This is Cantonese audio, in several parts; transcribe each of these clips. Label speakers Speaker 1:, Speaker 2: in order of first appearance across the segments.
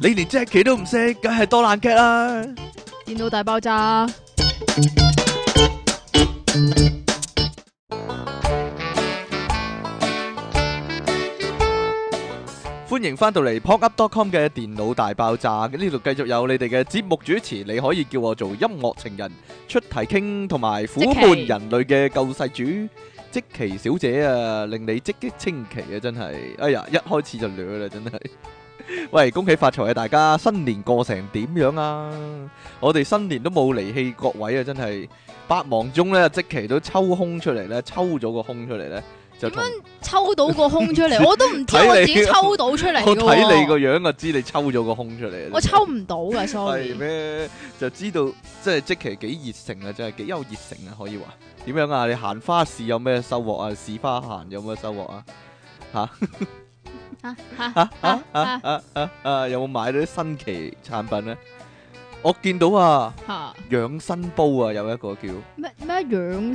Speaker 1: 你連 Jackie 都唔識，梗係多爛劇啦！
Speaker 2: 電腦大 爆炸，
Speaker 1: 歡迎翻到嚟 pocket.com 嘅電腦大爆炸，呢度繼續有你哋嘅節目主持，你可以叫我做音樂情人、出題傾同埋苦悶人類嘅救世主積淇小姐啊，令你積激清奇啊，真係，哎呀，一開始就掠啦，真係。喂，恭喜發財啊！大家新年過成點樣啊？我哋新年都冇離棄各位啊，真係百忙中咧，積淇都抽空出嚟咧，抽咗個空出嚟咧，就同。
Speaker 2: 抽到個空出嚟，我都唔知
Speaker 1: 睇你
Speaker 2: 我自己抽到出嚟
Speaker 1: 我
Speaker 2: 嘅
Speaker 1: 睇你
Speaker 2: 喎。
Speaker 1: 個樣就知你抽咗個空出嚟。啊
Speaker 2: 我抽唔到嘅，sorry
Speaker 1: 係。咩？就知道即係即期幾熱誠啊，真係幾有熱誠啊，可以話點樣啊？你行花市有咩收穫啊？市花行有咩收穫啊？
Speaker 2: 啊啊
Speaker 1: 啊啊
Speaker 2: 啊
Speaker 1: 啊
Speaker 2: 啊
Speaker 1: 啊啊啊！有冇買到啲新奇產品咧？我見到啊，
Speaker 2: 啊！
Speaker 1: 養生煲啊，有一個叫
Speaker 2: 咩咩養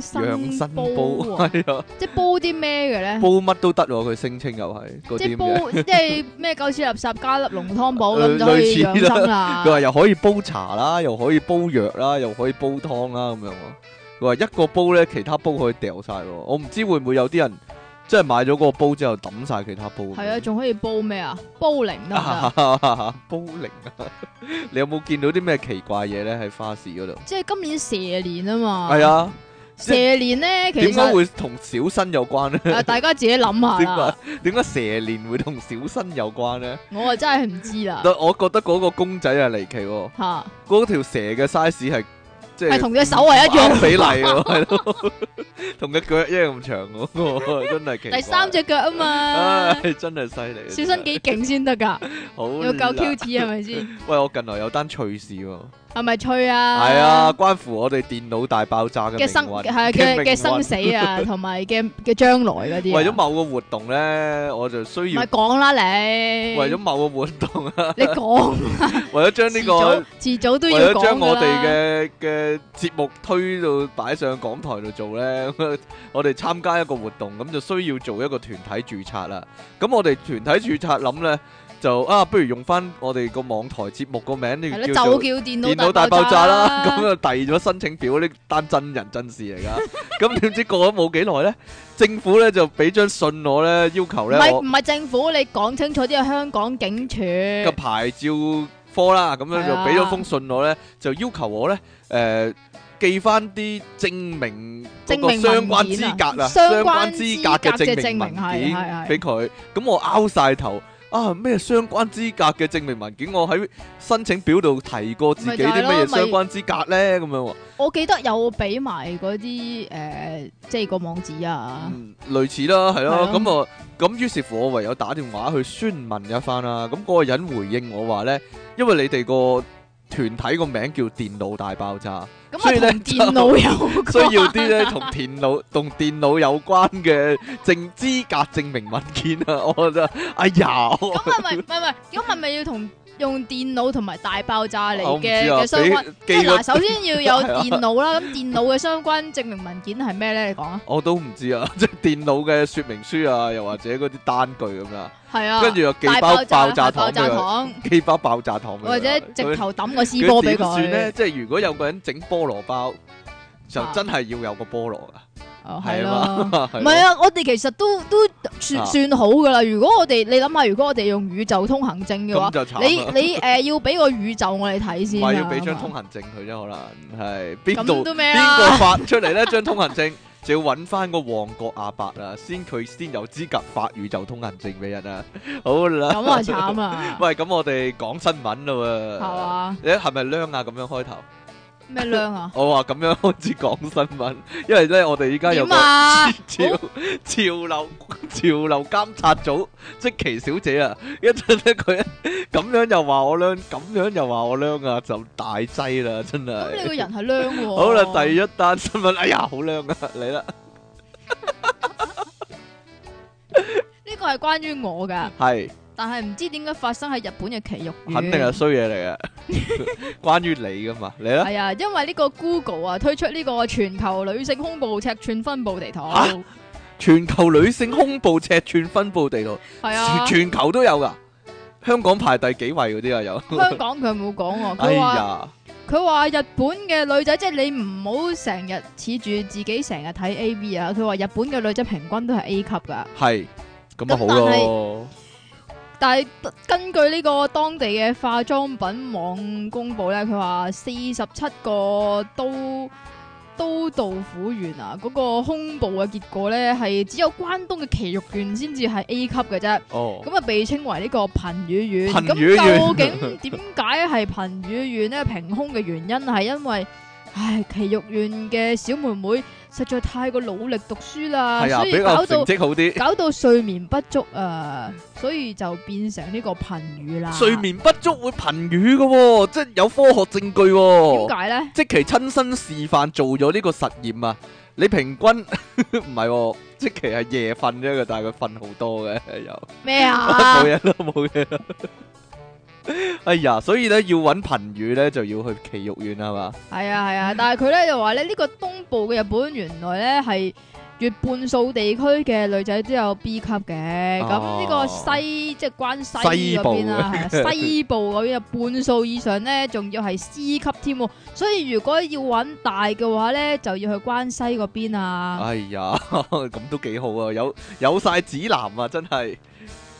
Speaker 1: 養生
Speaker 2: 生
Speaker 1: 煲，
Speaker 2: 煲啊？
Speaker 1: 係啊，
Speaker 2: 即係煲啲咩嘅咧
Speaker 1: 煲？乜都得喎，佢聲稱又係嗰啲咩？
Speaker 2: 即係煲，即係咩狗屎垃圾加粒濃湯寶
Speaker 1: 呃
Speaker 2: 咁就可以
Speaker 1: 類似
Speaker 2: 養
Speaker 1: 啦
Speaker 2: 生啦
Speaker 1: 佢。話又可以煲茶啦，又可以煲藥啦，又可以煲湯啦咁樣喎。佢話一個煲咧，其他煲可以掉晒喎。我唔知會唔會有啲人即係買咗個煲之後抌晒其他煲。
Speaker 2: 係啊，仲可以煲咩啊？煲靈得唔得？
Speaker 1: 啊， 煲零啊！ 你有冇見到啲咩奇怪嘢咧？喺花市嗰度
Speaker 2: 即係今年蛇年啊嘛。
Speaker 1: 係。啊？
Speaker 2: 蛇年咧，其
Speaker 1: 點解
Speaker 2: 實
Speaker 1: 會同小新有關咧？
Speaker 2: 啊大家自己諗
Speaker 1: 點啊
Speaker 2: 下啦
Speaker 1: 解。點解蛇年會同小新有關咧？
Speaker 2: 我啊真係唔知啦。
Speaker 1: 但我覺得嗰個公仔係離奇喎，
Speaker 2: 吓，
Speaker 1: 嗰條蛇嘅 size 係即係
Speaker 2: 係同隻手係一樣。
Speaker 1: 比例喎，係咯，同只腳一樣咁長喎，真係奇怪。
Speaker 2: 第三隻腳啊嘛，
Speaker 1: 唉，真係犀利。
Speaker 2: 小新幾勁先得㗎，
Speaker 1: 好
Speaker 2: 要
Speaker 1: 啦
Speaker 2: 夠 Q 子係咪先？
Speaker 1: 喂，我近來有單趣事喎，
Speaker 2: 係咪吹啊？
Speaker 1: 係啊，關乎我哋電腦大爆炸嘅
Speaker 2: 嘅生
Speaker 1: 命運
Speaker 2: 係嘅
Speaker 1: 命
Speaker 2: 嘅生
Speaker 1: 運
Speaker 2: 死啊， 同埋嘅嘅將來嗰啲啊。
Speaker 1: 為咗某個活動咧，我就需
Speaker 2: 咪
Speaker 1: 要
Speaker 2: 講啦你，
Speaker 1: 為咗某個活動啊，
Speaker 2: 你講，
Speaker 1: 為咗 將呢
Speaker 2: 遲
Speaker 1: 個
Speaker 2: 早遲早都要
Speaker 1: 為
Speaker 2: 講
Speaker 1: 咗將我哋
Speaker 2: 㗎啦
Speaker 1: 嘅嘅節目推到擺上港台度做咧， 我哋參加一個活動，咁就需要做一個團體註冊啦。咁我哋團體註冊諗咧，就啊，不如用翻我哋個網台節目個名，呢
Speaker 2: 係
Speaker 1: 個
Speaker 2: 咯，
Speaker 1: 叫
Speaker 2: 就
Speaker 1: 做
Speaker 2: 叫電
Speaker 1: 電腦大
Speaker 2: 爆
Speaker 1: 爆炸啦。 咁就遞咗申請表，呢單真人真事嚟噶。咁點知過咗冇幾耐咧，政府咧就俾張信我咧，要求
Speaker 2: 唔
Speaker 1: 咧
Speaker 2: 係
Speaker 1: 我
Speaker 2: 唔係政府，你講清楚啲係香港警署。
Speaker 1: 個牌照科啦，咁樣
Speaker 2: 係
Speaker 1: 就
Speaker 2: 啊
Speaker 1: 俾咗封信我咧，就要求我咧，誒、寄翻啲證明嗰
Speaker 2: 證
Speaker 1: 個
Speaker 2: 明
Speaker 1: 相關
Speaker 2: 文件
Speaker 1: 資
Speaker 2: 啊
Speaker 1: 格啊，
Speaker 2: 相
Speaker 1: 關
Speaker 2: 關
Speaker 1: 資
Speaker 2: 資
Speaker 1: 格嘅
Speaker 2: 格嘅
Speaker 1: 證
Speaker 2: 證
Speaker 1: 明
Speaker 2: 明
Speaker 1: 文
Speaker 2: 係係
Speaker 1: 件
Speaker 2: 係
Speaker 1: 俾佢，咁我拗晒頭。啊！咩相關資格嘅證明文件？我喺申請表度提過自己啲
Speaker 2: 咪就係
Speaker 1: 咩
Speaker 2: 咯
Speaker 1: 嘢相關資格咧？咁樣喎，
Speaker 2: 我記得有俾埋嗰啲誒，即係個網址啊。
Speaker 1: 嗯，類似啦，係咯。
Speaker 2: 係咯
Speaker 1: 咁啊，咁於是乎我唯有打電話去詢問一番啦。咁嗰個人回應我話咧，因為你哋個團體個名叫電腦大爆 炸。
Speaker 2: 咁
Speaker 1: 所以
Speaker 2: 啊，
Speaker 1: 咧
Speaker 2: 同電腦有關
Speaker 1: 需要啲咧同電腦同電腦有關嘅證資格證明文件啊！ 我覺得，哎呀，我
Speaker 2: 咁係啊咪唔係唔係？咁係咪要同用電腦同埋大爆炸嚟
Speaker 1: 我唔知
Speaker 2: 嘅
Speaker 1: 啊
Speaker 2: 嘅相關？即
Speaker 1: 俾
Speaker 2: 係
Speaker 1: 寄個
Speaker 2: 嗱，首先要 有
Speaker 1: 係啊
Speaker 2: 電腦啦，咁電腦嘅相關證明文件係咩咧？你講啊，
Speaker 1: 我都唔知啊， 即係電腦嘅說明書啊，又或者嗰啲單據咁啦，
Speaker 2: 係啊，
Speaker 1: 跟住又寄
Speaker 2: 大
Speaker 1: 包爆炸
Speaker 2: 炸
Speaker 1: 糖
Speaker 2: 爆
Speaker 1: 俾
Speaker 2: 炸
Speaker 1: 佢，
Speaker 2: 糖，
Speaker 1: 寄包爆炸糖俾佢
Speaker 2: 或者直
Speaker 1: 佢
Speaker 2: 頭抌個絲波
Speaker 1: 佢
Speaker 2: 俾
Speaker 1: 點算咧？
Speaker 2: 佢，
Speaker 1: 即係如果有個人整菠蘿包，就
Speaker 2: 啊
Speaker 1: 真係要有個菠蘿啊，
Speaker 2: 哦係
Speaker 1: 係啊
Speaker 2: 咯。
Speaker 1: 嘛，
Speaker 2: 唔
Speaker 1: 係
Speaker 2: 係
Speaker 1: 咯，
Speaker 2: 啊，我哋其實都都算
Speaker 1: 啊
Speaker 2: 算好噶啦。如果我哋你諗下，如果我哋用宇宙通行證嘅
Speaker 1: 咁，
Speaker 2: 話
Speaker 1: 就慘
Speaker 2: 你
Speaker 1: 啦。
Speaker 2: 你誒要俾個宇宙我哋睇先
Speaker 1: 話
Speaker 2: 啊，
Speaker 1: 要俾張通行
Speaker 2: 行
Speaker 1: 證佢啫，可能係邊度
Speaker 2: 咁都咩啊
Speaker 1: 邊個
Speaker 2: 啦？
Speaker 1: 發出嚟呢？張通行證就要揾翻個旺角阿伯啦，先佢先有資格發宇宙通行證俾人啊！ 好啦，
Speaker 2: 咁啊慘啊，
Speaker 1: 喂，咁我哋講新聞啦
Speaker 2: 係嘛？
Speaker 1: 喎，你係咪娘啊？咁樣開頭，
Speaker 2: 咩量啊？
Speaker 1: 我話咁樣開始講新聞，因為呢，我哋而家有
Speaker 2: 點
Speaker 1: 個
Speaker 2: 啊？
Speaker 1: 潮潮流潮流監察組，即奇小姐啊，一陣咧佢咁樣又話我娘，咁樣又話我娘啊，就大劑啦，真係。
Speaker 2: 咁你個人係娘 喎。
Speaker 1: 好啦，第一單新聞，哎呀，好靚啊，嚟啦，
Speaker 2: 呢個係關於我噶，
Speaker 1: 係
Speaker 2: 但係唔知點解發生喺日本嘅奇遇。
Speaker 1: 肯定係衰嘢嚟嘅，關於你噶嘛，嚟啦，
Speaker 2: 係啊，因為呢個 Google 啊推出呢個全球女性胸部尺寸分布地圖，
Speaker 1: 啊全球女性胸部尺寸分布地圖，
Speaker 2: 係啊，
Speaker 1: à. 全全球都有噶，香港排第幾位嗰啲啊？有，
Speaker 2: 香港佢冇講喎，
Speaker 1: 哎
Speaker 2: 佢話
Speaker 1: 呀，
Speaker 2: 佢話日本嘅女仔，即係你唔好成日恃住自己成日睇 A V 啊。佢話日本嘅女仔平均都係 A 級㗎，
Speaker 1: 係咁咪
Speaker 2: 咁
Speaker 1: 好
Speaker 2: 但係
Speaker 1: 咯，
Speaker 2: 但係根據呢個當地嘅化妝品網公佈咧，佢話四十七個都都道府縣啊，嗰、個胸部嘅結果咧係只有關東嘅埼玉縣先至係 A 級嘅啫。
Speaker 1: 哦，
Speaker 2: 咁啊，被稱為呢個貧乳縣。
Speaker 1: 貧
Speaker 2: 咁
Speaker 1: 乳縣
Speaker 2: 究竟點解係貧乳縣呢？平胸嘅原因係因為，唉，奇玉縣嘅小妹妹實在太過努力讀書啦，
Speaker 1: 係啊，
Speaker 2: 所
Speaker 1: 比
Speaker 2: 以
Speaker 1: 較
Speaker 2: 搞
Speaker 1: 成
Speaker 2: 到
Speaker 1: 績好 啲，
Speaker 2: 搞到睡眠不足啊，所以就變成呢個貧乳啦。
Speaker 1: 睡眠不足會貧乳嘅喎，即係有科學證據喎
Speaker 2: 點。解呢？
Speaker 1: 即其親身示範做咗呢個實驗啊！你平均 唔係喎，即其係夜瞓啫，佢但係佢瞓好多嘅又
Speaker 2: 咩啊
Speaker 1: 冇？嘢啦，冇嘢啦。哎呀，所以咧要揾貧乳咧就要去奇育院係嘛？
Speaker 2: 係啊係啊，但係佢咧就話咧呢個東部嘅日本原來咧係越半數地區嘅女仔都有 B 級嘅，咁
Speaker 1: 哦
Speaker 2: 呢個西即係關西
Speaker 1: 西
Speaker 2: 嗰
Speaker 1: 部
Speaker 2: 邊啦， 係啊西部嗰邊有半數以上咧，仲要係 C 級添喎，所以如果要揾大嘅話咧，就要去關西嗰邊啊，
Speaker 1: 哎呀， 咁都幾好啊！有有曬指南啊，真係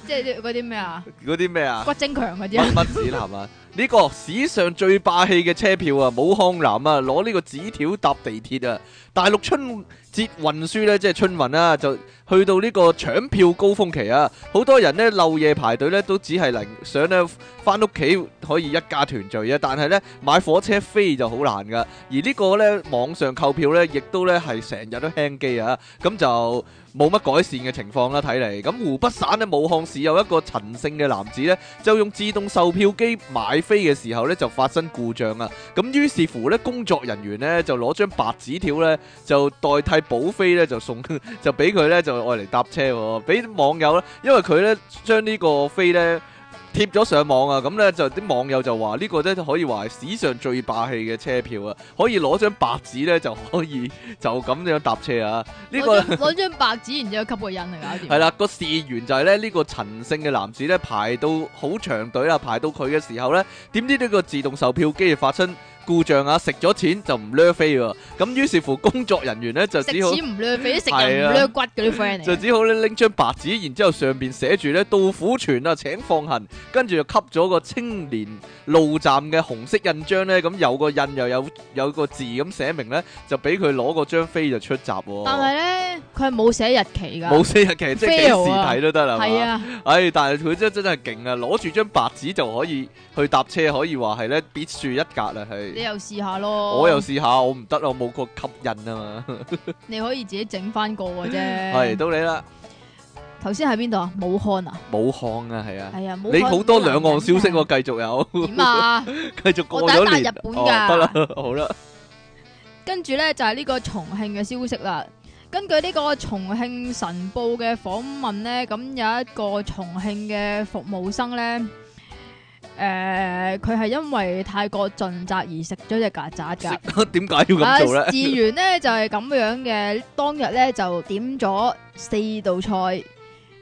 Speaker 2: 即係嗰啲咩啊，
Speaker 1: 嗰啲咩啊？
Speaker 2: 骨精強嗰啲啊
Speaker 1: 乜，乜指南啊？呢個史上最霸氣嘅車票啊，武漢南啊，攞呢個紙條搭地鐵啊！大陸春節運輸呢，即係春運啦、就去到呢個搶票高峰期啊！好多人呢，漏夜排隊呢，都只係能想呢翻屋企可以一家團聚啊！但係呢，買火車飛就好難噶，而呢個呢，網上購票呢，亦都呢係成日都輕機啊！咁就冇乜改善嘅情況啦，睇嚟。咁湖北省呢，武漢市有一個陳姓嘅男子呢。就用自動售票機買飛嘅時候咧，就發生故障啊！咁於是乎咧，工作人員咧就攞張白紙條咧，就代替補飛咧，就送 就俾佢咧，就愛嚟搭車喎。俾啲網友咧，因為佢咧將呢個飛咧貼咗上網啊，咁咧就啲網友就話呢個咧可以話係史上最霸氣嘅車票啊！可以攞張白紙咧就可以就咁樣搭車啊！呢、個。
Speaker 2: 攞張攞張白紙，然之後吸個印嚟搞掂。
Speaker 1: 係啦，個事源就係咧呢個陳姓嘅男子咧排到好長隊啦，排到佢嘅時候咧，點知呢個自動售票機就發生故障啊，食咗錢就唔掠飛喎，咁於是乎工作人員咧就
Speaker 2: 食
Speaker 1: 只好
Speaker 2: 紙唔掠俾食
Speaker 1: 係
Speaker 2: 人
Speaker 1: 啊
Speaker 2: 唔掠骨嗰啲
Speaker 1: 就
Speaker 2: friend 嚟，啊
Speaker 1: 只好咧拎張白紙，然之後上邊寫住咧杜甫泉啊，請放行，跟住就吸咗個青年路站嘅紅色印章咧，咁有個印又有有個字咁寫明咧，就俾佢攞個張飛就出閘喎，
Speaker 2: 但係咧佢係冇寫日期㗎。
Speaker 1: 冇寫日期，即係幾時
Speaker 2: fail 啊
Speaker 1: 睇都得啦，係嘛
Speaker 2: 系啊，
Speaker 1: 唉，但係佢真真係勁啊！攞住張白紙就可以去搭車，可以話係咧必樹一格啦，
Speaker 2: 你
Speaker 1: 係。
Speaker 2: 又試下咯。
Speaker 1: 我又試下，我唔得啊，我冇個吸引啊嘛。
Speaker 2: 你可以自己整翻個嘅啫。
Speaker 1: 係到你啦，
Speaker 2: 頭先喺邊度啊？武漢啊？
Speaker 1: 武漢啊，係啊。
Speaker 2: 係啊，武漢
Speaker 1: 你好多兩岸消息喎，繼續有，
Speaker 2: 點啊？
Speaker 1: 繼續過咗年。
Speaker 2: 我第一彈日本
Speaker 1: 哦
Speaker 2: 㗎
Speaker 1: 得啦， 好啦，
Speaker 2: 跟住咧就係呢個重慶嘅消息啦。根據呢個重慶晨報嘅訪問咧，咁有一個重慶嘅服務生咧，誒佢係因為太過盡責而食咗只曱甴㗎。
Speaker 1: 點解要咁做
Speaker 2: 啊
Speaker 1: 咧？
Speaker 2: 事源呢就係咁樣嘅，當日呢就點咗四道菜，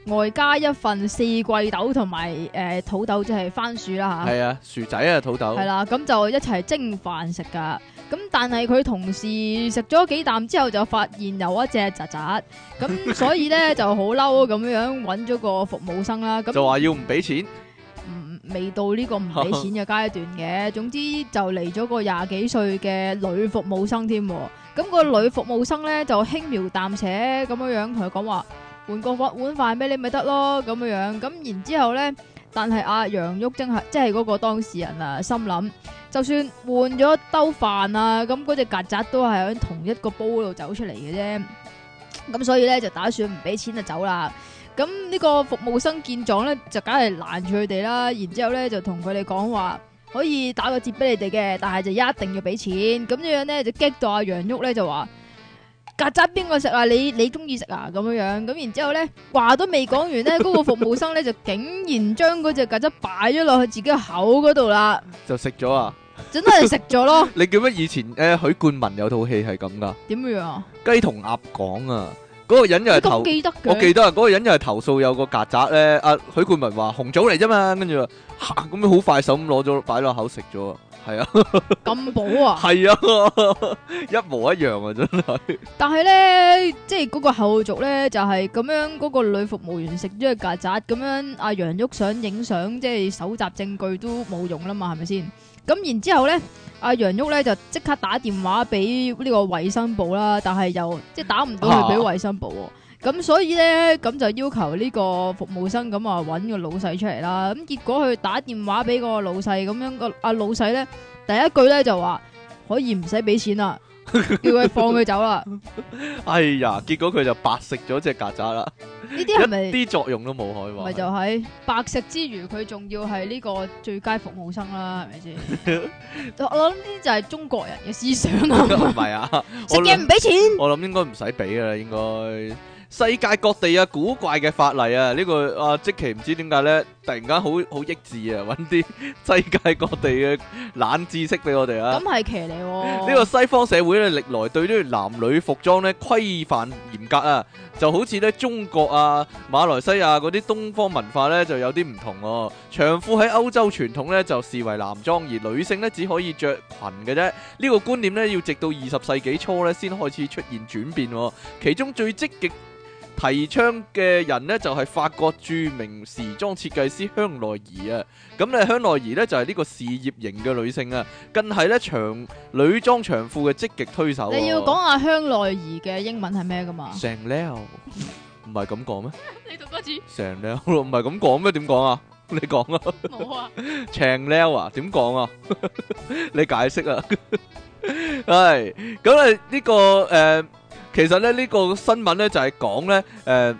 Speaker 2: 外加一份四季豆同埋誒土豆，即係番薯啦
Speaker 1: 係啊，薯仔啊，土
Speaker 2: 吓，
Speaker 1: 豆
Speaker 2: 係。啦，咁就一齊蒸飯食噶。咁但係佢同事食咗幾啖之後，就發現有一隻曱甴，咁所以呢就好嬲咁樣揾咗個服務生啦。咁
Speaker 1: 就話要唔俾錢，
Speaker 2: 唔未到呢個唔俾錢嘅階段嘅，總之就嚟咗個廿幾歲嘅女服務生添喎。咁、個女服務生咧就輕描淡寫咁樣樣同佢講話，換個碗碗飯俾你咪得咯咁樣樣。咁然之後咧，但係阿楊旭晶係即係嗰個當事人啊，心諗就算換咗兜飯啊，咁嗰只曱甴都係喺同一個煲度走出嚟嘅啫。咁所以咧就打算唔俾錢就走啦。咁呢個服務生見狀咧，就梗係攔住佢哋啦，然之後咧就同佢哋講話可以打個折俾你哋嘅，但係就一定要俾錢。咁樣樣咧就激到阿楊旭咧就話。曱甴邊個食啊？你你中意食啊？咁樣樣咁，然之後咧話都未講完咧，嗰、個服務生咧就竟然將嗰只曱甴擺咗落去自己嘅口嗰度啦，
Speaker 1: 就食咗啊！
Speaker 2: 真係食咗咯。
Speaker 1: 你記唔記得以前咧許冠文有套戲係咁噶？
Speaker 2: 點樣啊？
Speaker 1: 雞同鴨講啊，嗰個人又係
Speaker 2: 你咁
Speaker 1: 投，
Speaker 2: 記得嘅？
Speaker 1: 我記得啊，嗰個人又係投訴有個曱甴咧。阿許冠文話紅棗嚟啫嘛，跟住話 嚇咁樣好快手咁攞咗擺落口食咗啊，係啊，
Speaker 2: 咁補啊！
Speaker 1: 係啊，一模一樣啊，真係。
Speaker 2: 但係咧，即係嗰個後續咧，就係咁樣嗰個女服務員食咗個曱甴，咁樣阿楊旭想影相，即係搜集證據都冇用啦嘛，係咪先？咁然之後咧，阿楊旭咧就即刻打電話俾呢個衞生部啦，但係又即係打唔到去俾衞生部喎。咁所以咧，咁就要求呢個服務生咁啊揾個老細出嚟啦。咁結果佢打電話俾個老細，咁樣個阿老細咧第一句咧就話可以唔使俾錢啦，叫佢放佢走啦。
Speaker 1: 哎呀，結果佢就白食咗只曱甴啦，
Speaker 2: 呢
Speaker 1: 一
Speaker 2: 啲係咪
Speaker 1: 啲作用都冇可以話
Speaker 2: 咪就係白食之餘，佢仲要係呢個最佳服務生啦，係咪 先？我我諗呢啲就係中國人嘅思想啊！
Speaker 1: 係，唔係啊，
Speaker 2: 食
Speaker 1: 我
Speaker 2: 嘢
Speaker 1: 諗
Speaker 2: 唔俾錢，
Speaker 1: 我諗應該 唔使俾噶啦，應該。世界各地啊，古怪嘅法例啊，呢、個啊即期唔知點解咧，突然間好好益智啊，揾啲 世界各地嘅冷知識俾我哋啊
Speaker 2: 咁。係騎呢喎。
Speaker 1: 呢個西方社會咧，歷來對呢男女服裝咧規範嚴格啊，就好似咧中國啊、馬來西亞嗰啲東方文化咧就有啲唔同喎、長褲喺歐洲傳統咧就視為男裝，而女性咧只可以着裙嘅啫。呢個觀念咧要直到二十世紀初咧先開始出現轉變、喎。其中最積極提倡嘅人呢，就係、法國著名時裝設計師香奈兒啊。咁咧香奈兒呢，就係、呢個事業型嘅女性啊，更係咧長女裝長褲嘅積極推手、
Speaker 2: 你要講下香奈兒嘅英文係咩噶嘛？
Speaker 1: 成 l 唔係咁講咩？
Speaker 2: 你讀多次
Speaker 1: 成 l 唔係咁講咩？點講啊？你講啊？
Speaker 2: 冇啊？
Speaker 1: 長 l 啊？點講 啊？你解釋 啊？係咁咧，呢個誒，其實咧呢個新聞咧就係講咧誒，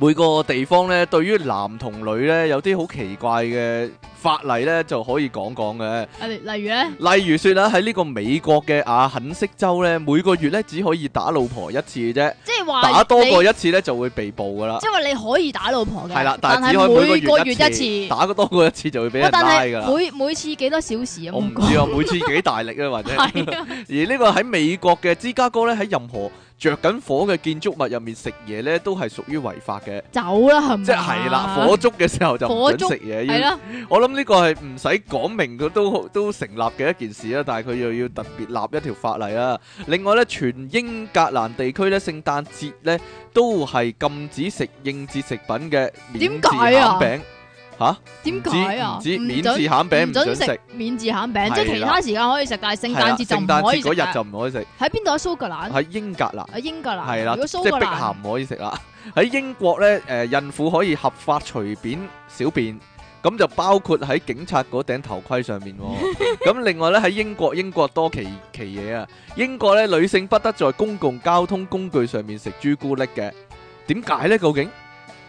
Speaker 1: 每個地方咧對於男同女咧有啲好奇怪嘅法例咧就可以講講嘅。
Speaker 2: 啊例例如咧，
Speaker 1: 例如說啦，喺呢個美國嘅阿肯色州咧，每個月咧只可以打老婆一次嘅啫，
Speaker 2: 即係話
Speaker 1: 打多過
Speaker 2: 你，
Speaker 1: 一次咧就會被捕噶啦。
Speaker 2: 即係話你可以打老婆嘅，
Speaker 1: 係啦，但
Speaker 2: 但
Speaker 1: 係只
Speaker 2: 係
Speaker 1: 可以每
Speaker 2: 每個
Speaker 1: 個
Speaker 2: 月
Speaker 1: 月
Speaker 2: 一
Speaker 1: 一次，
Speaker 2: 次。
Speaker 1: 打多過一次就會俾
Speaker 2: 哇
Speaker 1: 人
Speaker 2: 但
Speaker 1: 拉噶
Speaker 2: 係
Speaker 1: 啦。
Speaker 2: 每每次幾多小時啊？
Speaker 1: 我唔
Speaker 2: 講
Speaker 1: 知啊，每次幾大力啊，或者
Speaker 2: 係啊，
Speaker 1: 而呢個喺美國嘅芝加哥咧，喺任何着緊火嘅建築物入面食嘢咧，都係屬於違法嘅，
Speaker 2: 走啦係咪？
Speaker 1: 即係啦，火燭嘅時候就唔
Speaker 2: 啊火
Speaker 1: 准
Speaker 2: 燭
Speaker 1: 食嘢，
Speaker 2: 係
Speaker 1: 要
Speaker 2: 啦，
Speaker 1: 我諗呢個係唔使講明佢都都成立嘅一件事啦，但係佢又要特別立一條法例啦。另外咧，全英格蘭地區咧，聖誕節咧都係禁止食應節食品嘅免治
Speaker 2: 點解啊
Speaker 1: 餡餅。嚇？
Speaker 2: 點解啊？
Speaker 1: 唔知
Speaker 2: 唔
Speaker 1: 免治
Speaker 2: 准
Speaker 1: 餡餅唔
Speaker 2: 准
Speaker 1: 准食，
Speaker 2: 免治餡餅，
Speaker 1: 係
Speaker 2: 即係其
Speaker 1: 啦
Speaker 2: 他時間可以食，但係聖
Speaker 1: 係啦
Speaker 2: 誕節就唔
Speaker 1: 聖誕
Speaker 2: 可
Speaker 1: 節
Speaker 2: 以食
Speaker 1: 嗰
Speaker 2: 啊
Speaker 1: 日
Speaker 2: 啦。
Speaker 1: 就唔可以食。
Speaker 2: 喺邊度啊？蘇格蘭
Speaker 1: 喺英格蘭。
Speaker 2: 啊，英格蘭
Speaker 1: 係啦，
Speaker 2: 如果蘇
Speaker 1: 即係
Speaker 2: 格
Speaker 1: 碧
Speaker 2: 蘭
Speaker 1: 咸唔可以食啦。喺英國咧，誒、孕婦可以合法隨便小便，咁就包括喺警察嗰頂頭盔上面 喎。咁另外咧喺英國，英國多奇奇嘢啊！英國咧女性不得在公共交通工具上面食朱古力嘅，點解咧？究竟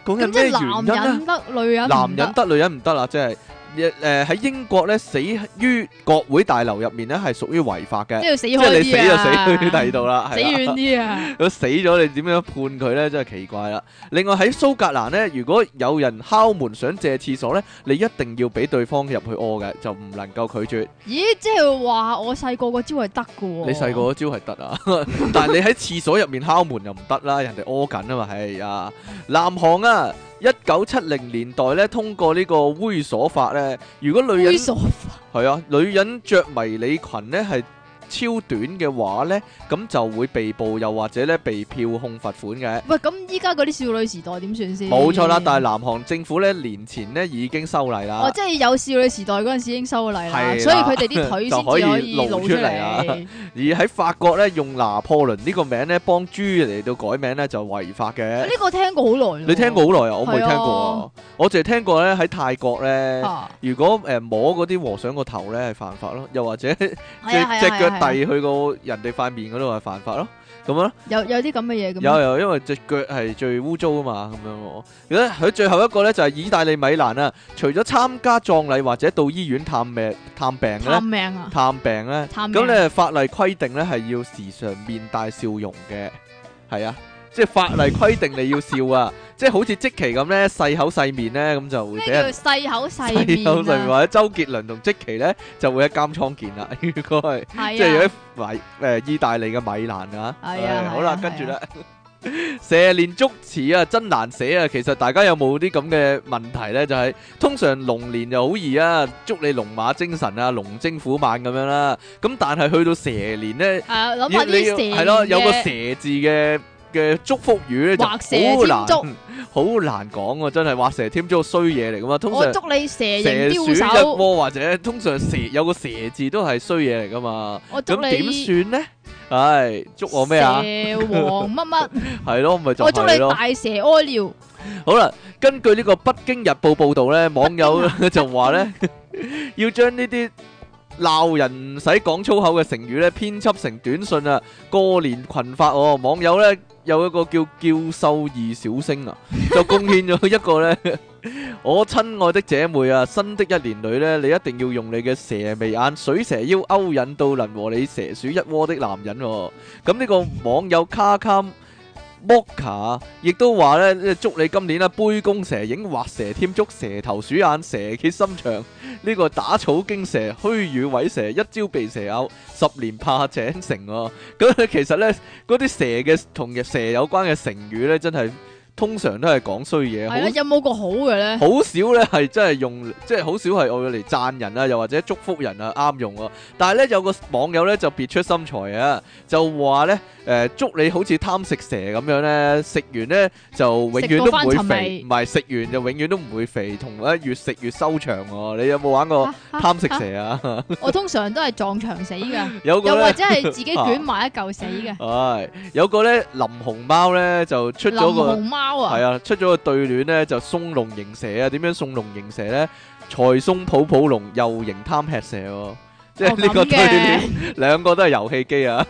Speaker 1: 究竟
Speaker 2: 咁
Speaker 1: 係
Speaker 2: 即
Speaker 1: 咩
Speaker 2: 係
Speaker 1: 原
Speaker 2: 男
Speaker 1: 因咧
Speaker 2: 人？得，女人唔
Speaker 1: 男人
Speaker 2: 得
Speaker 1: 得，女人唔得啦，即係誒喺英國咧，死於國會大樓入面咧係屬於違法嘅，
Speaker 2: 即係要死
Speaker 1: 即係
Speaker 2: 開
Speaker 1: 你死
Speaker 2: 啲
Speaker 1: 就
Speaker 2: 啊！
Speaker 1: 死 去第二度啦，
Speaker 2: 死
Speaker 1: 係啦
Speaker 2: 遠啲啊！
Speaker 1: 佢死咗，你點樣判佢呢？真係奇怪啦。另外喺蘇格蘭呢，如果有人敲門想借廁所呢，你一定要俾對方入去屙嘅，就唔能夠拒絕。
Speaker 2: 咦，即係話我細個嗰招係得嘅喎。
Speaker 1: 你細個嗰招係得啊， 但係你喺廁所入面敲門又唔得啦，人哋屙緊啊嘛，係啊。南韓啊，一九七零年代呢，通過呢個猥瑣法呢，如果女人
Speaker 2: 猥瑣
Speaker 1: 係啊，女人着迷你裙呢係超短嘅話呢，咁就會被捕，又或者呢被票控罰款嘅。
Speaker 2: 喂，咁依家嗰啲少女時代點算先？
Speaker 1: 冇錯啦，但係南韓政府咧年前咧已經修例啦
Speaker 2: 哦，，即係有少女時代嗰陣時已經收禮啦，
Speaker 1: 係
Speaker 2: 所以
Speaker 1: 啦
Speaker 2: 佢哋啲腿先
Speaker 1: 就可以
Speaker 2: 至可以
Speaker 1: 露
Speaker 2: 露
Speaker 1: 出
Speaker 2: 出
Speaker 1: 嚟啊
Speaker 2: 嚟。
Speaker 1: 而喺法國咧用拿破崙呢個名咧幫豬嚟到改名咧就違法嘅
Speaker 2: 呢。個聽過好耐咯。
Speaker 1: 你聽過好耐啊？我未
Speaker 2: 係啊
Speaker 1: 聽過啊，我淨係聽過咧喺泰國咧，
Speaker 2: 啊？
Speaker 1: 如果誒摸嗰啲和尚個頭咧係犯法咯，又或者隻隻
Speaker 2: 係啊係啊係
Speaker 1: 腳
Speaker 2: 啊係啊
Speaker 1: 遞去個人哋塊面嗰度係犯法咯，咁樣咯。
Speaker 2: 有有啲咁嘅嘢咁。
Speaker 1: 有有，因為只腳係最污糟啊嘛，咁樣喎。如果佢最後一個咧就係意大利米蘭啊，除咗參加葬禮或者到醫院探病探病嘅
Speaker 2: 探
Speaker 1: 咧，
Speaker 2: 命啊！
Speaker 1: 探病咧，
Speaker 2: 探命
Speaker 1: 咁咧法例規定咧係要時常面帶笑容嘅，係啊，即係法例規定你要笑啊， 即係好似即期咁咧細口細面咧，咁就會
Speaker 2: 咩
Speaker 1: 俾人
Speaker 2: 叫。細口細
Speaker 1: 細口細面
Speaker 2: 面啊？
Speaker 1: 或者周杰倫同即期咧就會喺監倉見啦，應該係。
Speaker 2: 係啊，
Speaker 1: 即係有啲米誒意大利嘅米蘭啊，
Speaker 2: Dạ. 係啊
Speaker 1: 唉
Speaker 2: 係啊
Speaker 1: 好啦，
Speaker 2: 係啊
Speaker 1: 跟住咧， 蛇年祝詞啊，真難寫啊！其實大家有冇啲咁嘅問題呢？就係、通常龍年就好易啊，祝你龍馬精神啊，龍精虎猛咁樣啦、咁但係去到蛇年呢，
Speaker 2: 啊，諗
Speaker 1: 要
Speaker 2: 下
Speaker 1: 你
Speaker 2: 啲
Speaker 1: 要
Speaker 2: 蛇
Speaker 1: 係咯，有個
Speaker 2: 嘅
Speaker 1: 蛇字嘅。嘅祝福語咧就好
Speaker 2: 畫蛇添
Speaker 1: 難， 好難講啊！真係畫蛇添足衰嘢嚟噶嘛，通常
Speaker 2: 我祝你蛇
Speaker 1: 蛇
Speaker 2: 形
Speaker 1: 鼠
Speaker 2: 刁
Speaker 1: 一
Speaker 2: 手，
Speaker 1: 窩或者通常蛇有個蛇字都係衰嘢嚟噶嘛，
Speaker 2: 我祝
Speaker 1: 咁點
Speaker 2: 你
Speaker 1: 算呢？唉，祝我咩啊？
Speaker 2: 蛇王乜乜，
Speaker 1: 係咯， 咪就
Speaker 2: 我祝你
Speaker 1: 係咯。
Speaker 2: 大蛇屙尿，
Speaker 1: 好啦，根據呢個北京日報報導咧，網友就話咧，要將呢啲鬧人唔使講粗口嘅成語咧，編輯成短信啊，過年群發哦。網友咧有一個叫叫秀二小星啊，就貢獻 咗一個咧。我親愛的姐妹啊，新的一年裏咧，你一定要用你嘅蛇眉眼、水蛇腰勾引到能和你蛇鼠一窩的男人、喎。咁呢個網友卡卡 Moka 亦都話咧，祝你今年啦，杯弓蛇影、畫蛇添足、蛇頭鼠眼、蛇蝎心腸，呢、個打草驚蛇、虛與委蛇，一朝被蛇咬，十年怕井繩喎。咁咧其實咧，嗰啲蛇嘅同蛇有關嘅成語咧，真係通常都係講衰嘢，好
Speaker 2: 係啦，有冇個好嘅 咧？
Speaker 1: 好少咧係真係用，即係好少係用嚟讚人啊，又或者祝福人啊，啱用啊。但係咧有個網友咧就別出心裁啊，就話咧誒祝你好似貪食蛇咁樣咧，食完咧就永遠都唔會
Speaker 2: 食到翻尋
Speaker 1: 肥，
Speaker 2: 味
Speaker 1: 唔係食完就永遠都唔會肥，同咧越食越收長喎。你有冇玩過
Speaker 2: 啊
Speaker 1: 貪食蛇啊？
Speaker 2: 我通常都係撞牆 死噶，
Speaker 1: 有
Speaker 2: 又
Speaker 1: 個
Speaker 2: 或
Speaker 1: 咧，
Speaker 2: 者係自己捲埋一嚿死嘅。
Speaker 1: 唉，有個咧林熊貓咧就出
Speaker 2: 林
Speaker 1: 咗個。
Speaker 2: 熊貓啊，
Speaker 1: 係啊，出咗個對聯咧就送龍形蛇啊，點樣送龍形蛇咧？財送抱抱龍，又形貪吃蛇喎，即係
Speaker 2: 哦
Speaker 1: 呢個
Speaker 2: 咁
Speaker 1: 對聯，
Speaker 2: 嘅。
Speaker 1: 兩個都係遊戲機啊。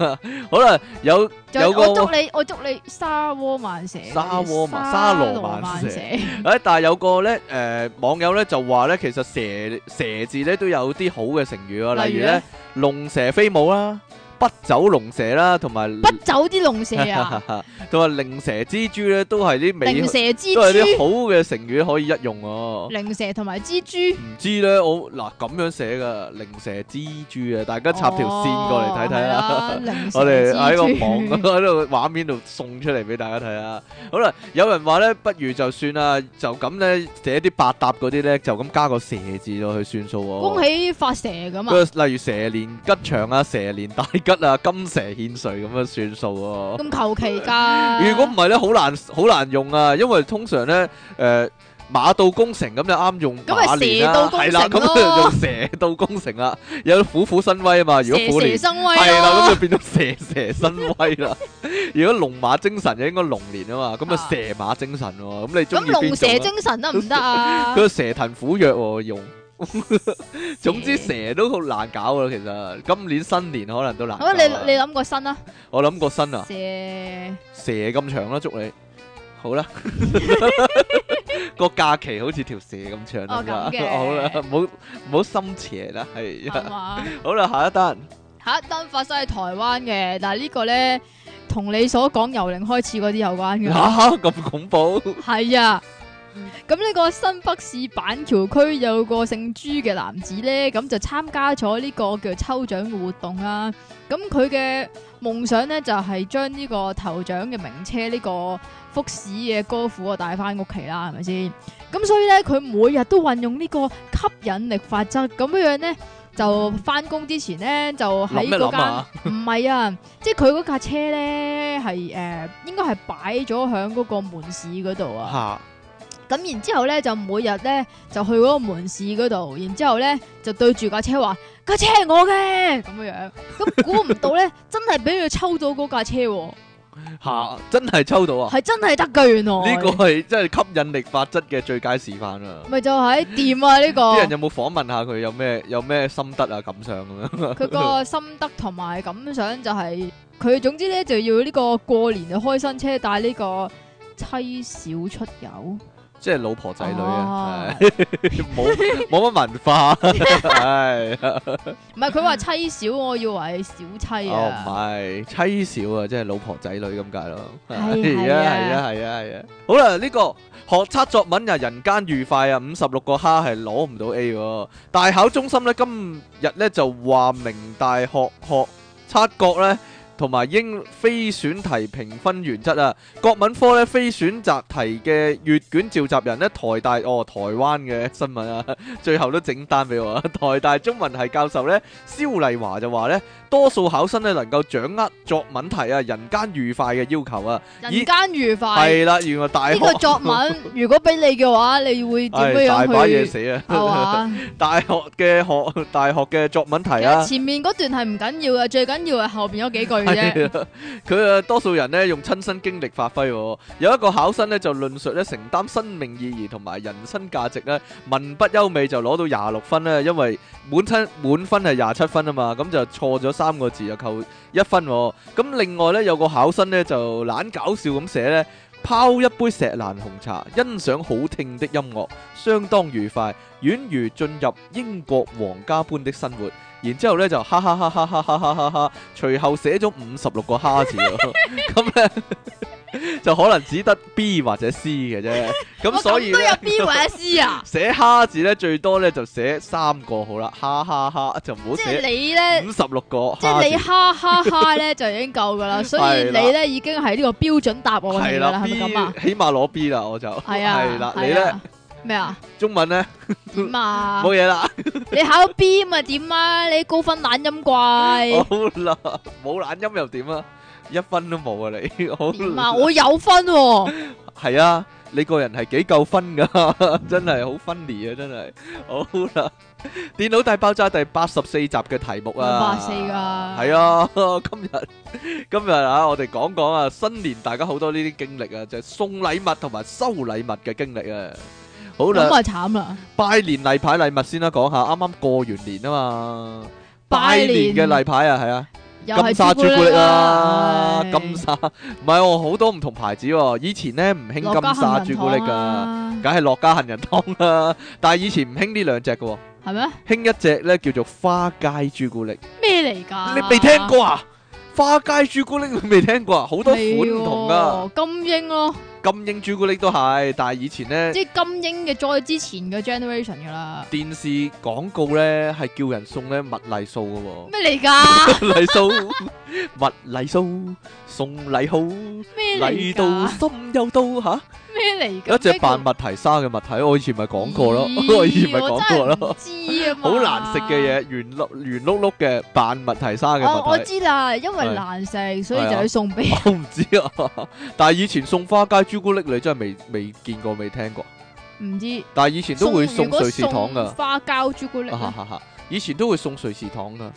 Speaker 1: 好啦，有有
Speaker 2: 仲有
Speaker 1: 個
Speaker 2: 我祝你，我祝你沙窩曼蛇，
Speaker 1: 沙窩曼
Speaker 2: 沙
Speaker 1: 沙羅
Speaker 2: 羅
Speaker 1: 曼
Speaker 2: 曼
Speaker 1: 蛇
Speaker 2: 蛇，
Speaker 1: 誒，但係有個咧誒、網友咧就話咧，其實蛇蛇字咧都有啲好嘅成語啊，例
Speaker 2: 例
Speaker 1: 如
Speaker 2: 如
Speaker 1: 咧
Speaker 2: 咧
Speaker 1: 龍蛇飛舞啦、不走龍蛇啦，同埋
Speaker 2: 不走啲龍蛇 啊，
Speaker 1: 同埋靈蛇蜘蛛咧都係啲美
Speaker 2: 靈蛇蜘
Speaker 1: 都係啲
Speaker 2: 蛛，
Speaker 1: 好嘅成語可以一用喎、
Speaker 2: 靈蛇同埋蜘蛛，
Speaker 1: 唔知咧，我嗱咁樣寫噶，靈蛇蜘蛛啊！大家插條線過嚟睇睇啦。
Speaker 2: 哦，係靈 蛇
Speaker 1: 我哋喺個
Speaker 2: 蜘蛛
Speaker 1: 網喺度畫面度送出嚟俾大家睇啊！好啦，有人話咧，不如就算啦，就咁咧寫啲百搭嗰啲咧，就咁加個蛇字落去算數喎。
Speaker 2: 恭喜發蛇 咁啊，
Speaker 1: 喜！例如蛇年吉祥啊，蛇年大吉啊，金蛇獻瑞咁樣算數喎。
Speaker 2: 咁求其噶。
Speaker 1: 如果唔係咧，好難好難用啊，因為通常咧，誒、馬到功成咁就啱用
Speaker 2: 咁咪
Speaker 1: 馬年啦，
Speaker 2: 蛇到
Speaker 1: 係啦，咁
Speaker 2: 功成咯
Speaker 1: 就用蛇到功成啦，有虎虎生威啊嘛，如果虎
Speaker 2: 蛇蛇
Speaker 1: 年
Speaker 2: 生威啊
Speaker 1: 係啦，咁
Speaker 2: 咯
Speaker 1: 就，變咗蛇蛇生威啦。如果龍馬精神就應該龍年啊嘛，咁啊
Speaker 2: 啊
Speaker 1: 蛇馬精神喎，咁你中
Speaker 2: 咁
Speaker 1: 意邊
Speaker 2: 龍蛇
Speaker 1: 種啊？
Speaker 2: 精神得唔得啊
Speaker 1: 佢？個蛇騰虎躍喎 用。總之蛇都好難搞啊，其實今年新年可能都難搞
Speaker 2: 好，
Speaker 1: 啊。
Speaker 2: 你你諗個身啦，
Speaker 1: 我諗過新啊。
Speaker 2: 蛇
Speaker 1: 蛇咁長啦，祝你好 啦，個假期好似條蛇咁長
Speaker 2: 哦咁
Speaker 1: 啦，
Speaker 2: 嘅哦
Speaker 1: 好啦，唔好唔好心邪啦，係
Speaker 2: 係嘛？
Speaker 1: 好啦，下一單
Speaker 2: 下一單發生喺台灣嘅，但係呢個咧同你所講由零開始嗰啲有 關嘅。
Speaker 1: 吓啊咁恐怖，
Speaker 2: 係啊，咁呢個新北市板橋區有個姓朱嘅男子呢，咁就參加咗呢個叫抽獎嘅活動啦。咁佢嘅夢想呢，就係將呢個頭獎嘅名車呢個福士嘅歌府啊帶翻屋企啦，係咪先？咁所以呢，佢每日都運用呢個吸引力法則，咁樣樣呢，就翻工之前呢，就
Speaker 1: 諗
Speaker 2: 喺
Speaker 1: 一
Speaker 2: 嗰
Speaker 1: 諗
Speaker 2: 間。
Speaker 1: 啊，
Speaker 2: 唔係啊，即係佢嗰架車咧係誒，應該係擺咗喺嗰個門市嗰度啊。
Speaker 1: 吓
Speaker 2: 咁然之後咧就每日咧就去嗰個門市嗰度，然之後咧就對住架車話：架車係我嘅咁樣樣。咁估唔到 咧，真係俾佢抽到嗰架車喎，
Speaker 1: 吓，真係抽到啊！
Speaker 2: 係真係得㗎原來。
Speaker 1: 呢個係真係吸引力法則嘅最佳示範啊！
Speaker 2: 咪就係掂啊！ 呢
Speaker 1: 啲人
Speaker 2: 個
Speaker 1: 有冇訪問下佢有咩有咩心得啊感想咁樣？
Speaker 2: 佢個 心得同埋感想就係佢總之咧就要呢個過年就開新車，帶呢個妻小出遊。
Speaker 1: 即係老婆仔女啊
Speaker 2: 哦，
Speaker 1: 係 冇冇乜文化， 唉。
Speaker 2: 唔係佢話妻小，我以為小妻
Speaker 1: 哦，唔
Speaker 2: 啊。
Speaker 1: 係妻小啊，即係老婆仔女咁解咯。
Speaker 2: 係
Speaker 1: 啊，係
Speaker 2: 係啊
Speaker 1: 啊，係啊，係啊。好啦，呢個學測作文啊，人間愉快啊，五十六個蝦係攞唔到 A 喎。啊大考中心呢，今日呢就話明大學學測國呢。同埋英非選題評分原則啊。國文科咧非選擇題嘅閱卷召集人咧，台大哦台灣嘅新聞啊， 最後都整單俾我啊。台大中文系教授咧蕭麗華就話咧，多數考生咧能夠掌握作文題啊人間愉快嘅要求啊。
Speaker 2: 人間愉快。
Speaker 1: 係啦，原來大
Speaker 2: 呢
Speaker 1: 學
Speaker 2: 個 作文如果俾你嘅話，你會點
Speaker 1: 唉大
Speaker 2: 樣
Speaker 1: 把嘢
Speaker 2: 樣去？
Speaker 1: 寫啊！
Speaker 2: 係嘛？
Speaker 1: 大學嘅學大學嘅作文
Speaker 2: 其
Speaker 1: 題啊
Speaker 2: 實。前面嗰段係唔緊要嘅，最緊要係後邊嗰幾 句
Speaker 1: 係
Speaker 2: 啫。
Speaker 1: 啊佢啊多數人咧用親身經歷發揮喎，有一個考生咧就論述咧承擔生命意義同埋人生價值咧，文不優美就攞到廿六分咧，因為滿親滿分係廿七分啊嘛，咁就錯咗三個字就扣一分喎。咁另外咧有個考生咧就懶搞笑咁寫咧。拋一杯石蘭紅茶，欣賞好聽的音樂，相當愉快，宛如進入英國皇家般的生活。然之後咧就哈哈哈哈哈哈哈哈哈，隨後寫咗五十六個哈字 喎，咁咧就可能只得 B 或者 C 嘅啫。咁
Speaker 2: 我
Speaker 1: 所以
Speaker 2: 哦都有
Speaker 1: 咧？
Speaker 2: B 或者 C 啊
Speaker 1: 寫哈字咧最多咧就寫三個好啦，哈哈哈就唔好
Speaker 2: 即係
Speaker 1: 寫嗯
Speaker 2: 你咧，
Speaker 1: 五十六個
Speaker 2: 即係
Speaker 1: 哈字
Speaker 2: 你。哈哈哈咧就已經夠噶 啦，所以
Speaker 1: 係啦
Speaker 2: 你咧已經係呢個標準答案
Speaker 1: 係
Speaker 2: 嚟噶啦，
Speaker 1: 啦
Speaker 2: 係
Speaker 1: ，B
Speaker 2: 咪咁啊？
Speaker 1: 起碼攞 B 啦，我就
Speaker 2: 係啊，
Speaker 1: 係啦，
Speaker 2: 係
Speaker 1: 你咧
Speaker 2: 啊咩啊？
Speaker 1: 中文咧
Speaker 2: 點啊
Speaker 1: 冇？嘢啦。
Speaker 2: 你考 B 咪點啊？你高分懶音怪
Speaker 1: 好啦，冇懶音又點啊？一分都冇啊你， 好
Speaker 2: 點啊？我有分喎，
Speaker 1: 係啊，你個人係幾夠分 噶，真係好分裂啊，真係。好啦，電腦大爆炸第八十四集嘅題目啊，
Speaker 2: 八四噶，
Speaker 1: 係 啊，今日今日啊，我哋講講啊，新年大家好多呢啲經歷啊，就係送禮物同埋收禮物嘅經歷啊。好啦
Speaker 2: 咁，啊慘啦！
Speaker 1: 拜年例牌禮物先啦，講下啱啱過完年啊嘛，拜
Speaker 2: 拜
Speaker 1: 年
Speaker 2: 年
Speaker 1: 嘅例牌啊，係啊。
Speaker 2: 又
Speaker 1: 金
Speaker 2: 係
Speaker 1: 沙朱古力啊啦，
Speaker 2: 唉
Speaker 1: 金沙唔係我好多唔同牌子喎。以前咧唔興
Speaker 2: 落家
Speaker 1: 金沙朱古力啊
Speaker 2: 杏
Speaker 1: 噶，
Speaker 2: 仁糖
Speaker 1: 梗係樂家杏仁糖啦。但係以前唔興呢兩隻嘅喎，
Speaker 2: 啊，係咩？
Speaker 1: 興一隻咧叫做花街朱古力。
Speaker 2: 咩嚟㗎？
Speaker 1: 你未聽過啊？花街朱古力 你未聽過啊？好多款唔同啊噶，
Speaker 2: 未喎，金 英咯，
Speaker 1: 金鷹朱古力都係，但係以前咧
Speaker 2: 即係金英嘅再之前嘅 generation 噶啦。
Speaker 1: 電視廣告咧係叫人送咧麥麗素嘅喎。
Speaker 2: 咩嚟㗎？
Speaker 1: 麗素，麥麗素，送禮好。
Speaker 2: 咩
Speaker 1: 嚟
Speaker 2: 嚟
Speaker 1: 到
Speaker 2: 㗎？
Speaker 1: 心又到吓，
Speaker 2: 咩嚟㗎？
Speaker 1: 一隻扮
Speaker 2: 咩
Speaker 1: 麥提沙嘅物體，我以前咪
Speaker 2: 叫
Speaker 1: 講過咯，
Speaker 2: 咦
Speaker 1: 我以前咪講過
Speaker 2: 我
Speaker 1: 咯，
Speaker 2: 真係唔知啊嘛
Speaker 1: 好難食嘅。嘢，圓碌圓碌碌嘅扮麥提沙嘅
Speaker 2: 哦，我
Speaker 1: 物體，
Speaker 2: 知啦，因為
Speaker 1: 係
Speaker 2: 難食，所以
Speaker 1: 係啊
Speaker 2: 就要送俾。
Speaker 1: 我唔知啊。但係以前送花街朱古力，你真係未未見過未聽過。
Speaker 2: 唔知
Speaker 1: 但係以前都會送
Speaker 2: 如果
Speaker 1: 瑞士糖噶
Speaker 2: 送，花膠朱古力
Speaker 1: 啊哈哈哈以前都會送瑞士糖噶，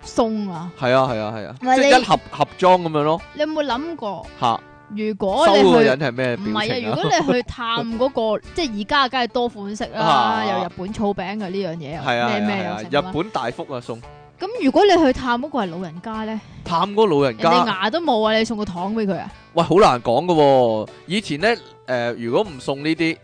Speaker 2: 送啊！
Speaker 1: 係啊係啊係啊，
Speaker 2: 唔係
Speaker 1: 即
Speaker 2: 你
Speaker 1: 係一盒盒裝咁樣咯，
Speaker 2: 你有冇諗過？
Speaker 1: 吓
Speaker 2: 如果你
Speaker 1: 收嗰個
Speaker 2: 去
Speaker 1: 人係咩
Speaker 2: 唔
Speaker 1: 表
Speaker 2: 係啊！
Speaker 1: 情
Speaker 2: 如
Speaker 1: 啊？
Speaker 2: 果你去探嗰、個， 即係而家梗係多款式啦，
Speaker 1: 啊
Speaker 2: 有日本草餅嘅呢樣嘢
Speaker 1: 係
Speaker 2: 啊，
Speaker 1: 啊
Speaker 2: 咩咩
Speaker 1: 係
Speaker 2: 有
Speaker 1: 啊，
Speaker 2: 食
Speaker 1: 日
Speaker 2: 啦。
Speaker 1: 本大福啊送
Speaker 2: 咁如果你去探嗰個係老人家咧，
Speaker 1: 探嗰個老人
Speaker 2: 人
Speaker 1: 家
Speaker 2: 哋。牙都冇啊，你送個糖俾佢啊？
Speaker 1: 喂，好難講噶、喎。以前呢，誒、如果唔送呢啲，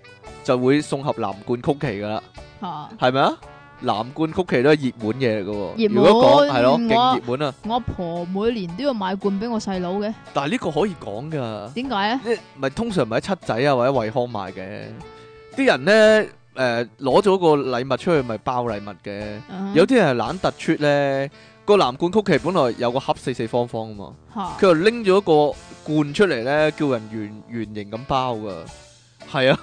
Speaker 1: 就會送盒藍罐曲奇噶啦，
Speaker 2: 嚇！
Speaker 1: 係咪啊？藍罐曲奇都係熱門嘢嚟噶喎。
Speaker 2: 熱門
Speaker 1: 如果講係咯，
Speaker 2: 我
Speaker 1: 勁熱門啊！
Speaker 2: 我阿婆每年都要買罐俾我細佬嘅，
Speaker 1: 但係呢個可以講噶，
Speaker 2: 點解啊咧？
Speaker 1: 即咪通常咪喺七仔啊或者惠康買嘅。啲人呢，誒攞咗個禮物出去，咪包禮物嘅。有啲人係懶突出呢，個藍罐曲奇本來有個盒四四方方啊嘛。
Speaker 2: 嚇
Speaker 1: 佢又拎咗個罐出嚟咧，叫人圓圓形咁包噶，係啊，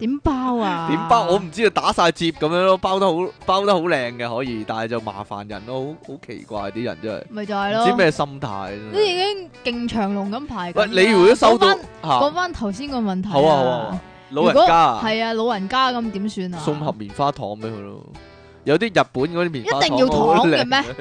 Speaker 2: 點包啊？
Speaker 1: 點包我唔知啊，打晒折咁樣咯，包得好，包得好靚嘅可以，但係就麻煩人咯，好好奇怪啲人真
Speaker 2: 咪就係
Speaker 1: 係，唔知
Speaker 2: 咯，
Speaker 1: 咩心態真
Speaker 2: 都已
Speaker 1: 係。
Speaker 2: 經勁長龍咁排緊
Speaker 1: 喂，
Speaker 2: 啦。
Speaker 1: 你如果收到
Speaker 2: 講返講
Speaker 1: 嚇，
Speaker 2: 翻頭先個問題，
Speaker 1: 好啊好啊好啊，老人家啊
Speaker 2: 係啊，老人家咁點算啊？
Speaker 1: 送盒棉花糖俾佢咯，有啲日本嗰啲棉花
Speaker 2: 一定要糖
Speaker 1: 好
Speaker 2: 嘅
Speaker 1: 靚
Speaker 2: 咩？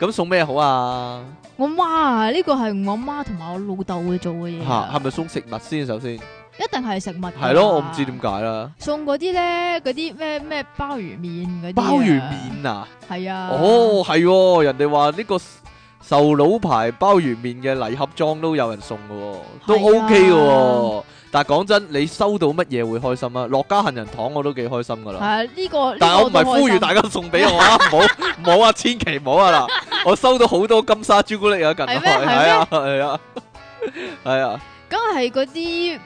Speaker 1: 咁送咩好啊？
Speaker 2: 我媽啊，呢個係我媽同埋我老豆會做嘅嘢
Speaker 1: 嚇，係
Speaker 2: 啊，
Speaker 1: 咪送食物先首先？
Speaker 2: 一定係啊食物㗎。
Speaker 1: 係咯，我唔知點解啦。
Speaker 2: 送嗰啲咧，嗰啲咩咩鮑魚麵嗰啲。
Speaker 1: 鮑魚，麵啊！
Speaker 2: 係啊。
Speaker 1: 哦，係喎，人哋話呢個 s- 壽佬牌鮑魚面嘅禮盒裝都有人送嘅喎，都
Speaker 2: 係啊
Speaker 1: OK 嘅喎。但係講真，你收到乜嘢會開心啊？樂家杏仁糖我都幾開心噶
Speaker 2: 係
Speaker 1: 啦。
Speaker 2: 啊，呢個
Speaker 1: 但係我唔係呼籲
Speaker 2: 家
Speaker 1: 大 家送俾我啊，唔好唔好啊，千祈唔好啊嗱！我收到好多金沙朱古力啊，近來
Speaker 2: 係咩
Speaker 1: 係啊係啊係啊，
Speaker 2: 梗係嗰啲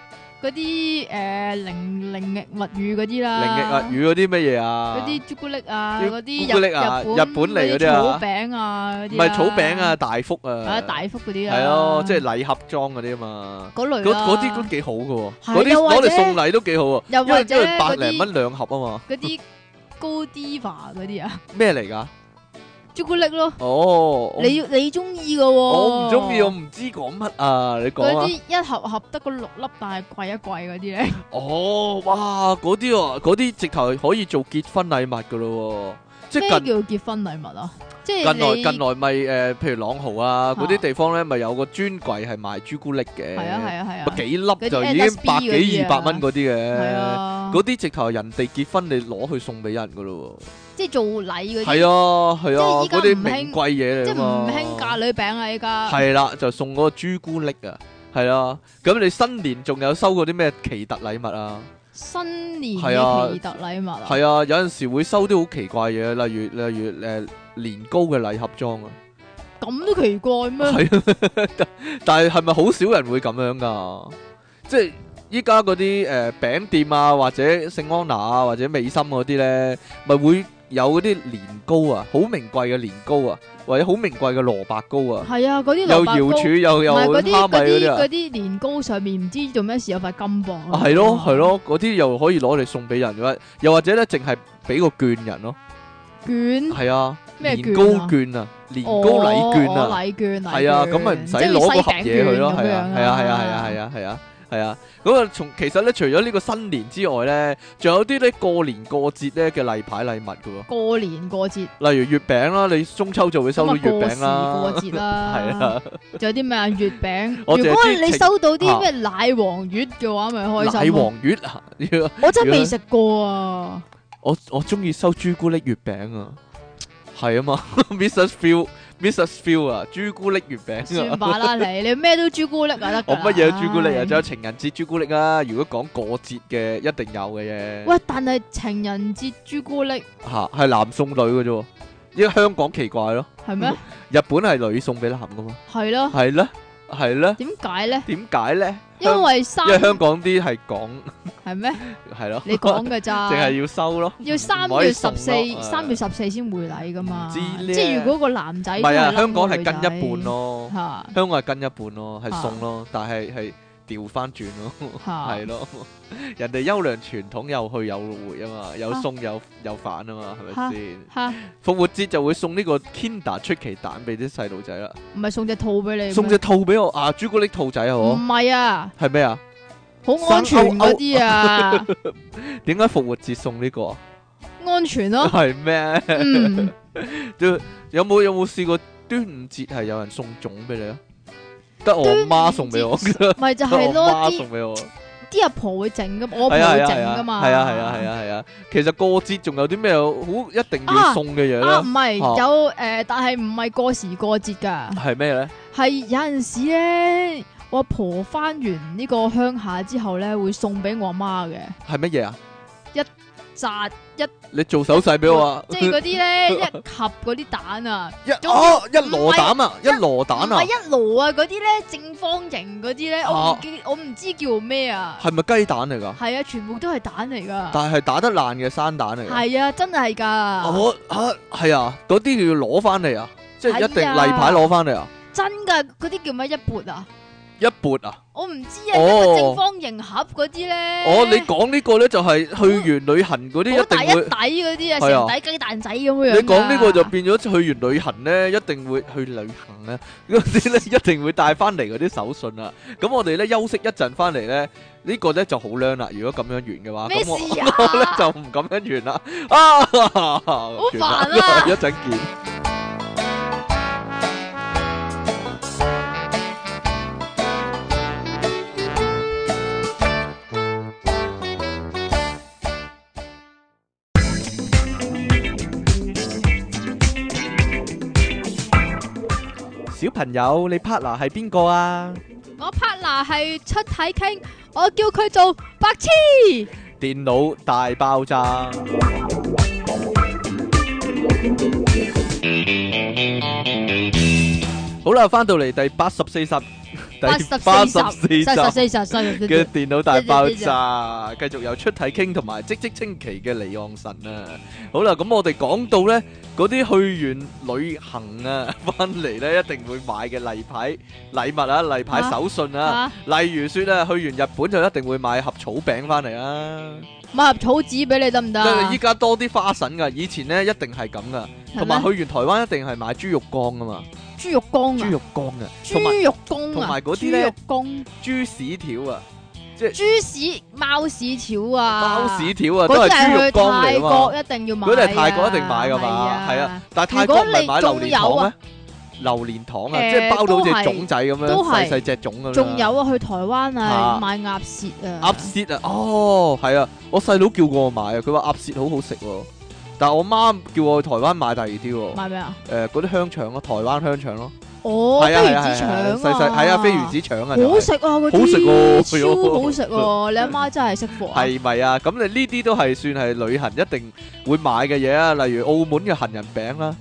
Speaker 2: 嗰啲诶零零物語嗰啲啦，
Speaker 1: 靈力物語嗰啲乜嘢啊？
Speaker 2: 嗰啲朱古力啊，
Speaker 1: 朱
Speaker 2: 嗰啲
Speaker 1: 朱古
Speaker 2: 日
Speaker 1: 力啊
Speaker 2: 日
Speaker 1: 日本嚟嗰啲啊
Speaker 2: 草餅啊，嗰
Speaker 1: 唔
Speaker 2: 啲啦
Speaker 1: 係草餅啊，，大福啊，
Speaker 2: 啊大福嗰啲啊，
Speaker 1: 係咯，即係禮盒裝嗰啲啊嘛。
Speaker 2: 嗰類
Speaker 1: 嗰
Speaker 2: 啦
Speaker 1: 嗰啲都幾好嘅喎，
Speaker 2: 係
Speaker 1: 嗰啲
Speaker 2: 又或
Speaker 1: 攞
Speaker 2: 者
Speaker 1: 嚟送禮都幾好啊，
Speaker 2: 又
Speaker 1: 因為
Speaker 2: 或
Speaker 1: 因
Speaker 2: 者
Speaker 1: 為百
Speaker 2: 嗰
Speaker 1: 零
Speaker 2: 啲
Speaker 1: 蚊兩盒啊嘛，
Speaker 2: 嗰啲高 diva 嗰啲啊，
Speaker 1: 咩嚟㗎？
Speaker 2: 朱古力咯，
Speaker 1: 哦，我
Speaker 2: 你你中意噶喎，我
Speaker 1: 我唔中意，我。唔知講乜啊，你講
Speaker 2: 嗰
Speaker 1: 啊。
Speaker 2: 啲一盒盒得個六粒，但係貴一貴嗰啲咧，
Speaker 1: 哦，哇，嗰啲喎，嗰啲直頭可以做結婚禮物噶咯喎， 即
Speaker 2: 咩
Speaker 1: 係近
Speaker 2: 叫結婚禮物啊？即係
Speaker 1: 近來
Speaker 2: 你
Speaker 1: 近來咪誒，譬如朗豪啊嗰啲
Speaker 2: 啊
Speaker 1: 地方咧，咪有個專櫃係賣朱古力嘅，
Speaker 2: 係啊係啊係啊
Speaker 1: 咪，幾粒就已經百幾二百蚊嗰啲
Speaker 2: 係
Speaker 1: 嘅，
Speaker 2: 啊，
Speaker 1: 嗰啲直頭係人哋結婚你攞去送俾人噶咯
Speaker 2: 即係做禮
Speaker 1: 喎，
Speaker 2: 嗰
Speaker 1: 係
Speaker 2: 啲。
Speaker 1: 啊係啊，
Speaker 2: 即係依家
Speaker 1: 嗰啲
Speaker 2: 唔
Speaker 1: 名貴
Speaker 2: 興
Speaker 1: 嘢嚟
Speaker 2: 即
Speaker 1: 㗎
Speaker 2: 係
Speaker 1: 嘛
Speaker 2: 唔興嫁女餅啊！依家
Speaker 1: 係啦，就送嗰個朱古力啊，係啊，咁你新年仲有收過啲咩奇特禮物啊？
Speaker 2: 新年
Speaker 1: 係啊
Speaker 2: 嘅奇特禮物啊，
Speaker 1: 係啊，有陣時會收啲好奇怪嘢，例如例如诶、年糕嘅禮盒裝啊，
Speaker 2: 咁都奇怪咩？
Speaker 1: 係啊，但係係咪好少人會咁樣噶？即係依家嗰啲诶餅店啊，或者聖安娜啊，或者美心嗰啲咧，咪會有嗰啲年糕啊，好名貴嘅年糕啊，或者好名貴嘅蘿蔔糕啊，
Speaker 2: 係啊，嗰啲
Speaker 1: 有
Speaker 2: 蘿蔔
Speaker 1: 瑤
Speaker 2: 糕，
Speaker 1: 柱又有
Speaker 2: 唔係
Speaker 1: 蝦
Speaker 2: 嗰啲嗰
Speaker 1: 米嗰
Speaker 2: 啲
Speaker 1: 啲啊
Speaker 2: 嗰。啲年糕上面唔知做咩事有塊金箔啊
Speaker 1: 啊，係咯，係，咯，嗰啲又可以攞嚟送俾人嘅，又或者咧，淨係俾個券人咯，
Speaker 2: 卷
Speaker 1: 係啊，
Speaker 2: 嗯咩
Speaker 1: 年
Speaker 2: 券
Speaker 1: 糕
Speaker 2: 啊
Speaker 1: 券啊，年糕禮券
Speaker 2: 哦哦
Speaker 1: 啊，
Speaker 2: 禮券，禮
Speaker 1: 係啊，
Speaker 2: 券
Speaker 1: 咁咪唔使
Speaker 2: 即係
Speaker 1: 攞個
Speaker 2: 西
Speaker 1: 盒
Speaker 2: 餅
Speaker 1: 嘢去咯，
Speaker 2: 券咁
Speaker 1: 係啊，
Speaker 2: 樣
Speaker 1: 係啊，係啊，係啊，係啊，係啊，係啊，咁啊，從其實咧，除咗呢個新年之外咧，仲有啲咧過年過節咧嘅例牌禮物嘅喎，
Speaker 2: 過年過節，
Speaker 1: 例如月餅啦，你中秋就會收
Speaker 2: 咁
Speaker 1: 到
Speaker 2: 啊
Speaker 1: 月
Speaker 2: 過
Speaker 1: 餅
Speaker 2: 時
Speaker 1: 啦
Speaker 2: 過，節啦，
Speaker 1: 係啊，
Speaker 2: 仲有啲咩啊？月餅，
Speaker 1: 我淨係
Speaker 2: 如果
Speaker 1: 知
Speaker 2: 你
Speaker 1: 情
Speaker 2: 收到
Speaker 1: 啊
Speaker 2: 啲咩奶黃月嘅話，咪開
Speaker 1: 奶
Speaker 2: 心咯。
Speaker 1: 黃月啊，
Speaker 2: 我真係
Speaker 1: 如果
Speaker 2: 未食過啊！
Speaker 1: 我我中意收朱古力月餅啊，係啊嘛 ，Mrs. Phil，Mrs. Phil 啊，朱古力月餅
Speaker 2: 算
Speaker 1: 啊，
Speaker 2: 吧啦你，你咩都朱古力啊得㗎
Speaker 1: 我
Speaker 2: 啦
Speaker 1: 乜嘢都朱古力啊，
Speaker 2: 唉
Speaker 1: 仲有情人節朱古力啊。如果講過節嘅，一定有嘅啫。
Speaker 2: 喂，但係情人節朱古力
Speaker 1: 吓係男送女嘅啫喎，因為香港奇怪咯，
Speaker 2: 係咩？
Speaker 1: 日本係女送俾男噶嘛，
Speaker 2: 係咯，
Speaker 1: 嗯係啦係啦，
Speaker 2: 點解咧？
Speaker 1: 點解咧？
Speaker 2: 因為三
Speaker 1: 因為香港啲係講
Speaker 2: 係咩？
Speaker 1: 係咯，
Speaker 2: 你講㗎咋？
Speaker 1: 淨係要收咯，
Speaker 2: 要三
Speaker 1: 唔可以
Speaker 2: 月
Speaker 1: 送
Speaker 2: 十
Speaker 1: 咯
Speaker 2: 四，
Speaker 1: 誒
Speaker 2: 三月十四先回禮㗎嘛。
Speaker 1: 唔知咧
Speaker 2: 即係如果個男仔
Speaker 1: 唔係啊，
Speaker 2: 都
Speaker 1: 香港
Speaker 2: 冧
Speaker 1: 係
Speaker 2: 個
Speaker 1: 跟
Speaker 2: 女
Speaker 1: 一半
Speaker 2: 仔
Speaker 1: 咯。
Speaker 2: 嚇
Speaker 1: 香港係跟一半咯，係
Speaker 2: 啊
Speaker 1: 送咯，但係係調翻轉咯，
Speaker 2: 嚇
Speaker 1: 係咯，人哋優良傳統有去有回啊嘛，有送有有返啊嘛，係咪
Speaker 2: 啊
Speaker 1: 先？
Speaker 2: 嚇，
Speaker 1: 復活節就會送呢個 Kinder 出奇蛋俾啲細路仔啦，
Speaker 2: 唔係送隻兔俾你咩？
Speaker 1: 送隻兔俾我啊，朱古力兔仔啊，
Speaker 2: 唔
Speaker 1: 我
Speaker 2: 係啊，
Speaker 1: 係咩啊？
Speaker 2: 好安全嗰 啲啊，
Speaker 1: 點解復活節送呢
Speaker 2: 哦
Speaker 1: 個啊？
Speaker 2: 安全 咯。
Speaker 1: 係咩？
Speaker 2: 嗯，
Speaker 1: 都有冇有冇試過端午節係有人送粽俾你啊？得我媽送俾我， 得
Speaker 2: 咪就
Speaker 1: 我
Speaker 2: 係
Speaker 1: 媽
Speaker 2: 咯，啲
Speaker 1: 送俾我。
Speaker 2: 啲阿婆會整噶，我阿婆
Speaker 1: 係啊
Speaker 2: 會
Speaker 1: 係啊
Speaker 2: 整噶嘛。
Speaker 1: 係啊係啊係啊係啊，其實過節仲有啲咩好一定要送嘅嘢
Speaker 2: 啊，唔
Speaker 1: 咧？
Speaker 2: 係
Speaker 1: 啊
Speaker 2: 有诶、但係唔係過時過節㗎，
Speaker 1: 係咩咧？
Speaker 2: 係有阵时咧，我阿婆翻完呢個鄉下之後咧，會送俾我阿媽嘅
Speaker 1: 係乜嘢啊？
Speaker 2: 扎一，
Speaker 1: 你做手勢俾我啊！
Speaker 2: 即係嗰啲 咧一盒嗰啲蛋啊，
Speaker 1: 一
Speaker 2: 總之
Speaker 1: 哦一
Speaker 2: 唔
Speaker 1: 籮
Speaker 2: 係
Speaker 1: 蛋啊，一籮蛋
Speaker 2: 唔
Speaker 1: 啊
Speaker 2: 係，一摞啊，嗰啲咧正方形嗰啲咧，我
Speaker 1: 啊
Speaker 2: 唔記我唔知叫咩啊，
Speaker 1: 係咪雞蛋嚟㗎？
Speaker 2: 係啊，全部都係蛋嚟㗎，
Speaker 1: 但係打得爛嘅生蛋嚟㗎。
Speaker 2: 係啊，真係㗎，
Speaker 1: 我啊係啊，嗰啲要攞翻嚟啊，即係一定
Speaker 2: 係啊
Speaker 1: 例牌攞翻嚟啊，
Speaker 2: 真㗎，嗰啲叫咩一撥啊？
Speaker 1: 一撥啊！
Speaker 2: 我唔知啊，一
Speaker 1: 哦
Speaker 2: 個正方形盒嗰啲咧，
Speaker 1: 哦，你講呢個咧就係去完旅行嗰啲
Speaker 2: 好大
Speaker 1: 一
Speaker 2: 一
Speaker 1: 定會
Speaker 2: 底。嗰啲啊，
Speaker 1: 係啊
Speaker 2: 成底雞蛋仔咁樣㗎。啊
Speaker 1: 你講呢個就變咗去完旅行咧，一定會去旅行咧，嗰啲咧一定會帶翻嚟嗰啲手信啦。咁我哋咧休息一陣翻嚟咧，呢個咧就好靚啦。如果咁樣完嘅話，
Speaker 2: 咩
Speaker 1: 啊咁我
Speaker 2: 事
Speaker 1: 我咧
Speaker 2: 啊？
Speaker 1: 就唔咁樣完啦。啊，好
Speaker 2: 煩啊
Speaker 1: 一陣見。小朋友，你 partner 係邊個啊？
Speaker 2: 我 partner 係出體傾，我叫佢做白痴。
Speaker 1: 電腦大爆炸。 好啦，翻到嚟第八十四集，
Speaker 2: 八
Speaker 1: 第
Speaker 2: 十
Speaker 1: 八十
Speaker 2: 四十
Speaker 1: 四
Speaker 2: 四
Speaker 1: 集
Speaker 2: 十四十四
Speaker 1: 嘅
Speaker 2: 十，
Speaker 1: 電腦大爆炸，繼續有出體傾同埋即即清奇嘅離岸神啊！好啦，咁我哋講到咧嗰啲去完旅行啊， 翻嚟咧一定會買嘅例牌禮物啊、例牌
Speaker 2: 啊
Speaker 1: 手信啊，
Speaker 2: 啊，
Speaker 1: 例如說咧去完日本就一定會買盒草餅翻嚟啦。
Speaker 2: 買盒草紙俾你得唔得
Speaker 1: 即
Speaker 2: 啊
Speaker 1: 係依？家多啲花神噶，以前咧一定係咁噶，同埋去
Speaker 2: 係咩
Speaker 1: 完台灣一定係買豬肉乾噶嘛，
Speaker 2: 豬肉乾
Speaker 1: 豬
Speaker 2: 啊，
Speaker 1: 肉乾啊，同埋
Speaker 2: 豬肉乾啊，
Speaker 1: 同埋嗰啲
Speaker 2: 豬
Speaker 1: 呢
Speaker 2: 肉乾、
Speaker 1: 豬屎條啊，
Speaker 2: 豬屎、貓屎條啊，
Speaker 1: 貓屎條啊，都
Speaker 2: 嗰
Speaker 1: 係
Speaker 2: 啲係
Speaker 1: 豬肉
Speaker 2: 去
Speaker 1: 乾嚟
Speaker 2: 泰
Speaker 1: 㗎嘛。
Speaker 2: 國一定要買啊，
Speaker 1: 嗰啲係泰國一定買噶嘛，係
Speaker 2: 係
Speaker 1: 啊，，但係泰國唔係買榴蓮
Speaker 2: 如果
Speaker 1: 糖
Speaker 2: 你
Speaker 1: 咩？榴蓮糖啊，
Speaker 2: 啊誒
Speaker 1: 即係包到
Speaker 2: 都
Speaker 1: 隻
Speaker 2: 係
Speaker 1: 種仔咁樣，
Speaker 2: 都
Speaker 1: 細
Speaker 2: 係
Speaker 1: 細隻種咁樣。
Speaker 2: 仲有啊，去台灣
Speaker 1: 啊
Speaker 2: 啊，買鴨舌啊
Speaker 1: 鴨，舌啊，哦，係啊，我細佬叫過我買啊，佢話鴨舌好好食喎，但係我媽叫我去台灣買第二啲喎，
Speaker 2: 買咩啊？
Speaker 1: 誒嗰啲香腸咯，台灣香腸咯。
Speaker 2: 哦，
Speaker 1: 係
Speaker 2: 飛
Speaker 1: 啊係
Speaker 2: 魚
Speaker 1: 啊
Speaker 2: 子腸啊，
Speaker 1: 細細係啊，飛魚子腸啊，
Speaker 2: 好食啊，嗰
Speaker 1: 好食喎哎
Speaker 2: 啲超好食喎，你阿媽真係識貨啊！
Speaker 1: 係咪啊？咁你呢啲都係算係旅行一定會買嘅嘢啊，例如澳門嘅杏仁餅啦，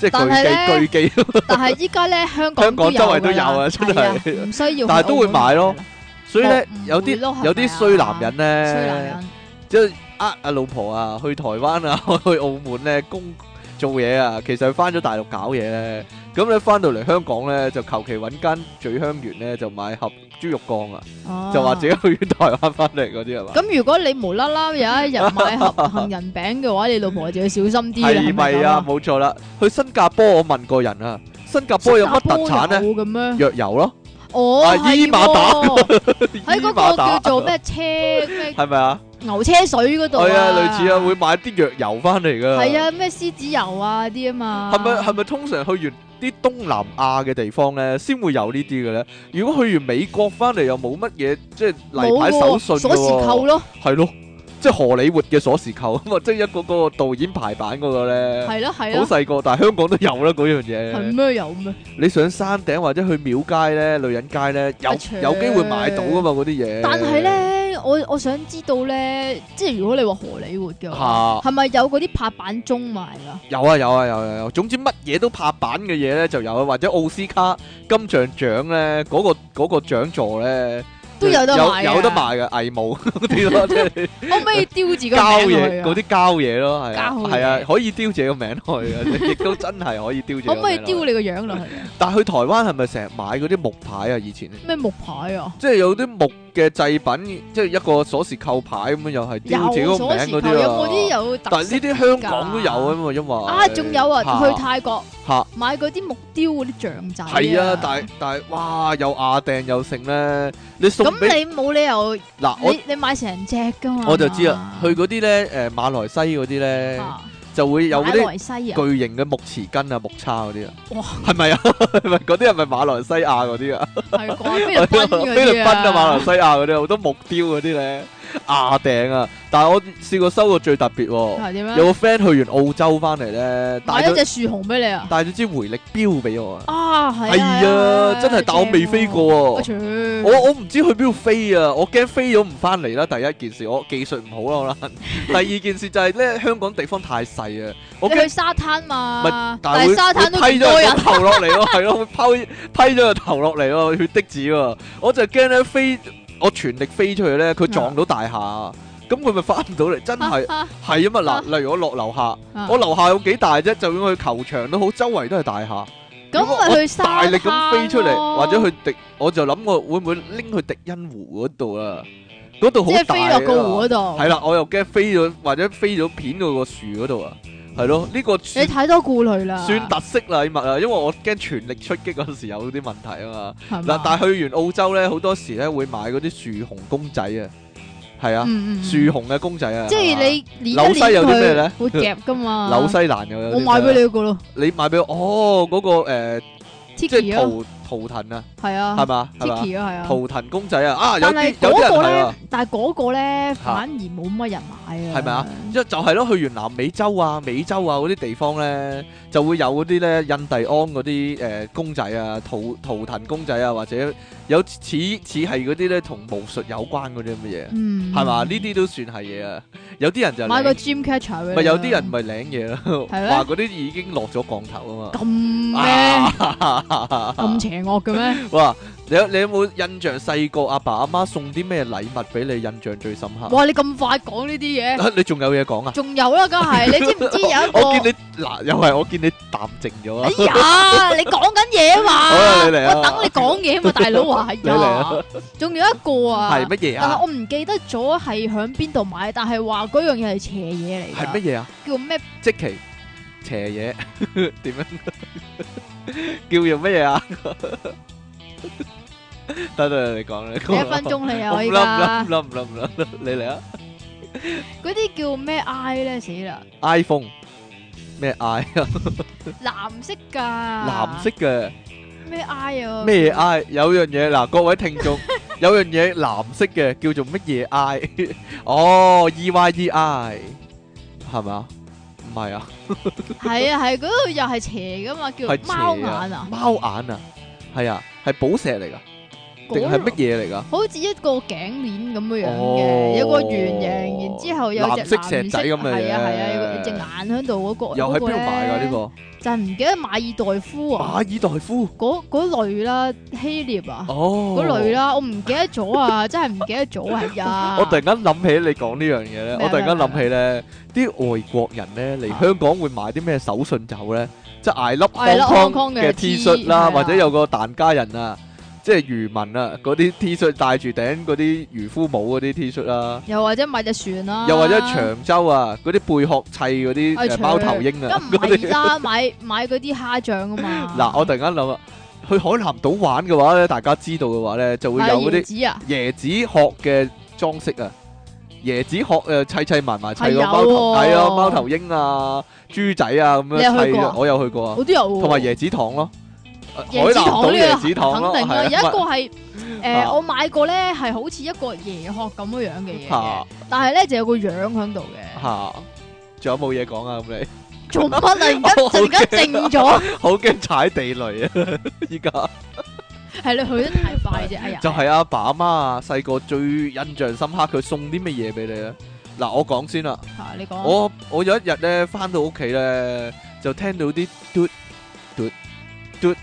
Speaker 1: 即
Speaker 2: 但係
Speaker 1: 係 巨記巨記，
Speaker 2: 但係依家咧，香港
Speaker 1: 香港周圍都
Speaker 2: 㗎啦
Speaker 1: 有啊真係
Speaker 2: 係啊唔需要去澳門㗎啦，
Speaker 1: 但係都會買咯所以咧
Speaker 2: 唔會
Speaker 1: 有啲
Speaker 2: 咯係咪啊
Speaker 1: 有啲衰男人
Speaker 2: 衰
Speaker 1: 咧，
Speaker 2: 男人
Speaker 1: 即係呃阿老婆啊，去台灣啊， 去澳門咧工做嘢啊，其實翻咗大陸搞嘢咧，咁咧翻到嚟香港咧就求其揾間咀香園咧就買盒豬肉乾啊，
Speaker 2: 哦
Speaker 1: 就話自己去完台灣翻嚟嗰啲係嘛？
Speaker 2: 咁如果你無啦啦有一日買盒杏仁餅嘅話，你老婆就要小心啲啦
Speaker 1: 係咪啊？？冇錯啦，去新加坡我問過人啊，新加坡有乜特產
Speaker 2: 咧？
Speaker 1: 咧？
Speaker 2: 有嘅咩？
Speaker 1: 藥油咯，
Speaker 2: 哦
Speaker 1: 啊，
Speaker 2: 係
Speaker 1: 伊馬打
Speaker 2: 喎喺
Speaker 1: 伊
Speaker 2: 嗰
Speaker 1: 馬
Speaker 2: 個
Speaker 1: 打
Speaker 2: 叫做咩車咩
Speaker 1: 係咪啊？
Speaker 2: 牛車水嗰度
Speaker 1: 係啊，類似啊，會買啲藥油翻嚟噶。
Speaker 2: 係，啊，咩獅子油啊啲啊嘛。
Speaker 1: 係咪係咪通常去完啲東南亞嘅地方咧，先會有呢啲嘅咧？如果去完美國翻嚟又冇乜嘢，即係例牌手信
Speaker 2: 冇喎鎖匙扣
Speaker 1: 咯，
Speaker 2: 咯，
Speaker 1: 係咯，即係荷里活嘅鎖匙扣咁啊，即係一個個導演排版嗰個咧，
Speaker 2: 係咯係
Speaker 1: 好
Speaker 2: 咯，
Speaker 1: 細個，但係香港都有啦嗰樣
Speaker 2: 係
Speaker 1: 嘢。
Speaker 2: 咩有咩？
Speaker 1: 你上山頂或者去廟街咧、女人街咧，有
Speaker 2: 啊切
Speaker 1: 有機會買到噶嘛嗰啲嘢。
Speaker 2: 但係咧，我我想知道咧，即係如果你話荷里活
Speaker 1: 嚇
Speaker 2: 嘅話，係咪有嗰啲拍板鐘埋 噶？
Speaker 1: 有啊有啊有啊有啊，總之乜嘢都拍板嘅嘢咧就有啊，或者奧斯卡金像獎咧嗰個嗰個獎座咧
Speaker 2: 都有得賣
Speaker 1: 有
Speaker 2: 啊
Speaker 1: 有得賣嘅藝務嗰啲 咯，即係
Speaker 2: 可唔可以丟自己個
Speaker 1: 交
Speaker 2: 名落
Speaker 1: 嘢嗰
Speaker 2: 去啊？
Speaker 1: 啲交嘢咯，係啊
Speaker 2: 交嘢
Speaker 1: 係啊，可以丟自己個名落去啊嘅，亦都真係可以丟自己
Speaker 2: 可
Speaker 1: 個名
Speaker 2: 唔可
Speaker 1: 落
Speaker 2: 以
Speaker 1: 去。
Speaker 2: 丟你個樣落 去啊？
Speaker 1: 但係去台灣係咪成日買嗰啲木牌啊？以前
Speaker 2: 咩木牌啊？
Speaker 1: 即係有啲木嘅製品，即係一個鎖匙扣牌咁樣，又係
Speaker 2: 有
Speaker 1: 丟自己個
Speaker 2: 鎖匙
Speaker 1: 名嗰
Speaker 2: 扣，
Speaker 1: 啲
Speaker 2: 有
Speaker 1: 啊
Speaker 2: 冇啲有特色
Speaker 1: 但係呢啲香港都有啊嘛，因為
Speaker 2: 啊，仲有啊，
Speaker 1: 嚇
Speaker 2: 去泰國
Speaker 1: 嚇
Speaker 2: 買嗰啲木雕嗰啲像仔
Speaker 1: 係啊，但係但係哇，又亞訂又剩咧，你送
Speaker 2: 咁
Speaker 1: 俾
Speaker 2: 你冇理由
Speaker 1: 嗱我
Speaker 2: 你你買成隻噶嘛？
Speaker 1: 我就知啦，去嗰啲咧誒馬來西嗰啲咧
Speaker 2: 啊
Speaker 1: 就會有
Speaker 2: 馬
Speaker 1: 嗰啲
Speaker 2: 來西亞
Speaker 1: 巨型嘅木匙羹啊、木叉嗰啲啊，
Speaker 2: 哇
Speaker 1: 係咪啊？ 係咪嗰啲係咪馬來西亞嗰啲啊？
Speaker 2: 係啩？ 菲律賓嗰啲啊，
Speaker 1: 菲律賓啊、馬來西亞嗰啲好多木雕嗰啲咧亞訂啊，但係我試過收過最特別喎，
Speaker 2: 係點樣？
Speaker 1: 有個 friend 去完澳洲翻嚟咧，帶
Speaker 2: 買咗
Speaker 1: 咗
Speaker 2: 隻樹熊俾你啊！
Speaker 1: 帶咗支回力鏢俾我啊，
Speaker 2: 啊，係
Speaker 1: 係啊，真係，但我未飛。過
Speaker 2: 我
Speaker 1: 喎。
Speaker 2: 全
Speaker 1: 我我唔知去邊度飛啊！我驚飛咗唔翻嚟啦。第一件事，我技術唔好啦，可 能。第二件事就係咧，香港地方太細啊，我
Speaker 2: 你
Speaker 1: 驚
Speaker 2: 去沙灘嘛
Speaker 1: 咪，但
Speaker 2: 但
Speaker 1: 係會
Speaker 2: 係沙灘都
Speaker 1: 會
Speaker 2: 咁
Speaker 1: 批
Speaker 2: 多
Speaker 1: 咗
Speaker 2: 人
Speaker 1: 個，頭落嚟咯， 係咯，會批批咗個頭落嚟咯，血滴子喎。我就驚咧飛，我全力飛出去咧，佢撞到大廈，咁佢咪翻唔到嚟，真 係
Speaker 2: 啊
Speaker 1: 係啊嘛
Speaker 2: 啊
Speaker 1: 嗱。例如我落樓下，
Speaker 2: 啊
Speaker 1: 我樓下有幾大啫，就算去球場都好，周圍都係大廈。
Speaker 2: 咁咪去沙灘
Speaker 1: 大力咁飛出嚟，
Speaker 2: 咯
Speaker 1: 或者去迪，我就諗我會唔會拎去迪欣湖嗰度啊？嗰度好
Speaker 2: 即係
Speaker 1: 大
Speaker 2: 飛落個湖
Speaker 1: 啊！
Speaker 2: 嗰度
Speaker 1: 係。啦，我又驚飛咗，或者飛咗片到個樹嗰度啊！係咯，呢個
Speaker 2: 你
Speaker 1: 算
Speaker 2: 太多顧慮啦，
Speaker 1: 算特色禮物啊，因為我驚全力出擊嗰時有啲問題啊
Speaker 2: 係
Speaker 1: 嘛。
Speaker 2: 嘛
Speaker 1: 嗱，但係去完澳洲咧，好多時咧會買嗰啲樹熊公仔啊，係啊，
Speaker 2: 嗯嗯嗯
Speaker 1: 樹熊嘅公仔啊，
Speaker 2: 即係你
Speaker 1: 紐
Speaker 2: 攣
Speaker 1: 西有啲咩咧
Speaker 2: 咧？會夾噶 嘛？
Speaker 1: 紐西蘭又有啲
Speaker 2: 我買俾
Speaker 1: 咩
Speaker 2: 你嗰個咯
Speaker 1: 啊，你買俾我哦，嗰個誒即係
Speaker 2: ，Tiki 咯，
Speaker 1: 圖圖騰啊，
Speaker 2: 係啊，
Speaker 1: 係嘛係嘛。
Speaker 2: Tiki 咯，係啊。
Speaker 1: 圖騰公仔啊！啊，有
Speaker 2: 但
Speaker 1: 啲
Speaker 2: 係
Speaker 1: 有啲人
Speaker 2: 嗰個
Speaker 1: 係啊
Speaker 2: 咧，，但係嗰個咧反而冇乜人買啊，
Speaker 1: 係咪啊？一就係咯，去完南美洲啊、美洲啊嗰啲地方咧，就會有嗰啲咧印第安嗰啲誒公仔啊、圖圖騰公仔啊，或者有似似係嗰啲咧同巫術有關嗰啲咁嘅嘢，
Speaker 2: 嗯，
Speaker 1: 係嘛？呢啲都算係嘢啊！有啲人就
Speaker 2: 買個
Speaker 1: 領
Speaker 2: Dream Catcher 俾你啊
Speaker 1: 咪有啲人咪領嘢咯，
Speaker 2: 係咩
Speaker 1: 話嗰啲已經落咗降頭啊嘛。
Speaker 2: 咁咩
Speaker 1: 啊
Speaker 2: 咁邪惡嘅咩？
Speaker 1: 哇！你有你有冇印象細個阿爸阿媽送啲咩禮物俾你印象最深刻？
Speaker 2: 哇！你咁快講呢啲嘢，
Speaker 1: 啊你仲有嘢講啊？
Speaker 2: 仲有啦，梗係你知唔知有 一
Speaker 1: 我見
Speaker 2: 個？
Speaker 1: 你嗱，又係我見你淡靜咗
Speaker 2: 哎
Speaker 1: 啊！
Speaker 2: 呀，你講緊嘢嘛？
Speaker 1: 好啦你嚟啊
Speaker 2: 我等你講嘢嘛，大佬 話
Speaker 1: 你
Speaker 2: 係
Speaker 1: 嚟
Speaker 2: 啊
Speaker 1: 啊。
Speaker 2: 仲有一個啊，
Speaker 1: 係乜嘢
Speaker 2: 但係
Speaker 1: 啊？
Speaker 2: 我唔記得咗係響邊度買，但係話嗰樣嘢係邪嘢嚟㗎。
Speaker 1: 係乜嘢啊？
Speaker 2: 叫咩？
Speaker 1: 即其邪嘢 點樣？叫做乜嘢啊？ 得得，你講啦，你
Speaker 2: 你
Speaker 1: 講啦
Speaker 2: 一 分鐘你啊，
Speaker 1: 我
Speaker 2: 我
Speaker 1: 唔
Speaker 2: 依
Speaker 1: 啦
Speaker 2: 家
Speaker 1: 唔啦唔啦唔 啦唔啦，你嚟啊
Speaker 2: 嗰啲叫咩 I 咧死啦，
Speaker 1: ！iPhone 咩 I 啊？
Speaker 2: 藍色㗎。藍
Speaker 1: 藍色嘅
Speaker 2: 咩 I 啊？
Speaker 1: 咩 I？有樣嘢嗱，各位聽 眾，有樣嘢藍色嘅叫做乜嘢 I？哦，E Y E I 係咪啊？唔係啊，
Speaker 2: 係啊係，嗰度又係邪㗎嘛，叫
Speaker 1: 係
Speaker 2: 貓
Speaker 1: 邪
Speaker 2: 眼啊，
Speaker 1: 貓眼啊，係啊，係寶石嚟噶，定係乜
Speaker 2: 嗰
Speaker 1: 嘢嚟噶？
Speaker 2: 好似一個頸鏈咁樣樣
Speaker 1: 哦
Speaker 2: 嘅，有個圓形，然之後有隻
Speaker 1: 藍色石仔咁嘅嘢
Speaker 2: 係啊係啊，有隻眼喺度嗰個。
Speaker 1: 又喺邊度買
Speaker 2: 㗎
Speaker 1: 㗎呢
Speaker 2: 個？就係唔記得馬爾代夫
Speaker 1: 個？
Speaker 2: 啊，
Speaker 1: 馬爾代夫
Speaker 2: 嗰嗰類啦，希臘啊。
Speaker 1: 哦，
Speaker 2: 嗰類。啦，我唔記得咗啊， 真係唔記得咗啊，係啊。
Speaker 1: 我突然間諗起你講呢樣嘢咧，
Speaker 2: 咩啊啊
Speaker 1: 我突然間諗起咧，啲外國人咧嚟香港會買啲咩手信酒咧，即係挨粒
Speaker 2: 挨粒
Speaker 1: Hong Kong
Speaker 2: Hong Kong
Speaker 1: 嘅
Speaker 2: 嘅
Speaker 1: T
Speaker 2: T，
Speaker 1: 恤
Speaker 2: 係
Speaker 1: 啦，
Speaker 2: 啊
Speaker 1: 或者有個疍家人啊，即係漁民啊，嗰啲 T 恤戴住頂嗰啲漁夫帽嗰啲 T 恤啦，
Speaker 2: 又或者買隻船啦，
Speaker 1: 又或者長洲啊嗰啲貝殼砌嗰啲
Speaker 2: 啊哎
Speaker 1: 誒貓頭鷹
Speaker 2: 梗
Speaker 1: 啊
Speaker 2: 唔
Speaker 1: 嗰啲
Speaker 2: 係。啦，買買嗰啲蝦醬啊嘛。
Speaker 1: 嗱，我突然間諗啊，去海南島玩嘅話咧，大家知道嘅話咧，就會
Speaker 2: 買
Speaker 1: 有嗰啲
Speaker 2: 椰。子啊，
Speaker 1: 椰子殼嘅裝飾啊，椰子殼誒砌砌埋埋砌
Speaker 2: 係
Speaker 1: 個
Speaker 2: 有
Speaker 1: 貓頭
Speaker 2: 喎
Speaker 1: 係啊貓頭鷹啊豬仔啊咁
Speaker 2: 你有
Speaker 1: 樣
Speaker 2: 去
Speaker 1: 砌
Speaker 2: 過啊
Speaker 1: 啊，我有去過啊，
Speaker 2: 我都有喎。
Speaker 1: 同埋椰子糖咯，呃海
Speaker 2: 椰
Speaker 1: 南
Speaker 2: 子
Speaker 1: 島
Speaker 2: 糖呢個
Speaker 1: 椰子糖咯，
Speaker 2: 肯定啦，有一
Speaker 1: 係啊
Speaker 2: 個係
Speaker 1: 啊
Speaker 2: 誒，我買過咧係好似一個椰殼咁樣樣嘅嘢嘅
Speaker 1: 嚇，
Speaker 2: 但係咧就有個樣 喺度嘅。
Speaker 1: 嚇，仲有冇嘢講啊？咁你
Speaker 2: 做乜啊？而家
Speaker 1: 我好
Speaker 2: 突然間
Speaker 1: 驚啊
Speaker 2: 靜 咗，
Speaker 1: 好驚踩地雷啊！ 依家
Speaker 2: 係你去得太快啫。哎呀，
Speaker 1: 就係阿爸阿媽啊，細個最印象深刻，佢送啲乜嘢俾你咧？嗱，我講先啦。
Speaker 2: 嚇你講
Speaker 1: 我我有一日咧翻到屋企咧，就聽到啲嘟嘟嘟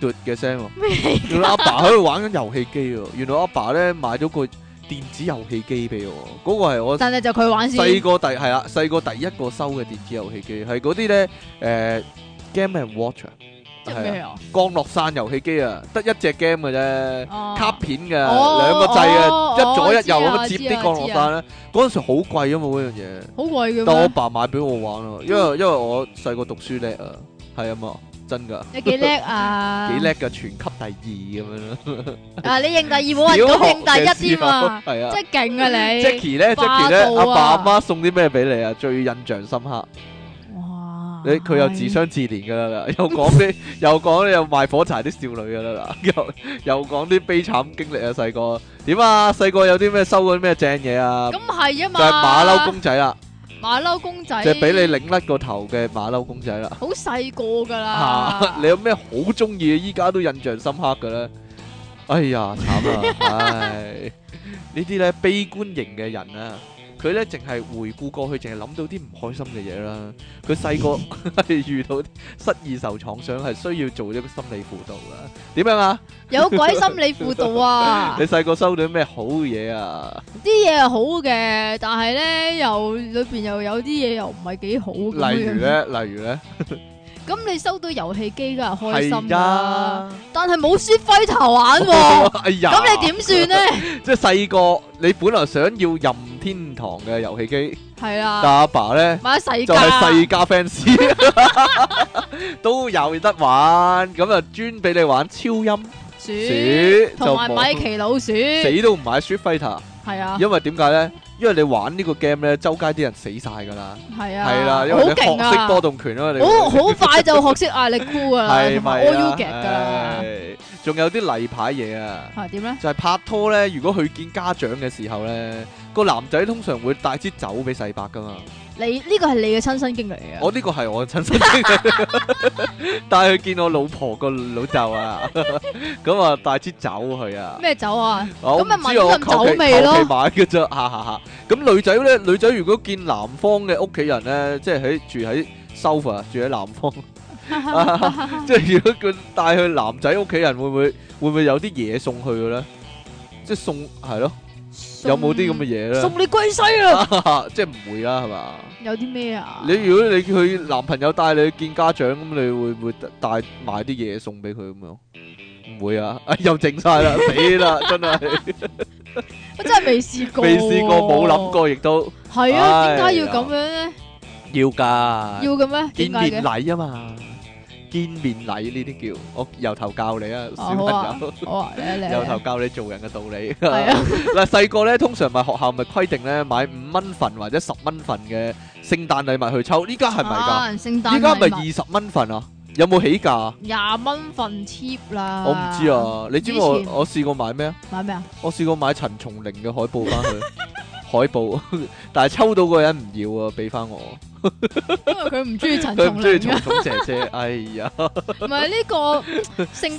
Speaker 1: 嘟嘅聲喎。原來阿爸喺度玩緊遊戲機喎。原來阿爸咧買咗個電子遊戲機俾我，嗰、個係我
Speaker 2: 但係就佢玩先。
Speaker 1: 細個第係啦，細個第一個收嘅電子遊戲機，係嗰啲咧誒 Game and Watch 啊，
Speaker 2: 即係
Speaker 1: 係
Speaker 2: 咩
Speaker 1: 啊，
Speaker 2: 啊？
Speaker 1: 降落傘遊戲機啊，得一隻 game 嘅啫。
Speaker 2: 哦
Speaker 1: 卡片嘅
Speaker 2: 哦
Speaker 1: 兩個掣
Speaker 2: 哦
Speaker 1: 嘅，一
Speaker 2: 哦
Speaker 1: 左一右
Speaker 2: 知啊
Speaker 1: 咁樣
Speaker 2: 知
Speaker 1: 接
Speaker 2: 啊
Speaker 1: 啲降落傘咧。嗰陣時好貴啊嘛，嗰樣嘢。
Speaker 2: 好貴嘅
Speaker 1: 但我
Speaker 2: 咩？
Speaker 1: 爸買俾我玩啊，因
Speaker 2: 嗯
Speaker 1: 為因為我細個讀書叻啊，係啊嘛，真噶，
Speaker 2: 你幾叻 啊？
Speaker 1: 幾叻噶，全級第二咁樣 咯。
Speaker 2: 啊！你認第二冇人
Speaker 1: 小
Speaker 2: 咁
Speaker 1: 學
Speaker 2: 認第一添啊！
Speaker 1: 嘅時候係啊
Speaker 2: 真係勁啊你！
Speaker 1: ，Jackie 咧，Jackie
Speaker 2: 霸
Speaker 1: 咧，
Speaker 2: 道
Speaker 1: 阿
Speaker 2: 啊
Speaker 1: 爸阿媽送啲咩俾你啊？最印象深刻，
Speaker 2: 哇！
Speaker 1: 你佢又自相自憐噶啦，又講 啲又講啲又賣火柴啲少女噶啦，又又講啲悲慘經歷啊，細個點啊？細個有啲咩收嗰啲咩正嘢啊？
Speaker 2: 咁係啊
Speaker 1: 就
Speaker 2: 嘛！
Speaker 1: 係馬騮公仔啦，
Speaker 2: 馬騮公仔，
Speaker 1: 就係俾你擰甩個頭嘅馬騮公仔啦。
Speaker 2: 好細個㗎
Speaker 1: 啊！
Speaker 2: 啦！
Speaker 1: 你有咩好中意嘅？依家都印象深刻嘅咧？哎呀，慘啦！唉，呢啲咧悲觀型嘅人啊，佢咧淨係回顧過去，淨係諗到啲唔開心嘅嘢啦。佢細個 係遇到失意受創傷，係需要做一個心理輔導啊。點樣啊？
Speaker 2: 有鬼心理輔導 啊
Speaker 1: 你！細個收到咩好嘢啊？
Speaker 2: 啲嘢係好嘅，但係咧又裏邊又有啲嘢又唔係幾好啊咁樣
Speaker 1: 例如，咧，例如咧，
Speaker 2: 咁你收到遊戲機梗係開心
Speaker 1: 係呀，
Speaker 2: 啦，但係冇雪輝頭玩 喎，
Speaker 1: 哎呀，
Speaker 2: 咁你點算咧？
Speaker 1: 即係細個，你本來想要任天堂嘅遊戲機，
Speaker 2: 係
Speaker 1: 但
Speaker 2: 啦，
Speaker 1: 阿爸咧。
Speaker 2: 買咗世
Speaker 1: 就係
Speaker 2: 界
Speaker 1: 世。家 fans 都有得玩，咁啊專俾你玩超音，
Speaker 2: 鼠
Speaker 1: 鼠
Speaker 2: 同埋
Speaker 1: 就冇
Speaker 2: 米奇老鼠，係
Speaker 1: 死都唔買 Street Fighter，
Speaker 2: 嗯啊，
Speaker 1: 因為點解咧？因為你玩呢個 game 咧，周街啲人死晒㗎啦，
Speaker 2: 係啊，
Speaker 1: 係啦，因為
Speaker 2: 好
Speaker 1: 你
Speaker 2: 勁
Speaker 1: 學識
Speaker 2: 啊，
Speaker 1: 波動拳啊嘛，你
Speaker 2: 好好快就學識壓力箍噶啦，
Speaker 1: 係
Speaker 2: 同埋
Speaker 1: 咪
Speaker 2: all you
Speaker 1: 啊
Speaker 2: get 噶啦，
Speaker 1: 唉仲有啲例牌嘢啊！
Speaker 2: 係點咧？
Speaker 1: 就係拍拖咧，如果去見家長嘅時候咧，個男仔通常會帶支酒俾細伯㗎嘛。
Speaker 2: 你呢個係你嘅親身經歷嚟嘅，
Speaker 1: 我呢個係我親身經歷， 帶佢見我老婆個老豆啊， 咁啊帶支酒去啊，
Speaker 2: 咩酒啊？
Speaker 1: 我唔
Speaker 2: 咪
Speaker 1: 知我求
Speaker 2: 聞到陣
Speaker 1: 其
Speaker 2: 酒味咯
Speaker 1: 求其買嘅啫， 哈哈哈！咁女仔咧，女 仔如果見南方嘅屋企人咧，即係喺住喺 s o 住喺南方，即係如果佢帶去男仔屋企人，會唔會會唔會有啲嘢送去嘅咧？即係送係咯，有冇啲咁嘅嘢啊咧？
Speaker 2: 送你歸西啦！
Speaker 1: 即係唔會啦，係嘛？
Speaker 2: 有啲咩啊？
Speaker 1: 你如果你佢男朋友帶你去見家長，咁你會唔會帶買啲嘢送俾佢咁樣？唔會啊！ 啊又整晒 啦，死啦！真係
Speaker 2: 我真係未試過，
Speaker 1: 未試過，冇諗。過，亦都
Speaker 2: 係啊，點
Speaker 1: 哎
Speaker 2: 解要
Speaker 1: 呀
Speaker 2: 咁樣咧？
Speaker 1: 要㗎。
Speaker 2: 要嘅咩？
Speaker 1: 哎見
Speaker 2: 點解
Speaker 1: 面
Speaker 2: 嘅？
Speaker 1: 禮啊嘛，見面禮呢啲叫我由頭教你啊，小
Speaker 2: 哦好啊
Speaker 1: 朋友。
Speaker 2: 好啊，嚟嚟
Speaker 1: 由頭
Speaker 2: 嚟，
Speaker 1: 教你做人嘅道理。
Speaker 2: 係啊，
Speaker 1: 嗱細個咧，通常咪學校咪規定咧買五蚊份或者十蚊份嘅聖誕禮物去抽，依家係咪㗎？
Speaker 2: 啊聖誕
Speaker 1: 依家咪
Speaker 2: 禮物
Speaker 1: 二十蚊份啊？有冇起價啊？
Speaker 2: 廿蚊份 cheap 啦。
Speaker 1: 我唔知。啊。你知唔知
Speaker 2: 以前
Speaker 1: 我我試過買咩啊？
Speaker 2: 買咩啊？
Speaker 1: 我試過買陳松伶嘅海報翻去， 海報， 但係抽到嗰個人唔要啊，俾翻我。
Speaker 2: 因為佢唔中意 陳
Speaker 1: 佢唔
Speaker 2: 松
Speaker 1: 中意
Speaker 2: 伶
Speaker 1: 蟲
Speaker 2: 啊，
Speaker 1: 蟲姐 姐，哎呀！
Speaker 2: 唔係呢個聖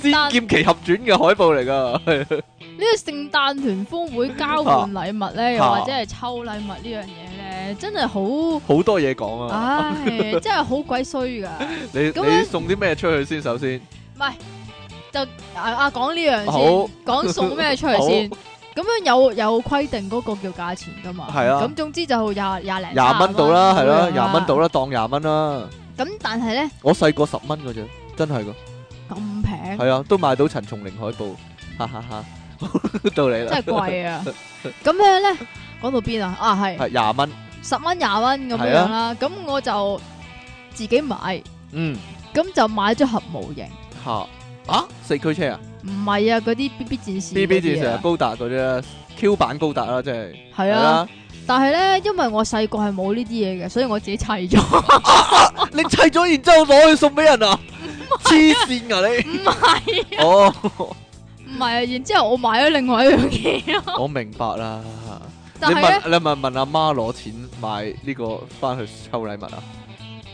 Speaker 1: 仙
Speaker 2: 誕
Speaker 1: 劍奇俠傳嘅海報嚟噶，
Speaker 2: 呢個聖誕團峰會交換禮物咧，又
Speaker 1: 啊
Speaker 2: 或者係抽禮物呢樣嘢咧，真係好，
Speaker 1: 好多嘢講啊！
Speaker 2: 唉，真係好鬼衰噶。
Speaker 1: 你
Speaker 2: 咁樣
Speaker 1: 你送啲咩出去先？首先，
Speaker 2: 啊啊，講呢樣
Speaker 1: 好
Speaker 2: 先，講送咩出嚟先。咁樣有有規定嗰個叫價錢噶嘛？
Speaker 1: 係啊
Speaker 2: 咁總之就廿廿零
Speaker 1: 廿蚊到啦，係啦，
Speaker 2: 啦，
Speaker 1: 廿蚊到。啦，當廿蚊啦。
Speaker 2: 咁但係咧
Speaker 1: 我細個十蚊嗰啫，真係噶，
Speaker 2: 咁平，
Speaker 1: 係啊，都買到陳松伶海報，哈哈哈！ 到你
Speaker 2: 真
Speaker 1: 啦
Speaker 2: 係，貴啊！咁樣咧，講到邊啊？啊係
Speaker 1: 係廿蚊，
Speaker 2: 十蚊廿蚊咁樣
Speaker 1: 係啊
Speaker 2: 啦。咁我就自己買，
Speaker 1: 嗯，
Speaker 2: 咁就買咗盒模型。
Speaker 1: 吓啊，四驅車啊
Speaker 2: 唔係啊，嗰啲 B B 戰士
Speaker 1: ，B B 戰士啊
Speaker 2: 啊，，
Speaker 1: 高達嗰啲啦，Q 版高達啦，即係
Speaker 2: 係啊。，但係咧，因為我細個係冇呢啲嘢嘅，所以我自己砌咗。
Speaker 1: 係啦你砌咗然之後攞去送俾人啊，黐線噶你，
Speaker 2: 唔係，啊
Speaker 1: 哦。
Speaker 2: 唔係啊。然之後我買咗另外一樣嘢咯。
Speaker 1: 我明白啦。你
Speaker 2: 但係咧，
Speaker 1: 問你問問阿媽攞錢買呢個翻去抽禮物啊，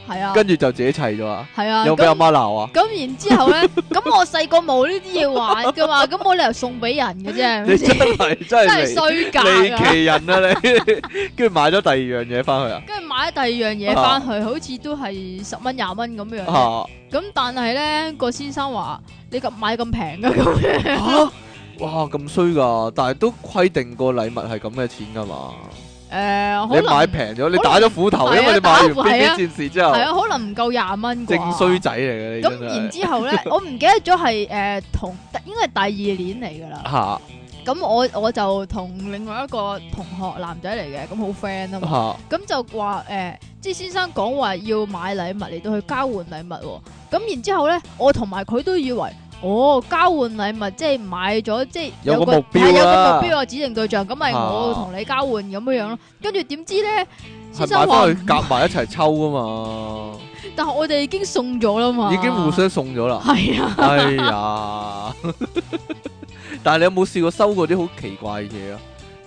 Speaker 2: 係啊，
Speaker 1: 跟住就自己砌咗啊，
Speaker 2: 係啊。
Speaker 1: 有冇俾阿
Speaker 2: 咁
Speaker 1: 媽鬧啊？
Speaker 2: 咁然之後咧， 咁我細個冇呢啲嘢玩噶嘛，咁冇理由送俾人嘅啫係咪
Speaker 1: 你真
Speaker 2: 先，
Speaker 1: 係真
Speaker 2: 真係
Speaker 1: 係
Speaker 2: 衰格啊
Speaker 1: 離離
Speaker 2: 㗎。
Speaker 1: 奇人啊你！跟住買咗第二樣嘢翻去啊
Speaker 2: 跟住買咗第二樣嘢翻去，好似都係十蚊廿蚊咁樣。
Speaker 1: 嚇
Speaker 2: 咁但係咧，個先生話你咁買咁平嘅咁 樣，
Speaker 1: 嚇！哇咁衰㗎，但係都規定個禮物係咁嘅錢㗎嘛。
Speaker 2: 誒
Speaker 1: 你
Speaker 2: 可
Speaker 1: 買
Speaker 2: 能
Speaker 1: 平咗，你打咗斧頭，
Speaker 2: 係啊
Speaker 1: 因為你買完
Speaker 2: 打斧
Speaker 1: 《
Speaker 2: 頭係啊
Speaker 1: B B 戰士》之後，
Speaker 2: 係啊，可能唔夠廿蚊
Speaker 1: 正
Speaker 2: 啩
Speaker 1: 衰。仔嚟嘅你
Speaker 2: 咁
Speaker 1: 真
Speaker 2: 然
Speaker 1: 係
Speaker 2: 之後咧，我唔記得咗係誒同應該係第二年嚟㗎啦。
Speaker 1: 嚇
Speaker 2: 咁我我就同另外一個同學男仔嚟嘅，咁好 friend 啊嘛。
Speaker 1: 嚇
Speaker 2: 咁就話誒、呃即係先生講話要買禮物嚟到去交換禮物喎、咁然之後咧，我同埋佢都以為，哦，交換禮物即係買咗，即係
Speaker 1: 有個目標
Speaker 2: 係有
Speaker 1: 啦
Speaker 2: 個目標啊，指定對象，咁咪
Speaker 1: 啊
Speaker 2: 我同你交換咁樣樣咯。跟住點知咧，先
Speaker 1: 係
Speaker 2: 生
Speaker 1: 買
Speaker 2: 話
Speaker 1: 翻
Speaker 2: 唔
Speaker 1: 去，夾埋一齊抽㗎 嘛，
Speaker 2: 但係我哋已經送咗啦嘛，
Speaker 1: 已經互相送咗啦。
Speaker 2: 係啊，
Speaker 1: 哎呀！ 但係你有冇試過收過啲好奇怪嘅嘢啊？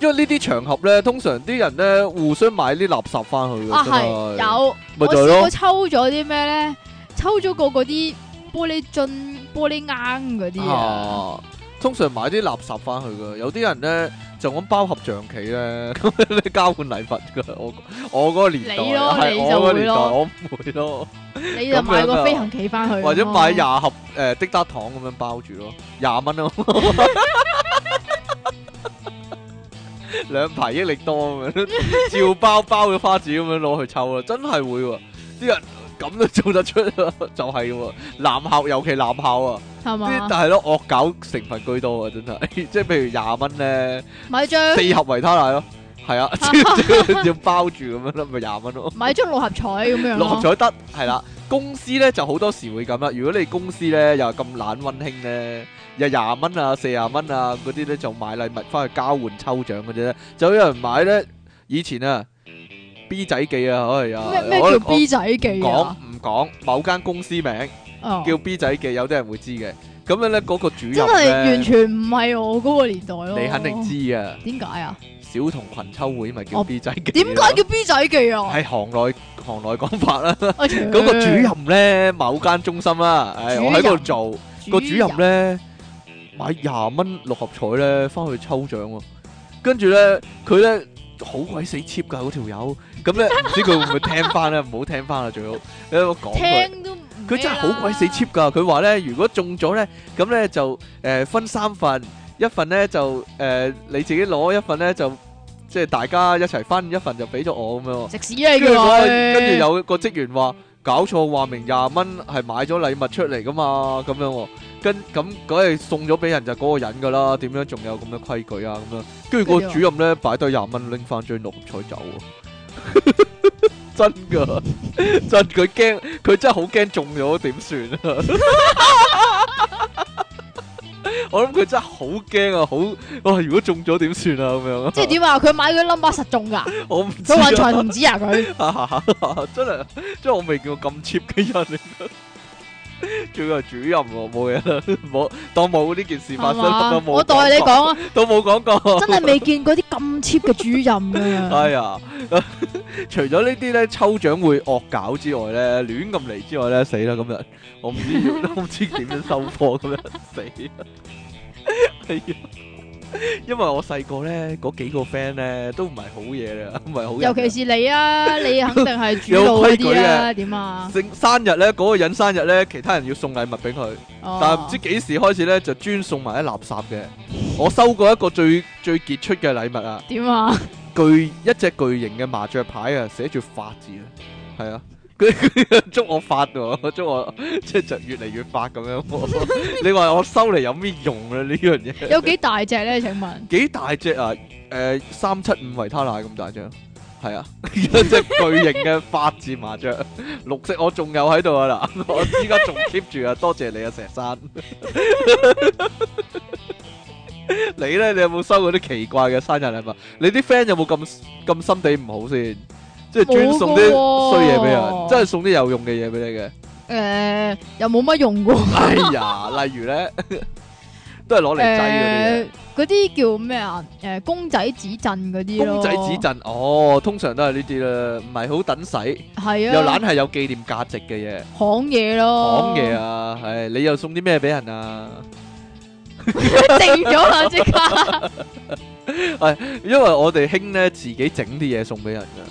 Speaker 1: 因為呢啲場合咧，通常啲人咧互相買啲垃圾翻去嘅，
Speaker 2: 啊
Speaker 1: 真
Speaker 2: 係
Speaker 1: 係
Speaker 2: 有，
Speaker 1: 咪
Speaker 2: 我
Speaker 1: 就係
Speaker 2: 試過
Speaker 1: 咯
Speaker 2: 抽咗啲咩咧？抽咗個嗰啲玻璃樽、玻璃罌嗰啲啊，
Speaker 1: 啊！通常買啲垃圾翻去嘅，有啲人咧就咁包盒象棋咧，咁樣咧 交換禮物噶。我我嗰個年代啊
Speaker 2: 你咯
Speaker 1: 係
Speaker 2: 你
Speaker 1: 我嗰
Speaker 2: 就
Speaker 1: 個
Speaker 2: 會
Speaker 1: 年代，
Speaker 2: 咯哎
Speaker 1: 我唔會咯，
Speaker 2: 你就買
Speaker 1: 咁樣
Speaker 2: 個
Speaker 1: 啊
Speaker 2: 飛行棋翻去，
Speaker 1: 或者買廿盒誒滴答糖咁樣包住咯，廿蚊咯， 兩排益力多咁樣， 照包包咗花紙咁樣攞去抽啊，真係會喎，啲人咁都做得出啊， 就係喎，男校尤其男校啊，
Speaker 2: 係
Speaker 1: 啲
Speaker 2: 嘛？
Speaker 1: 但係咯惡搞成分居多啊，真係， 即係譬如廿 蚊咧，
Speaker 2: 買張。
Speaker 1: 四盒維他奶咯，係 啊，照照包住咁樣咯，咪廿蚊咯。
Speaker 2: 買張六合彩咁樣
Speaker 1: 六合彩
Speaker 2: 咯，
Speaker 1: 得係啦，公司咧就好多時會咁啦。如果你公司咧又係咁懶温馨咧，又廿蚊啊、四廿蚊啊嗰啲咧就買禮物翻去交換抽獎嗰啲咧，就有人買咧。以前啊，B 仔記啊，哎呀，
Speaker 2: 咩咩
Speaker 1: 我
Speaker 2: 叫 B 仔記
Speaker 1: 我講
Speaker 2: 啊？
Speaker 1: 唔講某間公司名
Speaker 2: 哦
Speaker 1: 叫 B 仔記，有啲人會知嘅。咁樣咧嗰個主
Speaker 2: 真係
Speaker 1: 任
Speaker 2: 完
Speaker 1: 咧，
Speaker 2: 全唔係我嗰個年代咯。
Speaker 1: 你肯定知啊。
Speaker 2: 點解啊？
Speaker 1: 小童群秋會咪叫
Speaker 2: 我
Speaker 1: B 仔記咯？
Speaker 2: 點解叫 B 仔記啊？
Speaker 1: 係行內行內講法 啦？
Speaker 2: 嗰個
Speaker 1: 嗰個主任咧，某間中心啦，唉，
Speaker 2: 主任
Speaker 1: 我喺嗰度做，個主任
Speaker 2: 咧，
Speaker 1: 咧買廿蚊六合彩咧，翻去抽獎喎，跟住咧佢咧好鬼死 cheap 㗎嗰條友，咁咧唔知佢會唔會聽翻咧，唔好聽翻啦最好，你有冇講佢？
Speaker 2: 聽都唔
Speaker 1: 佢真係好鬼死 cheap 噶，佢話咧，如果中咗咧，咁咧就誒、呃分三份，一份咧就誒、呃你自己攞，一份咧就即係大家一齊分，一份就俾咗我咁樣喎。
Speaker 2: 食屎啊！
Speaker 1: 跟住
Speaker 2: 叫
Speaker 1: 嗰
Speaker 2: 佢
Speaker 1: 跟住有個職員話：搞錯，話明廿蚊係買咗禮物出嚟噶嘛，咁樣喎。跟咁梗係送咗俾人就嗰個人噶啦，點樣仲有咁嘅規矩啊？咁樣跟住個
Speaker 2: 跟住話
Speaker 1: 主任咧擺低廿蚊拎翻張六合彩走喎。 真噶， 真佢驚，佢真係好驚中咗點算啊！ 我諗佢真係好驚啊，好哇！如果中咗點算啊？咁樣啊，
Speaker 2: 即係點啊？佢買嗰啲 number 實 中㗎，
Speaker 1: 我唔知
Speaker 2: 佢
Speaker 1: 啊
Speaker 2: 運財童子 啊！佢
Speaker 1: 真係，真係我未見過咁 cheap 嘅人嚟。仲 要係主任喎，冇嘢啦， 冇當冇呢件事發
Speaker 2: 係
Speaker 1: 生啦，
Speaker 2: 嘛
Speaker 1: 都？冇
Speaker 2: 我代你
Speaker 1: 講過，
Speaker 2: 講啊，
Speaker 1: 都冇講過。
Speaker 2: 真係未見過啲咁 cheap 嘅主任㗎。
Speaker 1: 哎呀， 除咗呢啲咧抽獎會惡搞之外咧，亂咁嚟之外咧，死啦！今日我唔知 要我唔知點樣收科咁樣 死啦！哎呀，因為我細個咧嗰幾個 friend 咧都唔係好嘢啦，唔係好人嚟
Speaker 2: 尤
Speaker 1: 啊，
Speaker 2: 其是你啊，你肯定係主
Speaker 1: 有
Speaker 2: 路
Speaker 1: 規
Speaker 2: 嗰
Speaker 1: 矩
Speaker 2: 啲
Speaker 1: 嘅
Speaker 2: 啊，點啊？
Speaker 1: 正生日咧，嗰、個人生日咧，其他人要送禮物俾佢，
Speaker 2: 哦
Speaker 1: 但係唔知幾時開始咧，就專送埋啲垃圾嘅。我收過一個最最傑出嘅禮物啊，
Speaker 2: 點 啊？
Speaker 1: 巨一隻巨型嘅麻雀牌啊，寫住發字啊，係啊。佢 佢祝我發喎， 祝我即係就越嚟越發咁樣喎。 你話我收嚟有咩用啊？呢樣嘢
Speaker 2: 有幾大隻咧？請問
Speaker 1: 幾大隻啊？誒三七五維他奶咁大隻，係啊，一隻巨型嘅法字麻雀， 綠色我仲有喺度啊啦， 我依家仲 keep 住啊，多謝你啊石山。 你咧，你有冇收過啲奇怪嘅生日禮物？你啲 friend 有冇咁咁心地唔好先？即係專送啲
Speaker 2: 冇㗎喎
Speaker 1: 衰嘢俾人，真係送啲有用嘅嘢俾你嘅。
Speaker 2: 誒又呃冇乜用喎。
Speaker 1: 哎呀，例如咧， 都係攞嚟擠嗰啲嘢。啊
Speaker 2: 誒呃嗰啲叫咩啊？誒公仔指鎮嗰啲咯
Speaker 1: 公仔指陣，哦，通常都係呢啲啦，唔係好等使，
Speaker 2: 係啊，
Speaker 1: 又懶係有紀念價值嘅嘢，
Speaker 2: 行嘢咯，
Speaker 1: 講嘢啊，係你又送啲咩俾人啊？
Speaker 2: 定咗啦， 即刻。
Speaker 1: 因為我哋興咧自己整啲嘢送俾人噶，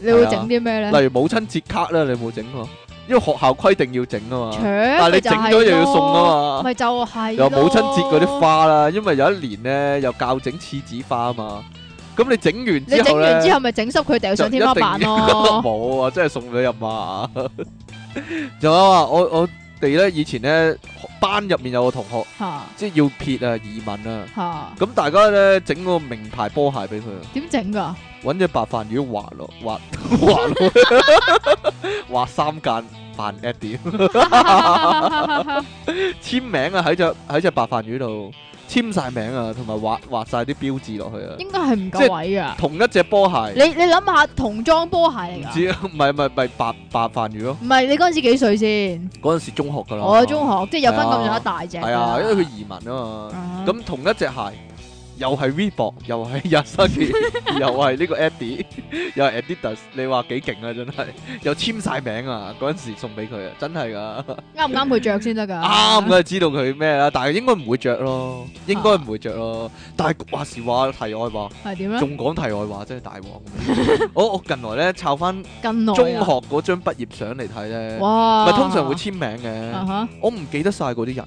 Speaker 2: 你會整啲咩咧？
Speaker 1: 例如母親節卡啦，你有冇整過？因為學校規定要整啊嘛，
Speaker 2: 搶
Speaker 1: 但係
Speaker 2: 咪
Speaker 1: 你
Speaker 2: 就
Speaker 1: 整
Speaker 2: 係
Speaker 1: 咗又要送
Speaker 2: 咯，
Speaker 1: 啊嘛，
Speaker 2: 咪就係
Speaker 1: 又
Speaker 2: 咯
Speaker 1: 母親節嗰啲。花啦，因為有一年咧又教整廁紙花啊嘛，咁你整完
Speaker 2: 你
Speaker 1: 之
Speaker 2: 整
Speaker 1: 後
Speaker 2: 完
Speaker 1: 咧
Speaker 2: 之。後咪整濕佢掉上天花板咯。
Speaker 1: 冇啊，真係送咗入嘛。 仲有啊，我我哋咧以前咧班入面有個同學，
Speaker 2: 吓
Speaker 1: 即係要撇啊移民啊，
Speaker 2: 吓，
Speaker 1: 咁大家咧整個名牌波鞋俾佢，
Speaker 2: 點整噶？
Speaker 1: 揾隻白飯魚畫落 畫畫落， 畫三間扮 Eddie 簽名啊喺隻喺隻白飯魚度簽晒名啊，同埋畫畫晒啲標誌落去啊，
Speaker 2: 應該啊係唔夠位噶。
Speaker 1: 同一隻波鞋
Speaker 2: 你，你諗下童裝波鞋
Speaker 1: 唔
Speaker 2: 嚟噶？
Speaker 1: 知啊，唔係唔係唔係白白飯魚咯，
Speaker 2: 唔係你嗰陣時幾歲先？
Speaker 1: 嗰陣時中學㗎啦，
Speaker 2: 我中學即係有分咁
Speaker 1: 係
Speaker 2: 上下
Speaker 1: 啊
Speaker 2: 大隻㗎。
Speaker 1: 係啊，因為佢移民啊嘛。
Speaker 2: 啊
Speaker 1: 咁同一隻鞋，又係 Reebok，又係 Yasaki，又係呢個 Adi，又係 Adidas。你話幾勁啊！真係，又簽晒名啊！嗰陣時送俾佢啊，真係噶，
Speaker 2: 啱唔啱佢着先得㗎？
Speaker 1: 啱嘅知道佢咩啦，但係應該唔會着咯，應該唔會着咯。但係話時話題外話，
Speaker 2: 係點咧？
Speaker 1: 仲講題外話真係大鑊。 我我近來咧抄翻
Speaker 2: 近來啊
Speaker 1: 中學嗰張畢業相嚟睇咧，
Speaker 2: 哇，
Speaker 1: 咪通常會簽名嘅。
Speaker 2: 啊哈
Speaker 1: 我唔記得晒嗰啲人，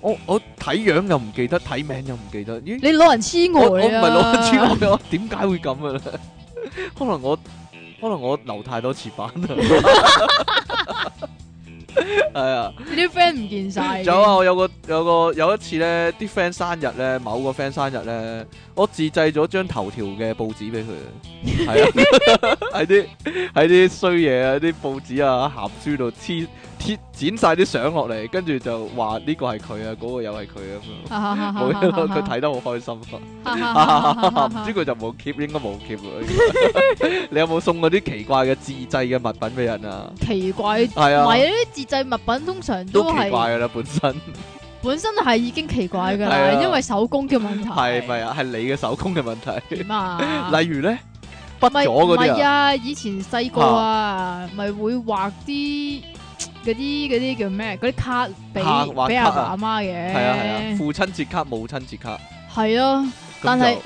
Speaker 1: 我我睇樣又唔記得，睇名又唔記得。咦，
Speaker 2: 你攞人黐
Speaker 1: 我我
Speaker 2: 我
Speaker 1: 唔係
Speaker 2: 嚟啊！
Speaker 1: 攞錢， 我我點解會咁嘅咧？ 可能我可能我留太多次版啦。 係啊，
Speaker 2: 你啲 friend 唔見晒。
Speaker 1: 仲有啊！我有個有個有一次咧，啲 friend 生日咧，某個 friend 生日咧，我自製咗張頭條嘅報紙俾佢，係啊，喺啲喺啲衰嘢啊，啲報紙啊，鹹書度黐貼剪晒啲相落嚟，跟住就話呢個係佢啊，嗰、個又係佢咁樣。 冇嘢咯，佢睇得好開心啊！唔知 佢就冇 keep，應該冇 keep 啦。 你有冇送嗰啲奇怪嘅自製嘅物品俾人啊？
Speaker 2: 奇怪，唔
Speaker 1: 係啊，
Speaker 2: 係呢啲自製物品通常
Speaker 1: 都
Speaker 2: 都
Speaker 1: 奇怪啊
Speaker 2: 係
Speaker 1: 噶啦，本身。
Speaker 2: 本身係已經奇怪㗎
Speaker 1: 係
Speaker 2: 啦，
Speaker 1: 啊
Speaker 2: 因為手工嘅問題
Speaker 1: 係咪啊？係你嘅手工嘅問題。
Speaker 2: 點啊？
Speaker 1: 例如咧，筆
Speaker 2: 咪
Speaker 1: 咗嗰
Speaker 2: 唔係
Speaker 1: 啲啊，
Speaker 2: 啊！以前細個啊，咪會畫啲嗰啲嗰啲叫咩？嗰啲卡俾
Speaker 1: 嚇畫
Speaker 2: 俾
Speaker 1: 卡
Speaker 2: 阿
Speaker 1: 啊
Speaker 2: 爸阿媽嘅，
Speaker 1: 係啊係啊，父親節卡、母親節卡，
Speaker 2: 係啊，但
Speaker 1: 咁
Speaker 2: 係
Speaker 1: 就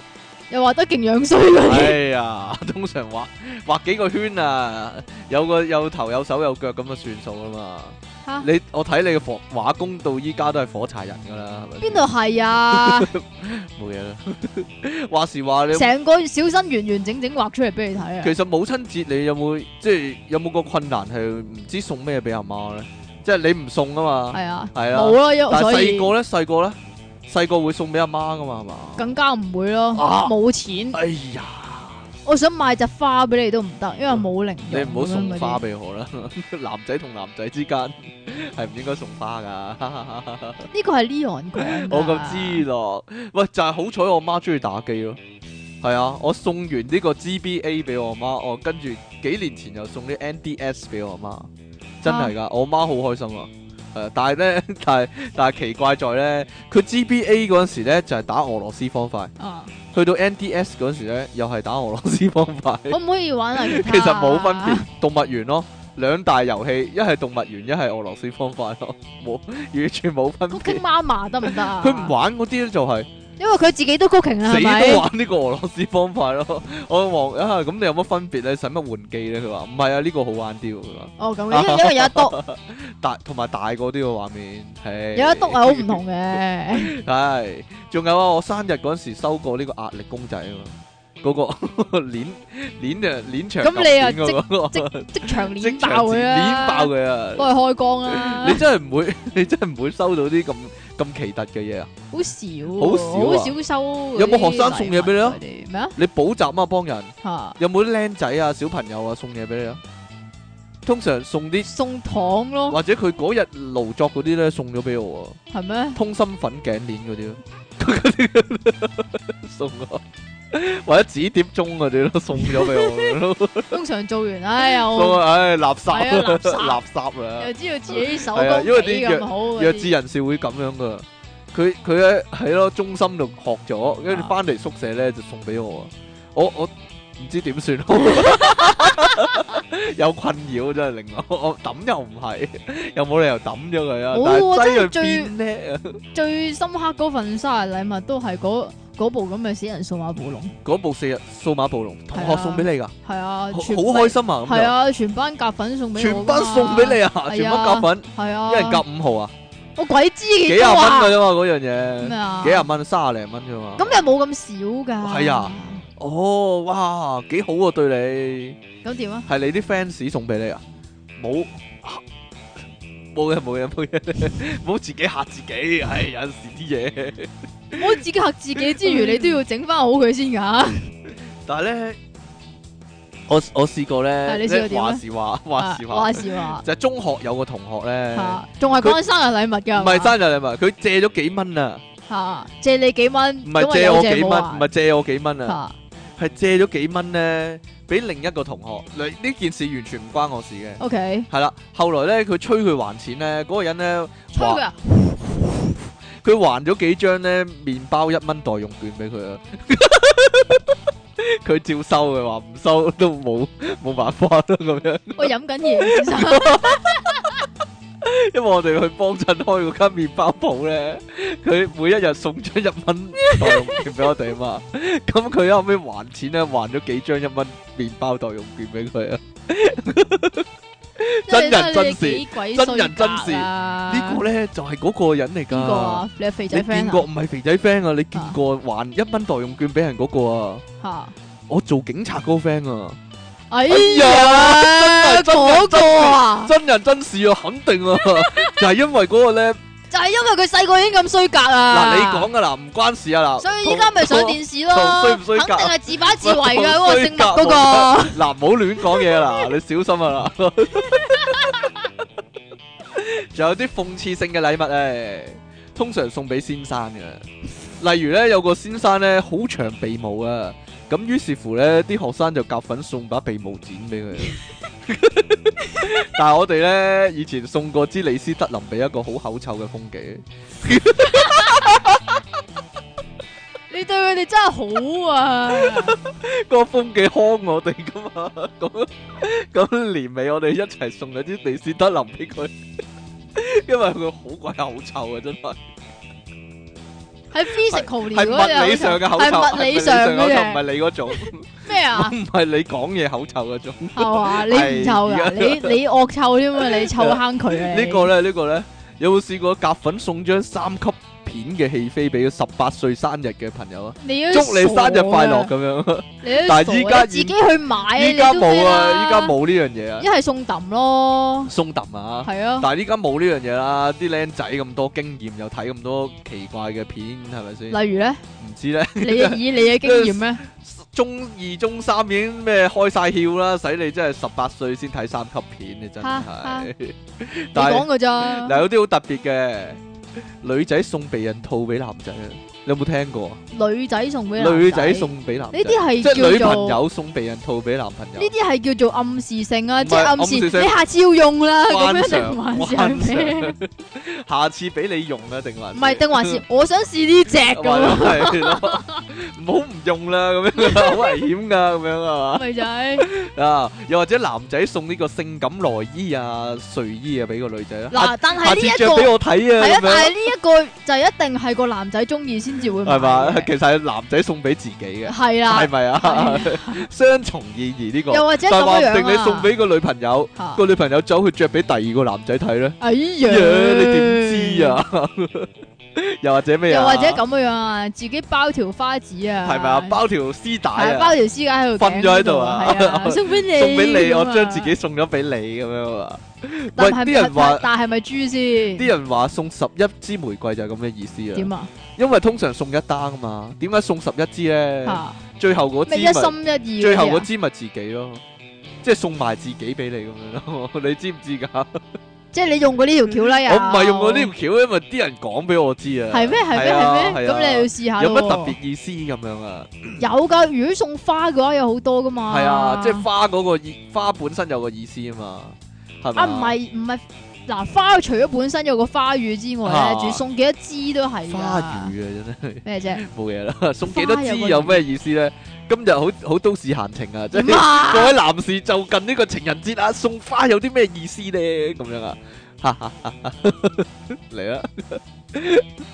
Speaker 2: 又話得勁樣衰嗰啲，
Speaker 1: 哎呀， 通常畫畫幾個圈啊，有個有頭有手有腳咁就算數啦嘛。
Speaker 2: 嚇
Speaker 1: 你我睇你嘅火畫工到依家都係火柴人噶啦，係咪先
Speaker 2: 邊度係 啊？
Speaker 1: 冇嘢啦？ 話時話你，
Speaker 2: 成個小身完完整整畫出嚟俾你睇啊！
Speaker 1: 其實母親節你有冇即係有冇個困難係唔知送咩俾阿媽咧？即係你唔送啊嘛，
Speaker 2: 係啊，
Speaker 1: 係
Speaker 2: 冇
Speaker 1: 啦。
Speaker 2: 咯，因
Speaker 1: 但係
Speaker 2: 所
Speaker 1: 細
Speaker 2: 以
Speaker 1: 個咧，細個咧，細個會送俾阿媽噶嘛，係嘛？
Speaker 2: 更加唔會咯，
Speaker 1: 啊
Speaker 2: 冇錢。
Speaker 1: 哎呀，
Speaker 2: 我想買隻花俾你都唔得，因為冇零
Speaker 1: 你
Speaker 2: 用
Speaker 1: 唔好
Speaker 2: 咁樣嗰
Speaker 1: 送
Speaker 2: 啲
Speaker 1: 花俾我啦， 男仔同男仔之間 係唔應該送花噶。
Speaker 2: 呢個係 Leon 講 㗎
Speaker 1: 我咁知咯，喂，就係好彩我媽中意打機咯，係啊，我送完呢個 GBA 俾我媽，我跟住幾年前又送啲 NDS 俾我媽，真係噶，我媽好開心啊，係啊，但係咧， 但係但係奇怪在咧，佢 GBA 嗰陣時咧就係、打俄羅斯方塊，
Speaker 2: 啊！
Speaker 1: 去到 NDS 嗰陣時咧又係打俄羅斯方塊，
Speaker 2: 可唔可以玩下其啊
Speaker 1: 其實冇 分別，動物園咯。兩大遊戲，一係動物園，一係俄羅斯方塊咯， 冇完全冇分
Speaker 2: 谷
Speaker 1: 別
Speaker 2: 傾。媽媽得唔得 啊？
Speaker 1: 佢唔，玩嗰啲咧就係、
Speaker 2: 因為佢自己都谷傾啦，
Speaker 1: 死
Speaker 2: 係
Speaker 1: 都
Speaker 2: 咪？
Speaker 1: 玩呢個俄羅斯方塊咯。 我望啊，咁你有乜分別咧？使乜換機咧？佢話唔係啊，呢、個好玩啲喎。佢話
Speaker 2: 哦，咁樣因為因為有 一篤，
Speaker 1: 大同埋大個啲個畫面係
Speaker 2: 有一篤係好唔。同 嘅。
Speaker 1: 係，仲有啊！我生日嗰陣時收過呢個壓力公仔啊嘛，嗰、個 鏈鏈啊鏈長
Speaker 2: 咁你啊
Speaker 1: 夾鏈嗰個
Speaker 2: 即場
Speaker 1: 即
Speaker 2: 碾
Speaker 1: 場
Speaker 2: 爆佢
Speaker 1: 鏈
Speaker 2: 啦，
Speaker 1: 爆佢
Speaker 2: 都
Speaker 1: 啊！
Speaker 2: 係開光啦
Speaker 1: 你，真係唔會， 你真係唔會收到啲咁咁奇特嘅嘢啊！
Speaker 2: 好少，
Speaker 1: 好少啊
Speaker 2: 好少收。
Speaker 1: 有冇學生送嘢俾你啊？
Speaker 2: 咩啊？
Speaker 1: 你補習啊，幫人。
Speaker 2: 嚇，
Speaker 1: 有冇啲僆仔啊、小朋友啊送嘢俾你啊？通常送啲
Speaker 2: 送糖咯，
Speaker 1: 或者佢嗰日勞作嗰啲咧送咗俾我啊，
Speaker 2: 係咩？
Speaker 1: 通心粉頸鏈嗰啲咯，送我，或者紙碟鐘嗰啲咯，送咗 俾我咁樣咯，
Speaker 2: 通常做完，唉
Speaker 1: 送
Speaker 2: 又
Speaker 1: 啊唉垃
Speaker 2: 係啊
Speaker 1: 圾
Speaker 2: 垃 圾
Speaker 1: 垃圾啦
Speaker 2: 又，知道自己手
Speaker 1: 係啊
Speaker 2: 工
Speaker 1: 因為
Speaker 2: 幾
Speaker 1: 啲
Speaker 2: 咁好嗰啲，
Speaker 1: 弱智人士會咁樣噶，佢佢咧喺咯中心度學咗，跟住
Speaker 2: 啊
Speaker 1: 翻嚟宿舍咧就送俾我啊，我我唔知點算 好，有困擾真係令我我抌又唔係， 又冇理由抌咗佢啊，
Speaker 2: 冇
Speaker 1: 但係
Speaker 2: 喎
Speaker 1: 擠去
Speaker 2: 哦真係
Speaker 1: 邊咧？
Speaker 2: 最深刻嗰份生日禮物都係嗰嗰部咁嘅死人數碼暴龍，
Speaker 1: 嗰部四日數碼暴龍，同學送俾你噶，
Speaker 2: 係啊，
Speaker 1: 好好
Speaker 2: 全
Speaker 1: 開心啊！
Speaker 2: 係
Speaker 1: 咁
Speaker 2: 啊，全班夾粉送
Speaker 1: 就全
Speaker 2: 俾我㗎嘛
Speaker 1: 班送俾你啊，全班夾粉，
Speaker 2: 係啊，
Speaker 1: 一人夾五毫啊，
Speaker 2: 我鬼知
Speaker 1: 幾
Speaker 2: 幾
Speaker 1: 廿
Speaker 2: 多
Speaker 1: 蚊噶
Speaker 2: 啊？
Speaker 1: 啫嘛，嗰樣
Speaker 2: 咩
Speaker 1: 嘢
Speaker 2: 啊？
Speaker 1: 幾廿蚊，卅零蚊啫嘛。
Speaker 2: 咁又冇咁少㗎。
Speaker 1: 係啊，哦，哇，幾好啊，對你，
Speaker 2: 咁點啊？
Speaker 1: 係你啲 fans 送俾你啊？冇，冇嘢冇嘢冇嘢， 冇自己嚇自己，係有陣時啲嘢。
Speaker 2: 我自己嚇自己之餘，你都要整翻好佢先㗎。
Speaker 1: 但係咧，我我試過咧，
Speaker 2: 係你試過
Speaker 1: 咧
Speaker 2: 點啊
Speaker 1: 話時話話時
Speaker 2: 話
Speaker 1: 話，
Speaker 2: 時話
Speaker 1: 就係中學有個同學咧，
Speaker 2: 嚇，仲係講緊生日禮物㗎。
Speaker 1: 唔係
Speaker 2: 嘛
Speaker 1: 生日禮物，佢借咗幾蚊啊，
Speaker 2: 嚇，借你幾蚊，
Speaker 1: 唔
Speaker 2: 咁
Speaker 1: 係
Speaker 2: 我
Speaker 1: 借
Speaker 2: 有
Speaker 1: 我
Speaker 2: 借
Speaker 1: 幾
Speaker 2: 冇
Speaker 1: 蚊，
Speaker 2: 啊
Speaker 1: 唔係借我幾蚊啊。
Speaker 2: 嚇
Speaker 1: 係借咗幾蚊咧，俾另一個同學。嗱呢件事完全唔關我事嘅。
Speaker 2: ，OK，
Speaker 1: 係啦，後來咧佢催佢還錢咧，嗰、個人咧
Speaker 2: 吹佢啊！
Speaker 1: 佢還咗幾張咧麵包一蚊代用券俾佢啊。 佢照收嘅話唔收都冇冇辦法啦咁樣，
Speaker 2: 我飲緊嘢，先生。
Speaker 1: 因為我哋去幫襯開嗰間麵包鋪咧，佢每一日送張一蚊代用券俾我哋啊嘛，咁佢後尾還錢咧還咗幾張一蚊麵包代用券俾佢啊。 真人真事
Speaker 2: 你哋真係幾鬼衰格啊
Speaker 1: 真人真事呢個咧就係嗰個人嚟
Speaker 2: 邊個
Speaker 1: 㗎，
Speaker 2: 啊？你係肥
Speaker 1: 你
Speaker 2: 仔
Speaker 1: 見
Speaker 2: friend
Speaker 1: 過唔係肥仔 friend 啊？你見過還一蚊代用券俾人嗰個啊？
Speaker 2: 啊？
Speaker 1: 我做警察嗰個 friend 啊，
Speaker 2: 吓！哎
Speaker 1: 哎
Speaker 2: 呀，
Speaker 1: 呀真係真係真係
Speaker 2: 嗰個啊，
Speaker 1: 真人真事啊，肯定 啊，就係因為嗰個咧，
Speaker 2: 就係因為佢細個已經咁衰格啊！
Speaker 1: 嗱你講，㗎啦，唔關事啊嗱，
Speaker 2: 所以依家咪上電視咯
Speaker 1: 同，衰唔衰格
Speaker 2: 肯定係自把自為
Speaker 1: 同
Speaker 2: 㗎嗰個
Speaker 1: 衰
Speaker 2: 姓麥嗰
Speaker 1: 格冇
Speaker 2: 個。
Speaker 1: 嗱唔好亂講嘢 啦，你小心啊嗱， 仲有啲諷刺性嘅禮物咧，通常送俾先生嘅，例如咧有個先生咧好長鼻毛啊，咁於是乎咧啲學生就夾粉送把鼻毛剪俾 佢。 但係我哋咧以前送過支李斯德林俾一個好口臭嘅風紀，
Speaker 2: 你對佢哋真係好啊！
Speaker 1: 個風紀康我哋噶嘛，咁咁年尾我哋一齊送咗支李斯德林 俾佢，因為佢好鬼口臭啊，真係。
Speaker 2: 係 physical
Speaker 1: 係
Speaker 2: 療嗰隻
Speaker 1: 物理上嘅口臭，
Speaker 2: 係物理上
Speaker 1: 係物理
Speaker 2: 嘅
Speaker 1: 口臭唔係你嗰種，
Speaker 2: 咩啊？
Speaker 1: 唔係你講嘢口臭嗰種。
Speaker 2: 係嘛？你唔臭
Speaker 1: 係
Speaker 2: 噶，你你惡臭添啊！你臭坑佢啊！你
Speaker 1: 呢個咧，呢個咧，有冇試過夾粉送張三級片嘅戲飛俾十八歲生日嘅朋友啊？
Speaker 2: 你
Speaker 1: 祝你生日快樂咁樣。但係
Speaker 2: 但係
Speaker 1: 依
Speaker 2: 依
Speaker 1: 家
Speaker 2: 家自己去買啊，
Speaker 1: 依家
Speaker 2: 你都咩
Speaker 1: 冇啊，
Speaker 2: 啦
Speaker 1: 依家，冇呢樣嘢啊
Speaker 2: 一，係送抌咯，
Speaker 1: 送揼啊！
Speaker 2: 係啊，
Speaker 1: 但係依家冇呢樣嘢啦，啲僆仔咁多經驗，又睇咁多奇怪嘅片，係咪先？
Speaker 2: 例如咧，
Speaker 1: 唔知咧，
Speaker 2: 你以你嘅經驗咧，
Speaker 1: 中二、中三已經咩開晒竅啦，使你真係十八歲先睇三級片，你真
Speaker 2: 哈哈
Speaker 1: 係。
Speaker 2: 你
Speaker 1: 但係
Speaker 2: 講啊噶咋？
Speaker 1: 嗱，有啲好特別嘅，女仔送避孕套俾男仔，你有冇聽過啊？
Speaker 2: 女仔送俾男
Speaker 1: 女仔送俾男仔，
Speaker 2: 呢啲係
Speaker 1: 即係女
Speaker 2: 叫
Speaker 1: 朋
Speaker 2: 做
Speaker 1: 友送避孕套俾男朋友
Speaker 2: 呢。啲係叫做暗示性啊，
Speaker 1: 唔係
Speaker 2: 即係暗
Speaker 1: 暗示
Speaker 2: 示
Speaker 1: 性
Speaker 2: 你下次要用啦，咁
Speaker 1: 幻
Speaker 2: 樣
Speaker 1: 想
Speaker 2: 定還是 係咩？
Speaker 1: 幻想 下次俾你用啊，定還
Speaker 2: 唔係定還是我想試呢只
Speaker 1: 或
Speaker 2: 咁
Speaker 1: 者
Speaker 2: 啊？
Speaker 1: 係咯，唔好唔用啦，咁樣好危險噶，咁樣啊
Speaker 2: 咪就係
Speaker 1: 嘛啊，又或者男仔送呢個性感內衣啊、睡衣啊俾個女仔啦，
Speaker 2: 嗱，但
Speaker 1: 下
Speaker 2: 係呢
Speaker 1: 次
Speaker 2: 一
Speaker 1: 着
Speaker 2: 個
Speaker 1: 俾我睇啊，
Speaker 2: 係
Speaker 1: 咁，
Speaker 2: 啊但
Speaker 1: 樣
Speaker 2: 係呢一個就一定係個男仔中意先至會買
Speaker 1: 係嘛？
Speaker 2: 嘅
Speaker 1: 其實係男仔送俾自己嘅，
Speaker 2: 係啦
Speaker 1: 係，咪 啊？雙重意義呢個，
Speaker 2: 又或者
Speaker 1: 但係話
Speaker 2: 咁
Speaker 1: 唔
Speaker 2: 樣
Speaker 1: 定你送俾個女朋友，
Speaker 2: 啊
Speaker 1: 個女朋友走去着俾第二個男仔睇咧。
Speaker 2: 哎呀，
Speaker 1: 呀你點 知？啊？又或者咩啊？
Speaker 2: 又或者咁樣啊，自己包條花紙啊，
Speaker 1: 係咪啊？包條絲帶
Speaker 2: 係
Speaker 1: 啊
Speaker 2: 包，條絲帶喺度
Speaker 1: 瞓咗喺度啊
Speaker 2: 頸嗰係啊，送俾你，
Speaker 1: 送俾你，我
Speaker 2: 咁啊
Speaker 1: 將自己送咗俾你咁樣啊！喂，
Speaker 2: 但係
Speaker 1: 啲人話
Speaker 2: 但係咪豬先？
Speaker 1: 啲人話送十一支玫瑰就係咁嘅意思啊，
Speaker 2: 點啊？
Speaker 1: 因為通常送一單啊嘛，點解送十一支咧？
Speaker 2: 嚇
Speaker 1: 最後嗰
Speaker 2: 咩一
Speaker 1: 支咪
Speaker 2: 心一意嗰啲
Speaker 1: 最
Speaker 2: 啊？
Speaker 1: 後嗰支咪自己咯，即係送埋自己俾你咁樣咯， 你知唔知㗎？
Speaker 2: 即係你用過呢條橋啦，又
Speaker 1: 嗯哦我唔係用過呢條橋，因為啲人講俾我知啊。
Speaker 2: 係咩？係咩？
Speaker 1: 係啊
Speaker 2: 係咩？
Speaker 1: 係啊
Speaker 2: 咁你又要試下
Speaker 1: 有乜
Speaker 2: 喎
Speaker 1: 特別意思咁樣啊？
Speaker 2: 有㗎，如果送花嘅話有好多㗎嘛。
Speaker 1: 係啊，即係花嗰個意，花本身有個意思啊嘛，係咪
Speaker 2: 啊，唔係唔係嗱，花除咗本身有個花語之外
Speaker 1: 啊
Speaker 2: 咧，仲要送幾多支都係㗎
Speaker 1: 花語啊，真係
Speaker 2: 咩啫？
Speaker 1: 冇 嘢啦。送幾多
Speaker 2: 花有
Speaker 1: 支
Speaker 2: 個
Speaker 1: 有咩意思咧？今日好好都市閒情啊，即
Speaker 2: 唔
Speaker 1: 係
Speaker 2: 啊
Speaker 1: 各位男士就近呢個情人節啊，送花有啲咩意思咧？咁樣啊，哈哈哈 哈嚟啦，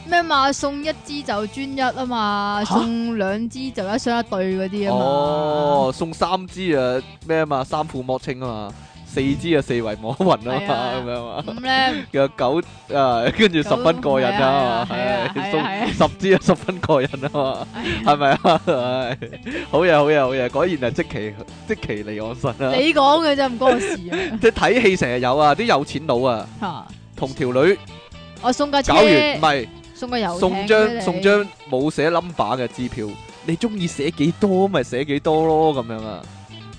Speaker 2: 咩嘛？送一支就專一啊嘛，
Speaker 1: 吓
Speaker 2: 送兩支就一雙一對嗰啲啊嘛。
Speaker 1: 哦，送三支啊咩啊嘛，三副莫清啊嘛，四支啊四圍摸雲啊
Speaker 2: 係
Speaker 1: 嘛，
Speaker 2: 啊
Speaker 1: 咁樣啊。
Speaker 2: 咁咧，
Speaker 1: 有九啊，跟住十分過癮啊嘛，
Speaker 2: 係啊係啊係啊
Speaker 1: 係送十支啊十分過癮啊嘛，係咪啊？唉好嘢好嘢好嘢，果然係即其即其離岸神啊！
Speaker 2: 你講嘅啫，唔關我事啊
Speaker 1: 即係睇戲成日有啊，啲有錢佬啊，
Speaker 2: 嚇。
Speaker 1: 同條女
Speaker 2: 我送架車
Speaker 1: 搞，完唔係
Speaker 2: 送個遊艇
Speaker 1: 送張
Speaker 2: 俾你
Speaker 1: 送張冇寫 number 嘅支票，你中意寫幾多咪寫幾多咯咁樣啊，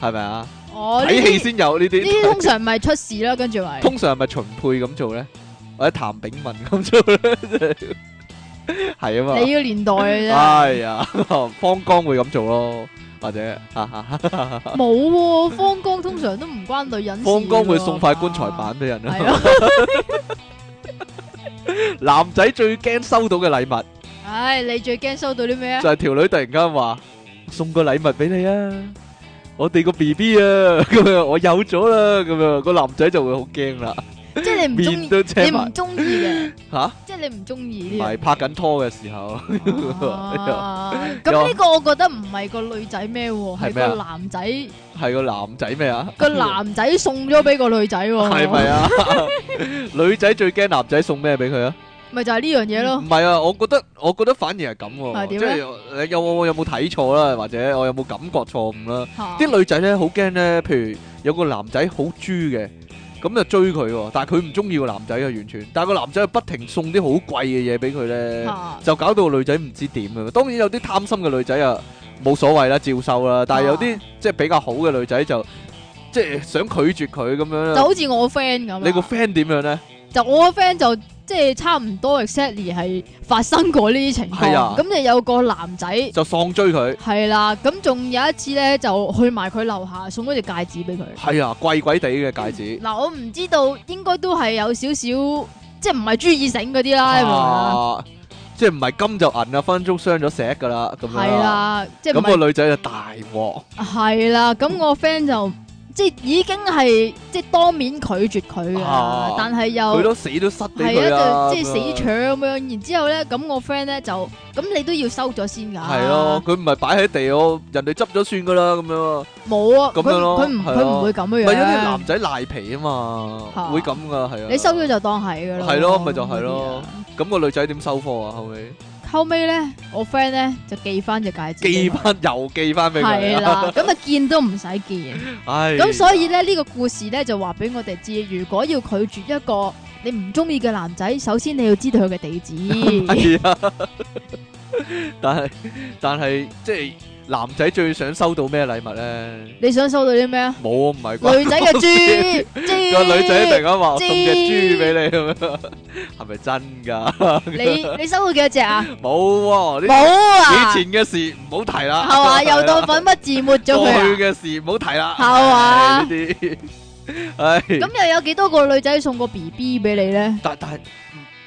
Speaker 1: 係咪啊？
Speaker 2: 哦，呢
Speaker 1: 睇戲
Speaker 2: 啲
Speaker 1: 先有呢
Speaker 2: 呢啲
Speaker 1: 啲，
Speaker 2: 通常咪出事啦，跟住咪
Speaker 1: 通常係咪秦沛咁做咧，或者譚炳文咁做咧？係啊嘛。
Speaker 2: 你個年代 嘅啫，
Speaker 1: 哎呀，方剛會咁做咯，或者哈哈哈哈
Speaker 2: 冇喎。方剛通常都唔關女人事
Speaker 1: 方
Speaker 2: 喎。
Speaker 1: 剛會送塊棺材板俾人
Speaker 2: 係
Speaker 1: 咯。
Speaker 2: 咯，
Speaker 1: 男仔最驚收到嘅禮物
Speaker 2: 唉，你最驚收到啲 咩 啊？
Speaker 1: 就係條女突然間話送個禮物俾你啊，我哋個 B B 啊， 咁樣我有咗啦，咁樣個男仔就會好驚啦，
Speaker 2: 即係你唔中
Speaker 1: 面
Speaker 2: 意，
Speaker 1: 都青
Speaker 2: 你
Speaker 1: 埋
Speaker 2: 唔中意 嘅，
Speaker 1: 吓，
Speaker 2: 即係你唔啊中意
Speaker 1: 唔
Speaker 2: 呢樣
Speaker 1: 係拍緊拖嘅時候，
Speaker 2: 啊咁呢個我覺得唔係個女仔咩喎，
Speaker 1: 係
Speaker 2: 係
Speaker 1: 咩啊
Speaker 2: 個男仔
Speaker 1: 係個男仔咩啊？
Speaker 2: 個男仔送咗俾個女仔喎，
Speaker 1: 係咪？啊？ 女仔最驚男仔送咩俾佢啊？
Speaker 2: 咪就係呢樣嘢咯
Speaker 1: 唔，係啊，我覺得我覺得反而係咁喎，
Speaker 2: 係
Speaker 1: 即
Speaker 2: 點咧
Speaker 1: 係你有我有冇睇錯啦，或者我有冇感覺錯誤啦？
Speaker 2: 嚇
Speaker 1: 啲女仔咧好驚咧，譬如有個男仔好豬嘅，咁就追佢喎，但係佢唔中意個男仔嘅完全，但係個男仔不停送啲好貴嘅嘢俾佢咧，
Speaker 2: 嚇
Speaker 1: 就搞到個女仔唔知點嘅。當然有啲貪心嘅女仔啊，冇所謂啦，照收啦，但係有啲
Speaker 2: 啊
Speaker 1: 即係比較好嘅女仔就即係想拒絕佢咁樣
Speaker 2: 就
Speaker 1: 啦。
Speaker 2: 好似我 friend 咁啊，
Speaker 1: 你個 friend 點樣咧？
Speaker 2: 就我個 friend 就即係差唔多 exactly 係發生過呢啲情
Speaker 1: 係啊
Speaker 2: 況，咁就有個男仔。
Speaker 1: 就喪追佢，
Speaker 2: 係啦，咁仲有一次咧，就去埋佢樓下送咗隻戒指俾佢。
Speaker 1: 係啊，貴貴地嘅戒指。
Speaker 2: 嗱，我唔知道，應該都係有少少，即係唔係朱意醒嗰啲啦，係嘛？
Speaker 1: 啊，即系唔係金就銀啊，分分鐘傷咗石噶啦，咁樣啊
Speaker 2: 係。啦，即係唔
Speaker 1: 咁個
Speaker 2: 係
Speaker 1: 女仔就大鑊，
Speaker 2: 係啦，咁我 friend 就即係已經係即係當面拒絕佢噶
Speaker 1: 啊
Speaker 2: 啦，但係又
Speaker 1: 佢都死都塞俾
Speaker 2: Ờ. 係
Speaker 1: 佢
Speaker 2: 啊，
Speaker 1: 啦，
Speaker 2: 就即係死
Speaker 1: 咁樣
Speaker 2: 搶咁樣。然之後咧，咁我 friend 咧就咁你都要收咗先㗎。
Speaker 1: 係咯，，佢唔係擺喺地我，人哋執咗算噶啦咁樣啊。
Speaker 2: 冇啊，
Speaker 1: 咁
Speaker 2: 佢
Speaker 1: 樣咯
Speaker 2: 佢唔
Speaker 1: 係啊
Speaker 2: 佢唔會咁樣
Speaker 1: 咪
Speaker 2: 樣。
Speaker 1: 有啲男仔賴皮啊嘛，
Speaker 2: 嚇
Speaker 1: 會咁噶係啊。
Speaker 2: 你收咗就當係㗎啦。
Speaker 1: 係咯咪就係
Speaker 2: 嗰
Speaker 1: 咯
Speaker 2: 啲啊。
Speaker 1: 咁個女仔點收貨啊？後尾
Speaker 2: 後尾咧，我 friend 咧就寄翻隻戒指俾佢。
Speaker 1: 寄翻 又寄翻俾
Speaker 2: 係
Speaker 1: 佢 啊，
Speaker 2: 啦，咁啊見都唔使見。
Speaker 1: 唉。
Speaker 2: 咁所以咧呢個故事咧就話俾我哋知，如果要拒絕一個你唔中意嘅男仔，首先你要知道佢嘅地 址。
Speaker 1: 系啊，但係但係即係男仔最想收到咩禮物咧？
Speaker 2: 你想收到 啲咩啊？
Speaker 1: 冇啊，唔係啩？
Speaker 2: 女仔嘅豬，豬
Speaker 1: 個女仔突然間話我送只
Speaker 2: 知
Speaker 1: 豬俾你咁樣，係咪真㗎？
Speaker 2: 你你收到幾多 隻啊？
Speaker 1: 冇喎，呢
Speaker 2: 冇啊，
Speaker 1: 以前嘅事唔好提啦。
Speaker 2: 係 嘛？又
Speaker 1: 到
Speaker 2: 當粉筆字抹咗
Speaker 1: 過 去
Speaker 2: 佢啊？
Speaker 1: 嘅事唔好提啦。
Speaker 2: 係嘛
Speaker 1: 唉呢啲，唉，？
Speaker 2: 咁又有幾多個女仔送個 B B 俾你咧
Speaker 1: 但但係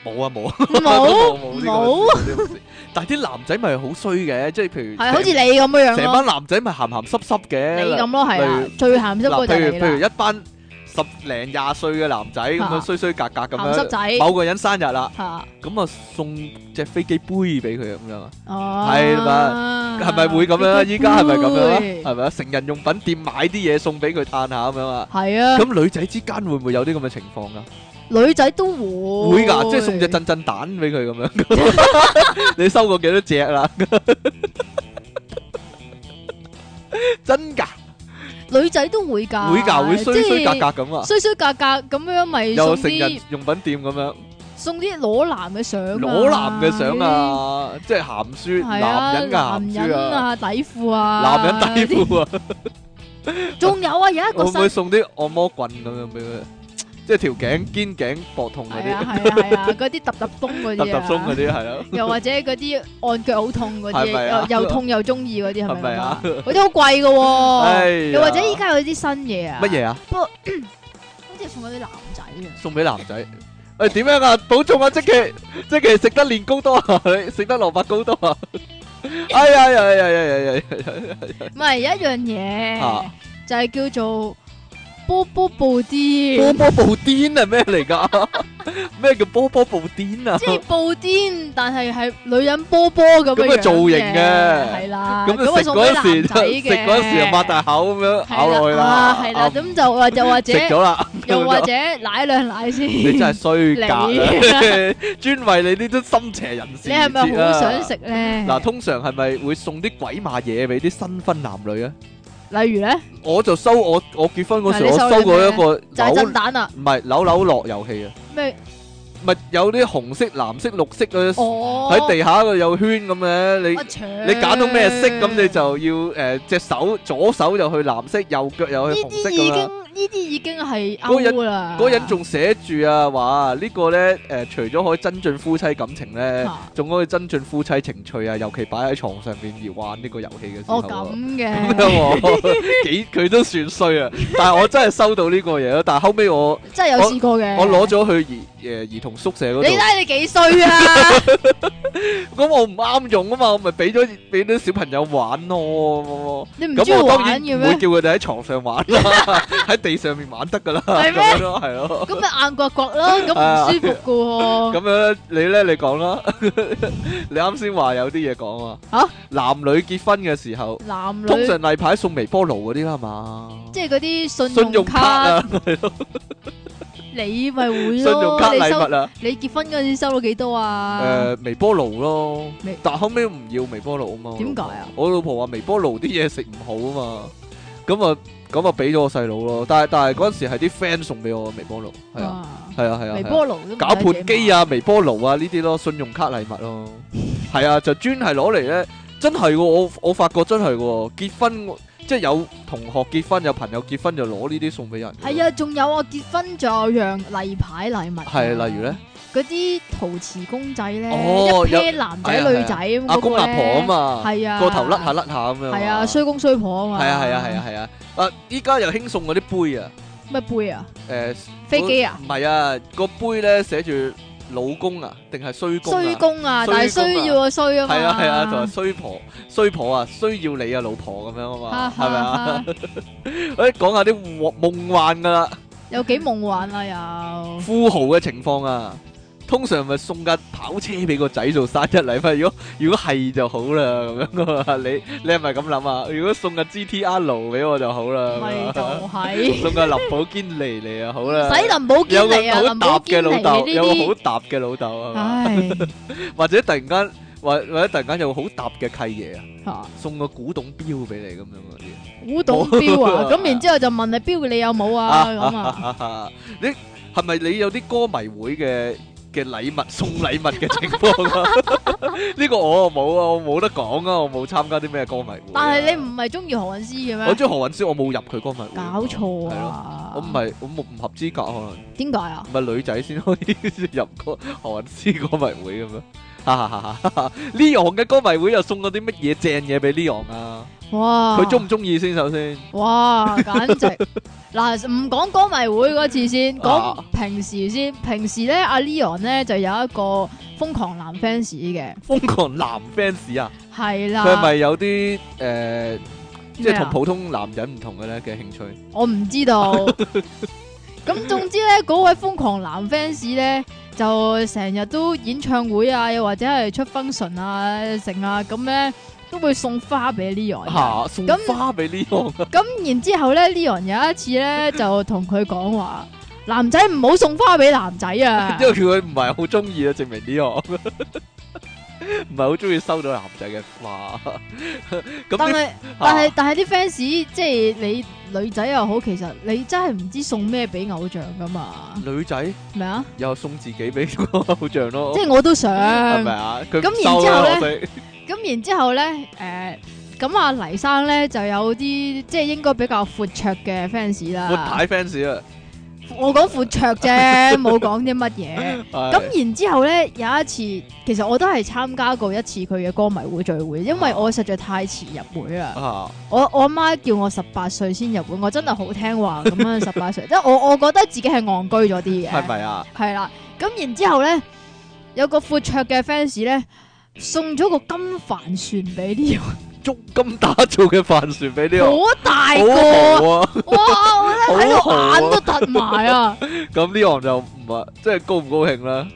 Speaker 1: 冇啊冇啊。
Speaker 2: 冇
Speaker 1: 冇
Speaker 2: 冇，
Speaker 1: 呢個事但係啲男仔咪好衰嘅，即係譬如
Speaker 2: 係好似你咁樣樣
Speaker 1: 成
Speaker 2: 咯，
Speaker 1: 班男仔咪鹹鹹濕濕嘅，
Speaker 2: 你咁咯係啊
Speaker 1: 例，
Speaker 2: 最鹹濕嗰
Speaker 1: 嗱，
Speaker 2: 個就
Speaker 1: 譬
Speaker 2: 係
Speaker 1: 如
Speaker 2: 你
Speaker 1: 譬如
Speaker 2: 啦，
Speaker 1: 一班十零廿歲嘅男仔咁樣
Speaker 2: 啊
Speaker 1: 衰衰格格咁
Speaker 2: 鹹濕
Speaker 1: 樣，
Speaker 2: 仔
Speaker 1: 某個人生日啦，
Speaker 2: 嚇
Speaker 1: 咁啊送隻飛機杯俾佢咁樣啊，
Speaker 2: 哦，
Speaker 1: 係嘛係咪會咁 樣啊？依家係咪咁樣啊？
Speaker 2: 會
Speaker 1: 係咪啊？成人用品店買啲嘢送俾佢嘆下咁樣啊？
Speaker 2: 係 啊，
Speaker 1: 咁女仔之間會唔會有啲咁嘅情況啊？
Speaker 2: 女仔都會
Speaker 1: 會㗎，即係送隻震震蛋俾佢咁 樣。你收過幾多隻啦？真㗎，
Speaker 2: 女仔都會㗎，
Speaker 1: 會㗎，會衰衰格格咁啊
Speaker 2: 即係，！衰衰格格咁樣咪送
Speaker 1: 有成人
Speaker 2: 啲
Speaker 1: 用品店咁樣。
Speaker 2: 送啲裸男嘅相啊，
Speaker 1: 裸男嘅相啊，即係鹹書，
Speaker 2: 係啊，
Speaker 1: 男人嘅鹹
Speaker 2: 男
Speaker 1: 書
Speaker 2: 人
Speaker 1: 啊，
Speaker 2: 啊，底褲啊，
Speaker 1: 男 人底褲啊，
Speaker 2: 啲，仲有啊，有一
Speaker 1: 會
Speaker 2: 個
Speaker 1: 唔
Speaker 2: 新
Speaker 1: 會送啲按摩棍咁樣俾佢？即係條頸、肩頸、膊痛嗰
Speaker 2: 係啊
Speaker 1: 啲，
Speaker 2: 係啊係啊，嗰啲揼揼東
Speaker 1: 揼
Speaker 2: 嗰啲
Speaker 1: 揼鬆嗰
Speaker 2: 啊，
Speaker 1: 啲係咯，
Speaker 2: 又或者嗰啲按腳好痛嗰
Speaker 1: 係咪啊
Speaker 2: 啲，又又痛又中意嗰啲係
Speaker 1: 係
Speaker 2: 咪
Speaker 1: 咪
Speaker 2: 啊
Speaker 1: 啊？？
Speaker 2: 嗰啲好貴㗎
Speaker 1: 哎
Speaker 2: 喎，
Speaker 1: 呀
Speaker 2: 又或者依家有啲新嘢啊，
Speaker 1: 乜？嘢啊？
Speaker 2: 好似送咗啲男仔 啊，
Speaker 1: 送俾男仔。誒點樣啊？保重啊！即期即期食得年糕多啊， 你食得蘿蔔糕多啊！ 哎呀呀呀呀呀呀！
Speaker 2: 唔係有一樣
Speaker 1: 啊
Speaker 2: 嘢就係叫做波波布啲。
Speaker 1: 波波布甸係咩嚟㗎？ 咩叫波波布甸啊？
Speaker 2: 即係布甸，但係係女人波波咁
Speaker 1: 咁
Speaker 2: 樣
Speaker 1: 啊造型嘅
Speaker 2: 係啦，
Speaker 1: 咁
Speaker 2: 咁啊
Speaker 1: 啊食
Speaker 2: 送俾
Speaker 1: 嗰陣
Speaker 2: 男
Speaker 1: 時，
Speaker 2: 仔嘅，
Speaker 1: 食嗰陣時就擘大口咁樣咬落去啦
Speaker 2: 啊，，係
Speaker 1: 啊
Speaker 2: 啦，咁就或又或者
Speaker 1: 食咗啦，
Speaker 2: 又或者奶兩奶先，
Speaker 1: 你真係衰格啦， 專為你呢啲心邪人士
Speaker 2: 你係咪
Speaker 1: 而設啊
Speaker 2: 好想食咧？
Speaker 1: 嗱，通常係咪會送啲鬼馬嘢俾啲新婚男女啊？
Speaker 2: 例如咧
Speaker 1: 我就收我我結婚嗰時，
Speaker 2: 係你
Speaker 1: 我
Speaker 2: 收
Speaker 1: 收過
Speaker 2: 咗咩
Speaker 1: 一個
Speaker 2: 就係
Speaker 1: 扭
Speaker 2: 震蛋啊，
Speaker 1: 唔係扭扭樂遊戲啊，
Speaker 2: 咩
Speaker 1: 咪有啲紅色、藍色、綠色嗰啲
Speaker 2: 哦
Speaker 1: 喺地下嗰度有圈咁嘅，你你揀到咩色咁你就要誒隻手左手就去藍色，右腳又去
Speaker 2: 呢
Speaker 1: 紅
Speaker 2: 啲
Speaker 1: 色咁
Speaker 2: 已
Speaker 1: 啦
Speaker 2: 經。呢啲已經係
Speaker 1: 嗰人
Speaker 2: out 啦，
Speaker 1: 嗰人仲寫住啊，話呢個咧誒、除咗可以增進夫妻感情咧
Speaker 2: 啊，
Speaker 1: 仲、可以增進夫妻情趣啊，尤其擺喺床上邊而玩呢個遊戲嘅時候
Speaker 2: 哦
Speaker 1: 啊。
Speaker 2: 咁
Speaker 1: 咁
Speaker 2: 嘅，
Speaker 1: 樣喎幾佢都算衰啊！但係我真係收到呢個嘢咯，但係後尾我
Speaker 2: 真係有試過嘅，
Speaker 1: 我攞咗去兒誒兒童宿舍嗰
Speaker 2: 你睇
Speaker 1: 度，
Speaker 2: 下你幾衰啊！
Speaker 1: 咁我唔啱用啊嘛，我咪俾咗俾啲小朋友玩咯。
Speaker 2: 你唔中
Speaker 1: 咁
Speaker 2: 意
Speaker 1: 我當然
Speaker 2: 玩嘅
Speaker 1: 唔會
Speaker 2: 咩？
Speaker 1: 叫佢哋喺床上玩 啦，喺地上面玩得噶啦，
Speaker 2: 係咩
Speaker 1: 咁樣咯，係咯。
Speaker 2: 咁咪硬刮刮咯，咁唔舒 服噶喎。
Speaker 1: 咁樣你咧，你講啦。 你啱先話有啲嘢講啊。
Speaker 2: 啊
Speaker 1: 男女結婚嘅時候，
Speaker 2: 男
Speaker 1: 通
Speaker 2: 女
Speaker 1: 常例牌送微波爐嗰啲啦嘛。
Speaker 2: 即係嗰啲
Speaker 1: 信
Speaker 2: 信
Speaker 1: 用
Speaker 2: 用
Speaker 1: 卡
Speaker 2: 卡，
Speaker 1: 啊，
Speaker 2: 你咪會
Speaker 1: 信
Speaker 2: 咯。
Speaker 1: 用卡
Speaker 2: 你
Speaker 1: 禮
Speaker 2: 收
Speaker 1: 物啊，
Speaker 2: 你結婚嗰陣時收到幾多啊？
Speaker 1: 誒微波爐咯
Speaker 2: 微。
Speaker 1: 但後尾唔要微波爐啊嘛。我老
Speaker 2: 點解
Speaker 1: 婆
Speaker 2: 啊？
Speaker 1: 我老婆話微波爐啲嘢食唔好啊嘛。咁啊，咁啊俾咗我細佬咯。但係但係嗰陣時係啲 friend 送俾我嘅微波爐，係啊，
Speaker 2: 啊
Speaker 1: 係啊，係啊。
Speaker 2: 微
Speaker 1: 係啊
Speaker 2: 波爐都
Speaker 1: 攪拌機
Speaker 2: 啊！
Speaker 1: 啊、微波爐啊呢啲咯，信用卡禮物咯，係啊，就專係攞嚟咧，真係喎，我我發覺真係喎，結婚我即係有同學結婚，有朋友結婚就攞呢啲送俾人。
Speaker 2: 係，啊，仲有啊，結婚仲有樣例牌禮物。
Speaker 1: 係例如咧，
Speaker 2: 嗰啲陶瓷公仔咧，
Speaker 1: 哦
Speaker 2: 一 pair 男仔女仔咁
Speaker 1: 阿
Speaker 2: 嗰
Speaker 1: 公
Speaker 2: 個
Speaker 1: 阿婆啊
Speaker 2: 咧，
Speaker 1: 嘛，
Speaker 2: 係啊，
Speaker 1: 個頭甩下甩下咁樣。
Speaker 2: 係啊，衰公衰婆啊嘛。
Speaker 1: 係啊係啊係啊係啊，啊依家又興送嗰啲杯啊，
Speaker 2: 咩杯啊？
Speaker 1: 誒
Speaker 2: 飛機啊？
Speaker 1: 唔係啊，個杯咧寫住老公啊，定係衰公
Speaker 2: 衰
Speaker 1: 啊？
Speaker 2: 公啊，但係
Speaker 1: 衰公啊
Speaker 2: 需要啊衰啊嘛。
Speaker 1: 係啊係啊，就係衰婆衰婆啊，需要你啊老婆咁樣啊嘛，係咪啊？诶，讲下啲夢夢幻噶啦，
Speaker 2: 有幾夢幻啊又。
Speaker 1: 富豪嘅情況啊，通常咪送架跑車俾個仔做生日禮物。如果如果係就好啦，咁樣噶嘛。你你係咪咁諗啊？如果送架 G T R 俾我就好啦，
Speaker 2: 咪就係
Speaker 1: 送架林寶堅尼嚟啊，好 啦。
Speaker 2: 使林寶堅
Speaker 1: 有個
Speaker 2: 尼啊，
Speaker 1: 好
Speaker 2: 林
Speaker 1: 搭
Speaker 2: 寶
Speaker 1: 嘅
Speaker 2: 堅
Speaker 1: 老
Speaker 2: 尼
Speaker 1: 豆，
Speaker 2: 呢
Speaker 1: 有個好
Speaker 2: 啲，
Speaker 1: 搭嘅老豆 啊嘛，
Speaker 2: 唉
Speaker 1: 或者突然間，或或者突然間有個好搭嘅契爺啊，
Speaker 2: 嚇
Speaker 1: 送個古董錶俾你咁樣嗰啲。
Speaker 2: 古董錶啊，
Speaker 1: 冇啊
Speaker 2: 咁然之後就問你錶你有冇啊咁啊，
Speaker 1: 啊！你係咪你有啲歌迷會嘅嘅禮物送禮物嘅情況啊？ 呢個我冇啊，我冇得講啊，我冇參加啲咩歌迷會啊。
Speaker 2: 但係你唔係中意何韻詩嘅
Speaker 1: 我
Speaker 2: 咩？
Speaker 1: 中意何韻詩，我冇入佢歌迷會。啊
Speaker 2: 搞錯
Speaker 1: 係咯！
Speaker 2: 啊！
Speaker 1: 我唔係我冇唔合資格，可能
Speaker 2: 點解啊？
Speaker 1: 唔係女仔先可以入歌何韻詩歌迷會咁樣。哈哈哈哈哈哈！呢昂嘅歌迷會又送咗啲乜嘢正嘢俾呢昂啊？
Speaker 2: 哇！
Speaker 1: 佢中唔中意先？首先
Speaker 2: 哇，簡直 嗱，唔講歌迷會嗰次先，講
Speaker 1: 啊
Speaker 2: 平時先。平時咧，阿 Leon 咧就有一個瘋狂男 fans 嘅，
Speaker 1: 瘋狂男 fans 啊！
Speaker 2: 係
Speaker 1: 佢係咪
Speaker 2: 啦。
Speaker 1: 有啲誒，即
Speaker 2: 咩
Speaker 1: 係
Speaker 2: 啊
Speaker 1: 同普通男人唔同嘅咧嘅興趣？
Speaker 2: 我唔知道。 咁總之咧，嗰位瘋狂男 fans 咧就成日都演唱會啊，又或者係出 function 啊，成啊，咁咧都會送花俾 Leon 嘅。
Speaker 1: 嚇，送
Speaker 2: 咁
Speaker 1: 花俾呢個
Speaker 2: 咁然之後咧，Leon 有一次咧就同佢講話：男仔唔好送花俾男仔啊
Speaker 1: ！因為佢唔係好中意啊，證 明呢個唔係好中意收到男仔嘅花。咁
Speaker 2: 但
Speaker 1: 啲
Speaker 2: 係但係
Speaker 1: 嚇
Speaker 2: 但係啲 fans 即係你女仔又好，其實你真係唔知送咩俾偶像噶嘛？
Speaker 1: 女仔
Speaker 2: 咩啊？
Speaker 1: 又送自己俾個偶像咯
Speaker 2: 即，係我都想。
Speaker 1: 哦係咪啊？佢
Speaker 2: 嗯咁
Speaker 1: 唔
Speaker 2: 然
Speaker 1: 收
Speaker 2: 之後
Speaker 1: 啦，
Speaker 2: 呢
Speaker 1: 我哋
Speaker 2: 咁然之後咧，誒、咁阿黎生咧就有啲即係應該比較闊綽嘅 fans
Speaker 1: 闊
Speaker 2: 啦。
Speaker 1: 太 fans 啊，
Speaker 2: 我講闊 綽啫，冇講啲乜嘢。
Speaker 1: 係
Speaker 2: 咁然之後咧，有一次其實我都係參加過一次佢嘅歌迷會聚會，因為我實在太遲入會啦。
Speaker 1: 啊
Speaker 2: 我我阿媽叫我十八歲先入會，我真係好聽話咁 樣十八歲，即係我我覺得自己係戇居咗啲嘅，
Speaker 1: 係咪啊？
Speaker 2: 係啦，咁然之後咧，有個闊綽嘅 fans 咧送咗個金帆船俾呢
Speaker 1: 足金打造嘅帆船俾呢
Speaker 2: 個，
Speaker 1: 個，
Speaker 2: 好大
Speaker 1: 好
Speaker 2: 個，
Speaker 1: 豪啊！
Speaker 2: 哇！我咧喺
Speaker 1: 好
Speaker 2: 度
Speaker 1: 豪啊
Speaker 2: 眼都突埋啊！
Speaker 1: 咁呢行就唔係，即係高唔高興啦？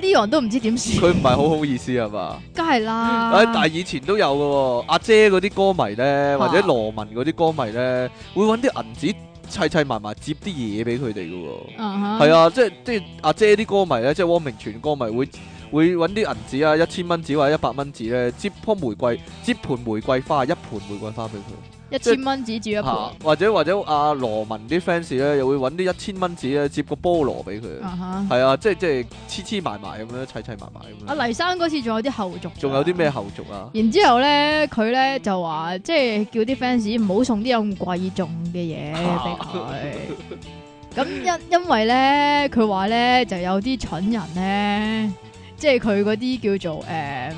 Speaker 2: 呢人都唔知點
Speaker 1: 佢
Speaker 2: 算，
Speaker 1: 唔係好好意思係嘛？
Speaker 2: 梗係啦
Speaker 1: 誒，，但係以前都有嘅喎，阿姐嗰啲歌迷咧，或者
Speaker 2: 啊
Speaker 1: 羅文嗰啲歌迷咧，會揾啲銀紙砌砌埋埋，摺啲嘢俾佢哋嘅喎。係
Speaker 2: 啊
Speaker 1: 啊，即係即係阿姐啲歌迷咧，即係汪明荃歌迷會會揾啲銀紙啊，一千蚊紙或者一百蚊紙咧，摺樖玫瑰，摺盤玫瑰花，一盤玫瑰花俾佢。
Speaker 2: 哈，一千蚊紙住一盤，
Speaker 1: 嚇或者或者阿羅文啲 fans 咧，又會揾啲一千蚊紙咧，摺個菠蘿俾佢。
Speaker 2: 啊哈！
Speaker 1: 係啊，即係即係黐黐埋埋咁樣，砌砌埋埋咁
Speaker 2: 阿
Speaker 1: 樣。
Speaker 2: 黎生嗰次仲有啲後續，
Speaker 1: 仲有啲咩？後續啊？
Speaker 2: 然之後咧，佢咧就話，即係叫啲 fans 唔好送啲咁貴重嘅嘢
Speaker 1: 啊
Speaker 2: 俾佢。咁因因為咧，佢話咧就有啲蠢人咧，即係佢嗰啲叫做誒誒、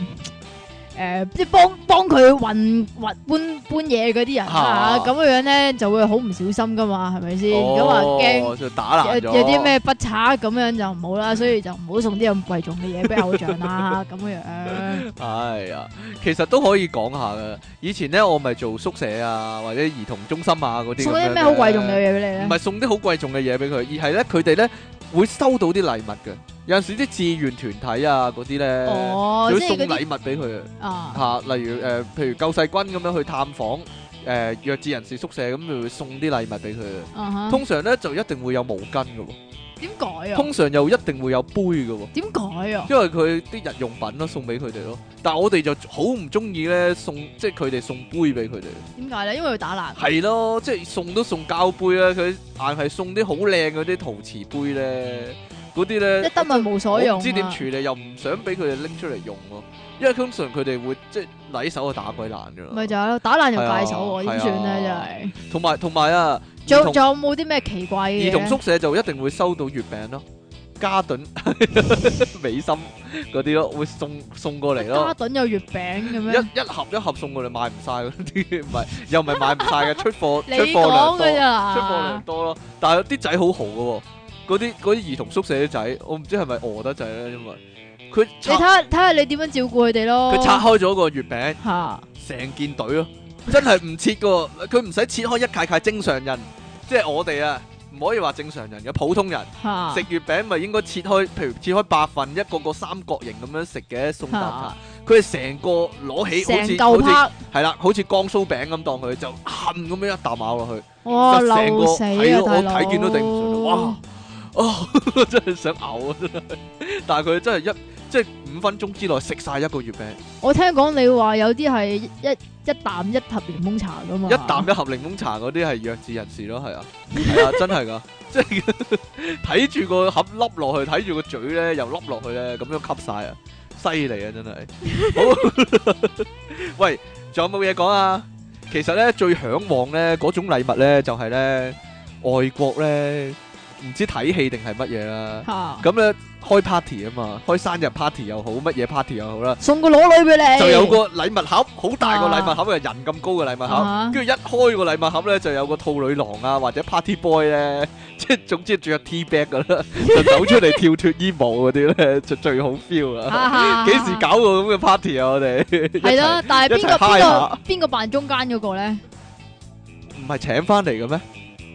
Speaker 2: 呃即係幫幫佢運運搬搬嘢嗰啲人
Speaker 1: 啊
Speaker 2: 啊，咁樣樣咧就會好唔小心噶嘛，係咪先？咁話驚
Speaker 1: 哦就打爛
Speaker 2: 有
Speaker 1: 咗。
Speaker 2: 有啲？咩不差咁樣就唔好啦，所以就唔好送啲咁貴重嘅嘢俾偶像啦，咁樣樣。
Speaker 1: 係啊，其實都可以講下噶。以前咧，我咪做宿舍啊，或者兒童中心啊嗰啲。
Speaker 2: 送啲咩好貴重嘅？嘢俾你咧
Speaker 1: 唔？係送啲好貴重嘅嘢俾佢，而係咧佢哋咧會收到啲禮物嘅。有陣時啲志願團體啊嗰啲咧，
Speaker 2: 哦，
Speaker 1: 就
Speaker 2: 即
Speaker 1: 會送
Speaker 2: 係嗰啲
Speaker 1: 禮物俾佢啊
Speaker 2: 啊，
Speaker 1: 嚇。例如誒，譬如救世軍咁樣去探訪誒弱智人士宿舍，咁就會送啲禮物俾佢啊。
Speaker 2: 啊哈
Speaker 1: 通常咧就一定會有毛巾嘅喎。
Speaker 2: 點改啊？
Speaker 1: 通常又一定會有杯嘅喎，
Speaker 2: 點改啊？
Speaker 1: 因為佢啲日用品咯送俾佢哋咯。但係我哋就好唔中意咧送，即係佢哋送杯俾佢哋。
Speaker 2: 點解咧？因為要打爛。
Speaker 1: 係咯，即係送都送膠杯啦，佢硬係送啲好靚嗰啲陶瓷杯咧，嗰啲
Speaker 2: 一
Speaker 1: 咧
Speaker 2: 得物無所
Speaker 1: 我
Speaker 2: 用
Speaker 1: 唔
Speaker 2: 啊！
Speaker 1: 知點處理，又唔想俾佢哋拎出嚟用喎。因為通常佢哋會即係禮手就打鬼爛㗎
Speaker 2: 咪
Speaker 1: 啦。
Speaker 2: 就係咯，打爛又
Speaker 1: 係啊
Speaker 2: 戒手喎，點算
Speaker 1: 係啊
Speaker 2: 咧？
Speaker 1: 同埋同埋啊，
Speaker 2: 真
Speaker 1: 兒
Speaker 2: 係。
Speaker 1: 童
Speaker 2: 仲仲有冇啲咩奇怪嘅嘢
Speaker 1: 兒
Speaker 2: 呢？
Speaker 1: 童宿舍就一定會收到月餅咯，加頓、 美心嗰啲咯，會送送過嚟咯
Speaker 2: 嘉。頓有月餅嘅咩？
Speaker 1: 一一盒一盒送過嚟，賣唔晒嗰啲，唔係又唔係賣唔晒嘅，出貨
Speaker 2: 你
Speaker 1: 出貨量
Speaker 2: 講
Speaker 1: 多，
Speaker 2: 嘅
Speaker 1: 出貨量
Speaker 2: 咋？
Speaker 1: 多咯。但係啲仔好豪嘅喎，嗰啲嗰啲兒童宿舍啲仔，我唔知係咪餓得滯咧，因為佢
Speaker 2: 你睇
Speaker 1: 拆
Speaker 2: 下睇下你點樣照顧佢哋咯。
Speaker 1: 佢拆開咗個月餅，
Speaker 2: 嚇
Speaker 1: 成件隊咯，真係唔切噶，佢唔使切開一塊塊正常人，即係我哋啊，唔可以話正常人嘅普通人。
Speaker 2: 吓
Speaker 1: 食月餅咪應該切開，譬如切開八份，一個個三角形咁樣食嘅送蛋
Speaker 2: 啊
Speaker 1: 撻。佢係成個攞起，
Speaker 2: 成
Speaker 1: 好似
Speaker 2: 嚿
Speaker 1: 好似
Speaker 2: 拍，
Speaker 1: 係啦，好似江蘇餅咁當佢就冚咁樣一啖咬落去。
Speaker 2: 哇
Speaker 1: 就成個
Speaker 2: 流死
Speaker 1: 係
Speaker 2: 啊！
Speaker 1: 咯
Speaker 2: 大
Speaker 1: 我
Speaker 2: 佬，
Speaker 1: 睇見都頂唔順啦哦， 真係想嘔啊！真係，但係佢真係一即係五分鐘之內食晒一個月餅，
Speaker 2: 我聽講你話有啲係一一一啖一盒檸檬茶噶嘛，
Speaker 1: 一啖一盒檸檬茶嗰啲係弱智人士咯，係啊，係啊，真係噶， 即係睇住個盒凹落去，睇住個嘴咧又凹落去咧，咁樣吸晒啊，犀利啊，真係。好， 喂，仲有冇嘢講啊？其實咧最向往咧嗰種禮物咧就係咧外國咧唔知睇戲定係乜嘢啦。
Speaker 2: 嚇
Speaker 1: 咁咧開 party 啊嘛，開生日 party 又好，乜嘢 party 又好啦，
Speaker 2: 送個裸女俾你，
Speaker 1: 就有個禮物盒，好大個禮物
Speaker 2: 啊
Speaker 1: 盒，嘅人咁高嘅禮物盒
Speaker 2: 啊，
Speaker 1: 跟住一開個禮物盒咧，就有個兔女郎啊，或者 party boy 咧，即係總之着 T back 噶 啦，就走出嚟跳脱衣舞嗰啲咧，就最好 feel 啊！
Speaker 2: 嚇
Speaker 1: 幾時？搞個咁嘅 party 啊？我哋
Speaker 2: 係
Speaker 1: 咯，
Speaker 2: 啦，但係邊
Speaker 1: 一齊
Speaker 2: 個
Speaker 1: high
Speaker 2: 邊
Speaker 1: 下
Speaker 2: 個邊個扮中間嗰個咧？
Speaker 1: 唔係請翻嚟嘅咩？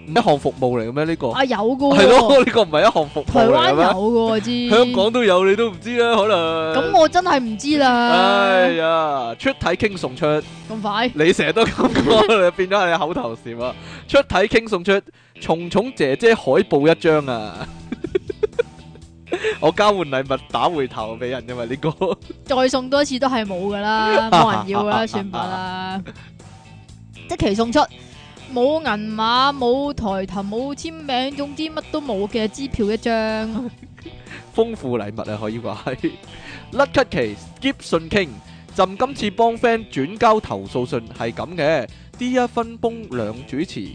Speaker 1: 唔係一項服務嚟嘅咩？呢個
Speaker 2: 啊有噶
Speaker 1: 係
Speaker 2: 喎，
Speaker 1: 咯，呢個唔係一項服務
Speaker 2: 台
Speaker 1: 嚟
Speaker 2: 灣
Speaker 1: 嘅咩？
Speaker 2: 有噶我知，
Speaker 1: 香港都有，你都唔知啦，可能。
Speaker 2: 咁我真係唔
Speaker 1: 哎
Speaker 2: 知啦，
Speaker 1: 呀，出體傾送出，
Speaker 2: 咁快
Speaker 1: 你成日都咁講，變咗係口頭禪啊！出體傾送出，蟲蟲姐姐海報一張啊！ 我交換禮物打回頭俾人，因為呢個
Speaker 2: 再送多一次都係冇噶啦，冇人要啦，算吧啦，即期送出。冇銀碼，冇抬頭，冇簽名，總之乜都冇嘅支票一張。
Speaker 1: 豐富禮物啊，可以話係甩咳期 skip 信傾。朕今次幫 friend 轉交投訴信係咁嘅，Dear 分崩兩主持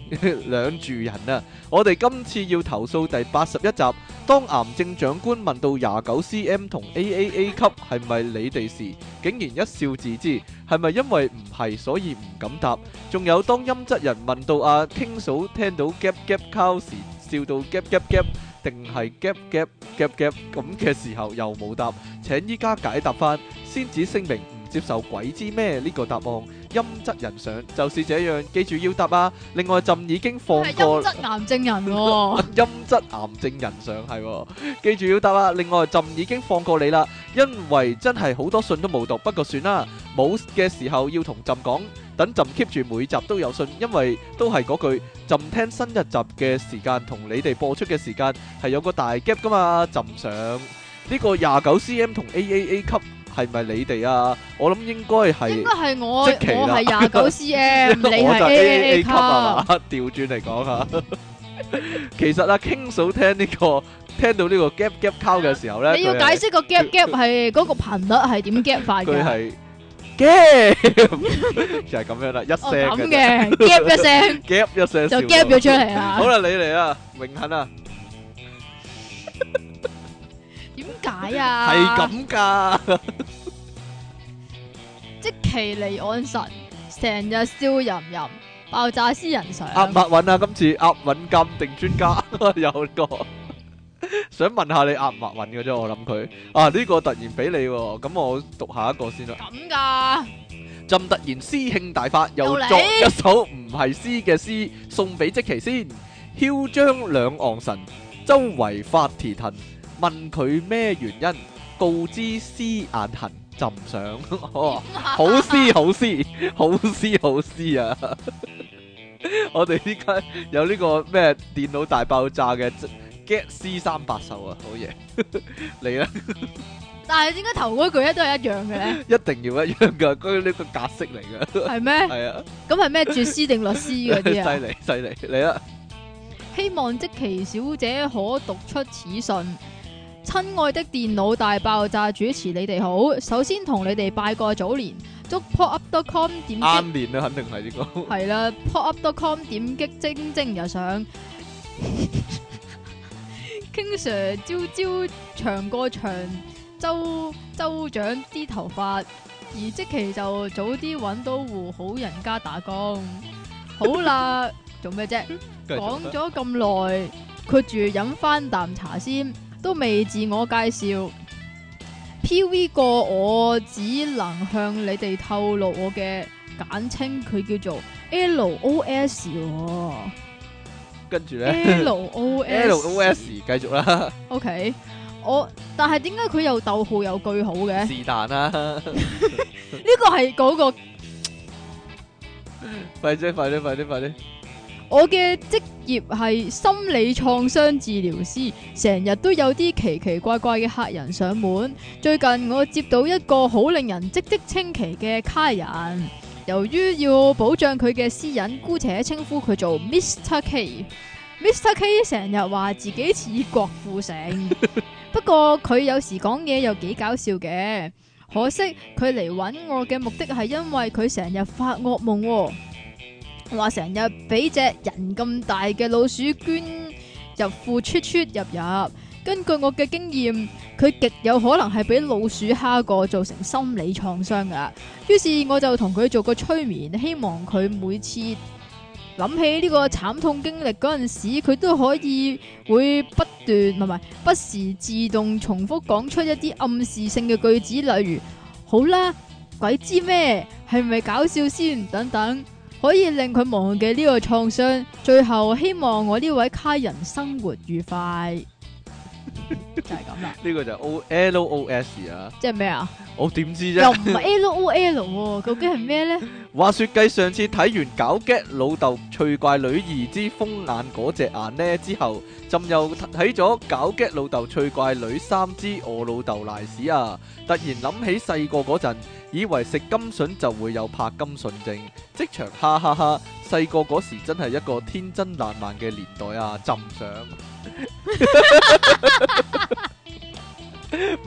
Speaker 1: 兩住人啊！我哋今次要投訴第八十一集，當癌症長官問到廿九 cm 同 AAA 級係咪你哋時，竟然一笑自知，係咪因為唔係所以唔敢答？仲有當音質人問到阿 King 嫂聽到 gap gap cow 時，笑到 gap gap gap 定係 gap gap gap gap 咁嘅時候又冇答，請依家解答翻。先至聲明唔接受鬼知咩呢個答案，陰質人上就是這樣，記住要答啊！另外朕已經放
Speaker 2: 係
Speaker 1: 過
Speaker 2: 陰。質癌症人 喎，
Speaker 1: 陰質癌症人上係喎，記住要答啊！另外朕已經放過你啦，因為真係好多信都冇讀，不過算啦，冇嘅時候要同朕講，等朕 keep 住每集都有信，因為都係嗰句，朕聽新一集嘅時間同你哋播出嘅時間係有個大 gap 噶嘛，朕上呢個廿九 cm 同 AAA 級係咪你哋啊？我諗應該係
Speaker 2: 應該。係我我
Speaker 1: 即期啦
Speaker 2: 係廿 九 cm，
Speaker 1: 我
Speaker 2: 你
Speaker 1: 就
Speaker 2: 係 A A
Speaker 1: A A
Speaker 2: 級
Speaker 1: 級啊， 調轉嚟講啊。 其實啊，King 嫂聽呢個聽到呢個 gap gap cow 嘅時候咧，
Speaker 2: 你要解釋個 gap gap 係嗰個頻率係點 gap 法
Speaker 1: 佢
Speaker 2: 嘅？
Speaker 1: 係 gap 就係咁樣啦，一
Speaker 2: 哦
Speaker 1: 聲
Speaker 2: 咁
Speaker 1: 嘅啫
Speaker 2: 嘅 gap 一 聲
Speaker 1: gap 一聲
Speaker 2: 就
Speaker 1: 笑
Speaker 2: gap 咗出嚟啊
Speaker 1: 好
Speaker 2: 啦。
Speaker 1: 啦，你嚟啦，榮幸啊，
Speaker 2: 點解啊？
Speaker 1: 係。咁噶，
Speaker 2: 即期離岸神，成日笑吟吟，爆炸私人相。
Speaker 1: 押墨韻啊，今次押韻鑑定專 家有個。想問下你押墨韻嘅啫，我諗佢啊呢個突然俾你喎，咁我讀下一個先啦。
Speaker 2: 咁噶？
Speaker 1: 朕突然詩興大發，又
Speaker 2: 又嚟
Speaker 1: 作一首唔係詩嘅詩送俾即其先，囂張兩昂神，周圍發蹄騰，問佢咩原因，告知詩眼痕，朕想， 哦好詩好詩好詩好詩啊！我哋依家有呢個咩電腦大爆炸嘅 Get C 三百首啊，好嘢，嚟啦！
Speaker 2: 但係點解頭嗰句咧都係一樣嘅 咧？
Speaker 1: 一定要一樣噶，佢呢個格式嚟 噶，
Speaker 2: 係咩？
Speaker 1: 係啊，
Speaker 2: 咁係咩絕師定律師
Speaker 1: 犀
Speaker 2: 嗰啲啊？
Speaker 1: 利犀利，嚟啦！
Speaker 2: 希望即奇小姐可讀出此信。親愛的電腦大爆炸主持，你哋好。首先同你哋拜個早年，祝 popup.com 點擊
Speaker 1: 啱年啦，肯定係呢 個。
Speaker 2: 係啦，popup.com 點擊蒸蒸日上。King Sir 朝朝長過長州州長啲頭髮，而即期就早啲揾到戶好人家打工。好啦，做咩啫？
Speaker 1: 繼續
Speaker 2: 講
Speaker 1: 啦
Speaker 2: 咗咁耐，佢住飲翻啖茶先，都未自我介紹。P.V. 過我只能向你哋透露我嘅簡稱佢叫做 LOS 喎
Speaker 1: 跟住咧
Speaker 2: ，LOS
Speaker 1: ，LOS
Speaker 2: E
Speaker 1: 繼續啦，
Speaker 2: OK，我但係點解佢有逗號有句號嘅？
Speaker 1: 是但啦，
Speaker 2: 呢個係嗰個
Speaker 1: 快啲快啲快啲快啲，
Speaker 2: 我嘅職業係心理創傷治療師，成日都有啲奇奇怪怪嘅客人上門。最近我接到一個好令人嘖嘖稱奇嘅卡人，由於要保障佢嘅私隱，姑且稱呼佢做 Mr K。Mr K 成日話自己似郭富城，不過佢有時講嘢又幾搞笑嘅。可惜佢嚟揾我嘅目的係因為佢成日發惡夢喎、話成日俾只人咁大嘅老鼠捐入褲，出出入入。根據我嘅經驗，佢極有可能係俾老鼠蝦過，造成心理創傷噶。於是我就同佢做個催眠，希望佢每次諗起呢個慘痛經歷嗰陣時，佢都可以會不斷唔係唔係不時自動重複講出一啲暗示性嘅句子，例如好啦，鬼知咩，係咪搞笑先等等。可以令佢忘記呢個創傷。最後希望我呢位卡人生活愉快， 就係咁啦。
Speaker 1: 呢個就 O LOS 啊，
Speaker 2: 即係咩啊？
Speaker 1: 我點知啫
Speaker 2: 又？唔係 L O L 喎，究竟係 咩咧？
Speaker 1: 話說繼上次睇完《搞 get 老豆趣怪女兒之風眼嗰隻眼呢之後，朕又睇咗《搞 get 老豆趣怪女三之我老豆賴屎》啊！突然諗起細個嗰陣，以為食金筍就會有柏金遜症，即場哈哈哈！細個嗰時真係一個天真爛漫嘅年代啊！朕想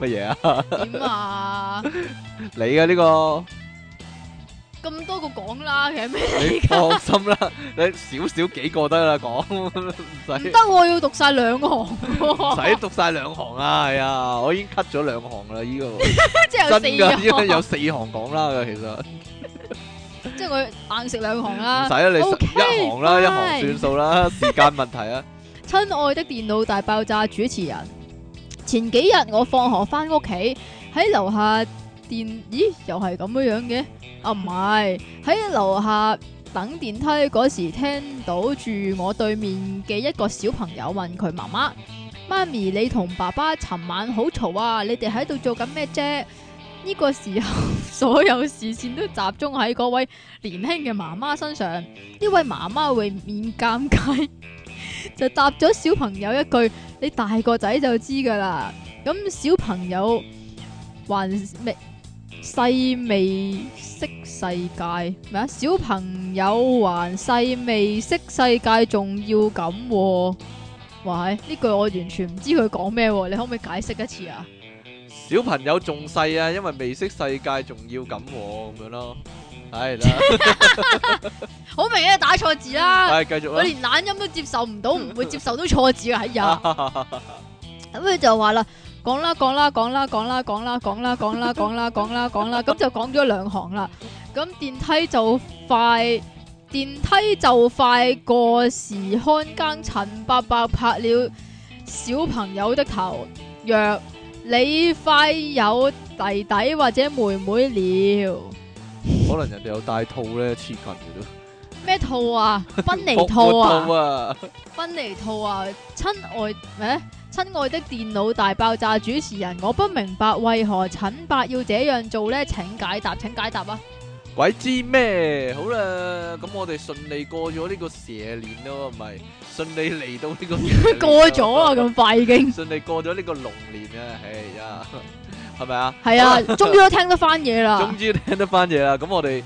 Speaker 1: 乜嘢啊？
Speaker 2: 點啊？
Speaker 1: 你嘅呢、個。
Speaker 2: 咁多個講啦，其實 咩
Speaker 1: 你
Speaker 2: 嚟㗎？
Speaker 1: 放心啦，你少少幾個得啦，講唔
Speaker 2: 唔
Speaker 1: 使
Speaker 2: 得喎，要讀晒兩行
Speaker 1: 唔
Speaker 2: 喎，
Speaker 1: 使讀晒兩行啦，係啊，我已經 cut 咗兩行啦，依個
Speaker 2: 即 係 有
Speaker 1: 真㗎，
Speaker 2: 四
Speaker 1: 依家
Speaker 2: 行，
Speaker 1: 有四行講啦，其實唔
Speaker 2: 即係我硬食兩行啦
Speaker 1: 使。啊，你
Speaker 2: OK，
Speaker 1: 一行啦，一行
Speaker 2: fine
Speaker 1: 算數啦，時間問題啊，
Speaker 2: 親愛的電腦大爆炸主持人，前幾日我放學翻屋企，喺樓下電，咦，又係咁樣樣嘅？啊，唔係，喺樓下等電梯嗰時，聽到住我對面嘅一個小朋友問佢媽媽：媽咪，你同爸爸尋晚好嘈啊！你哋喺度做緊咩啫？呢個時候，所有視線都集中喺嗰位年輕嘅媽媽身上。呢位媽媽會面尷尬。就答咗小朋友一句：你大個仔就知噶啦。咁小朋友還未細未識世界咩啊？小朋友還細未識世界，仲要咁、喎？喂，呢句我完全唔知佢講咩喎，你可唔可以解釋一次啊？
Speaker 1: 小朋友仲細啊，因為未識世界，仲要咁喎咁樣咯，係 啦，
Speaker 2: 好明顯係打錯字啦，
Speaker 1: 係繼續
Speaker 2: 我
Speaker 1: 啦。
Speaker 2: 連懶音都接受唔到，唔會接受到錯字啊！哎呀〜咁佢就話啦，講啦講啦講啦講啦講啦講啦講啦講啦講啦講啦，咁就講咗兩行啦。咁電梯就快，電梯就快過時看更陳伯伯拍了小朋友的頭，若你快有弟弟或者妹妹了，
Speaker 1: 可能人哋有戴套咧，黐筋嘅
Speaker 2: 咩套啊？賓
Speaker 1: 都。
Speaker 2: 尼套啊？
Speaker 1: 套啊！
Speaker 2: 芬尼兔啊，親愛咩？親愛的電腦大爆炸主持人，我不明白為何陳伯要這樣做呢？請解答，請解答啊！
Speaker 1: 鬼知咩？好啦，咁我哋順利過咗呢個蛇年咯，唔係順利嚟到呢 個蛇年
Speaker 2: 過咗啊，咁快已經
Speaker 1: 順利過咗呢個龍年啊，係呀，係咪啊？
Speaker 2: 係啊，終於都聽得翻嘢啦
Speaker 1: 終。於聽得翻嘢啦，咁我哋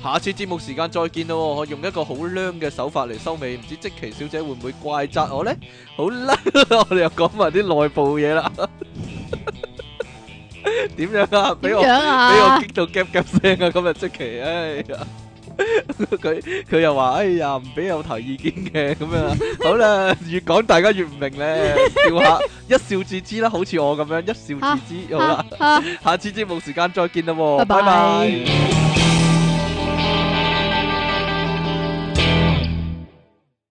Speaker 1: 下次節目時間再見咯，我用一個好靚嘅手法嚟收尾，唔知即奇小姐會唔會怪責我呢？好啦， 我哋又講埋啲內部嘢啦， 點樣啊？俾
Speaker 2: 點
Speaker 1: 我。
Speaker 2: 樣
Speaker 1: 俾我
Speaker 2: 啊
Speaker 1: 激？到夾夾聲啊！今日即期，哎呀，佢佢又話：哎呀，唔俾有提意見嘅咁 樣啊。好啦，越講大家越唔明咧，笑下一笑置之啦，好似我咁樣一笑置之。好啦，
Speaker 2: 啊啊
Speaker 1: 下次節目時間再見啦喎，
Speaker 2: 拜拜
Speaker 1: 拜拜。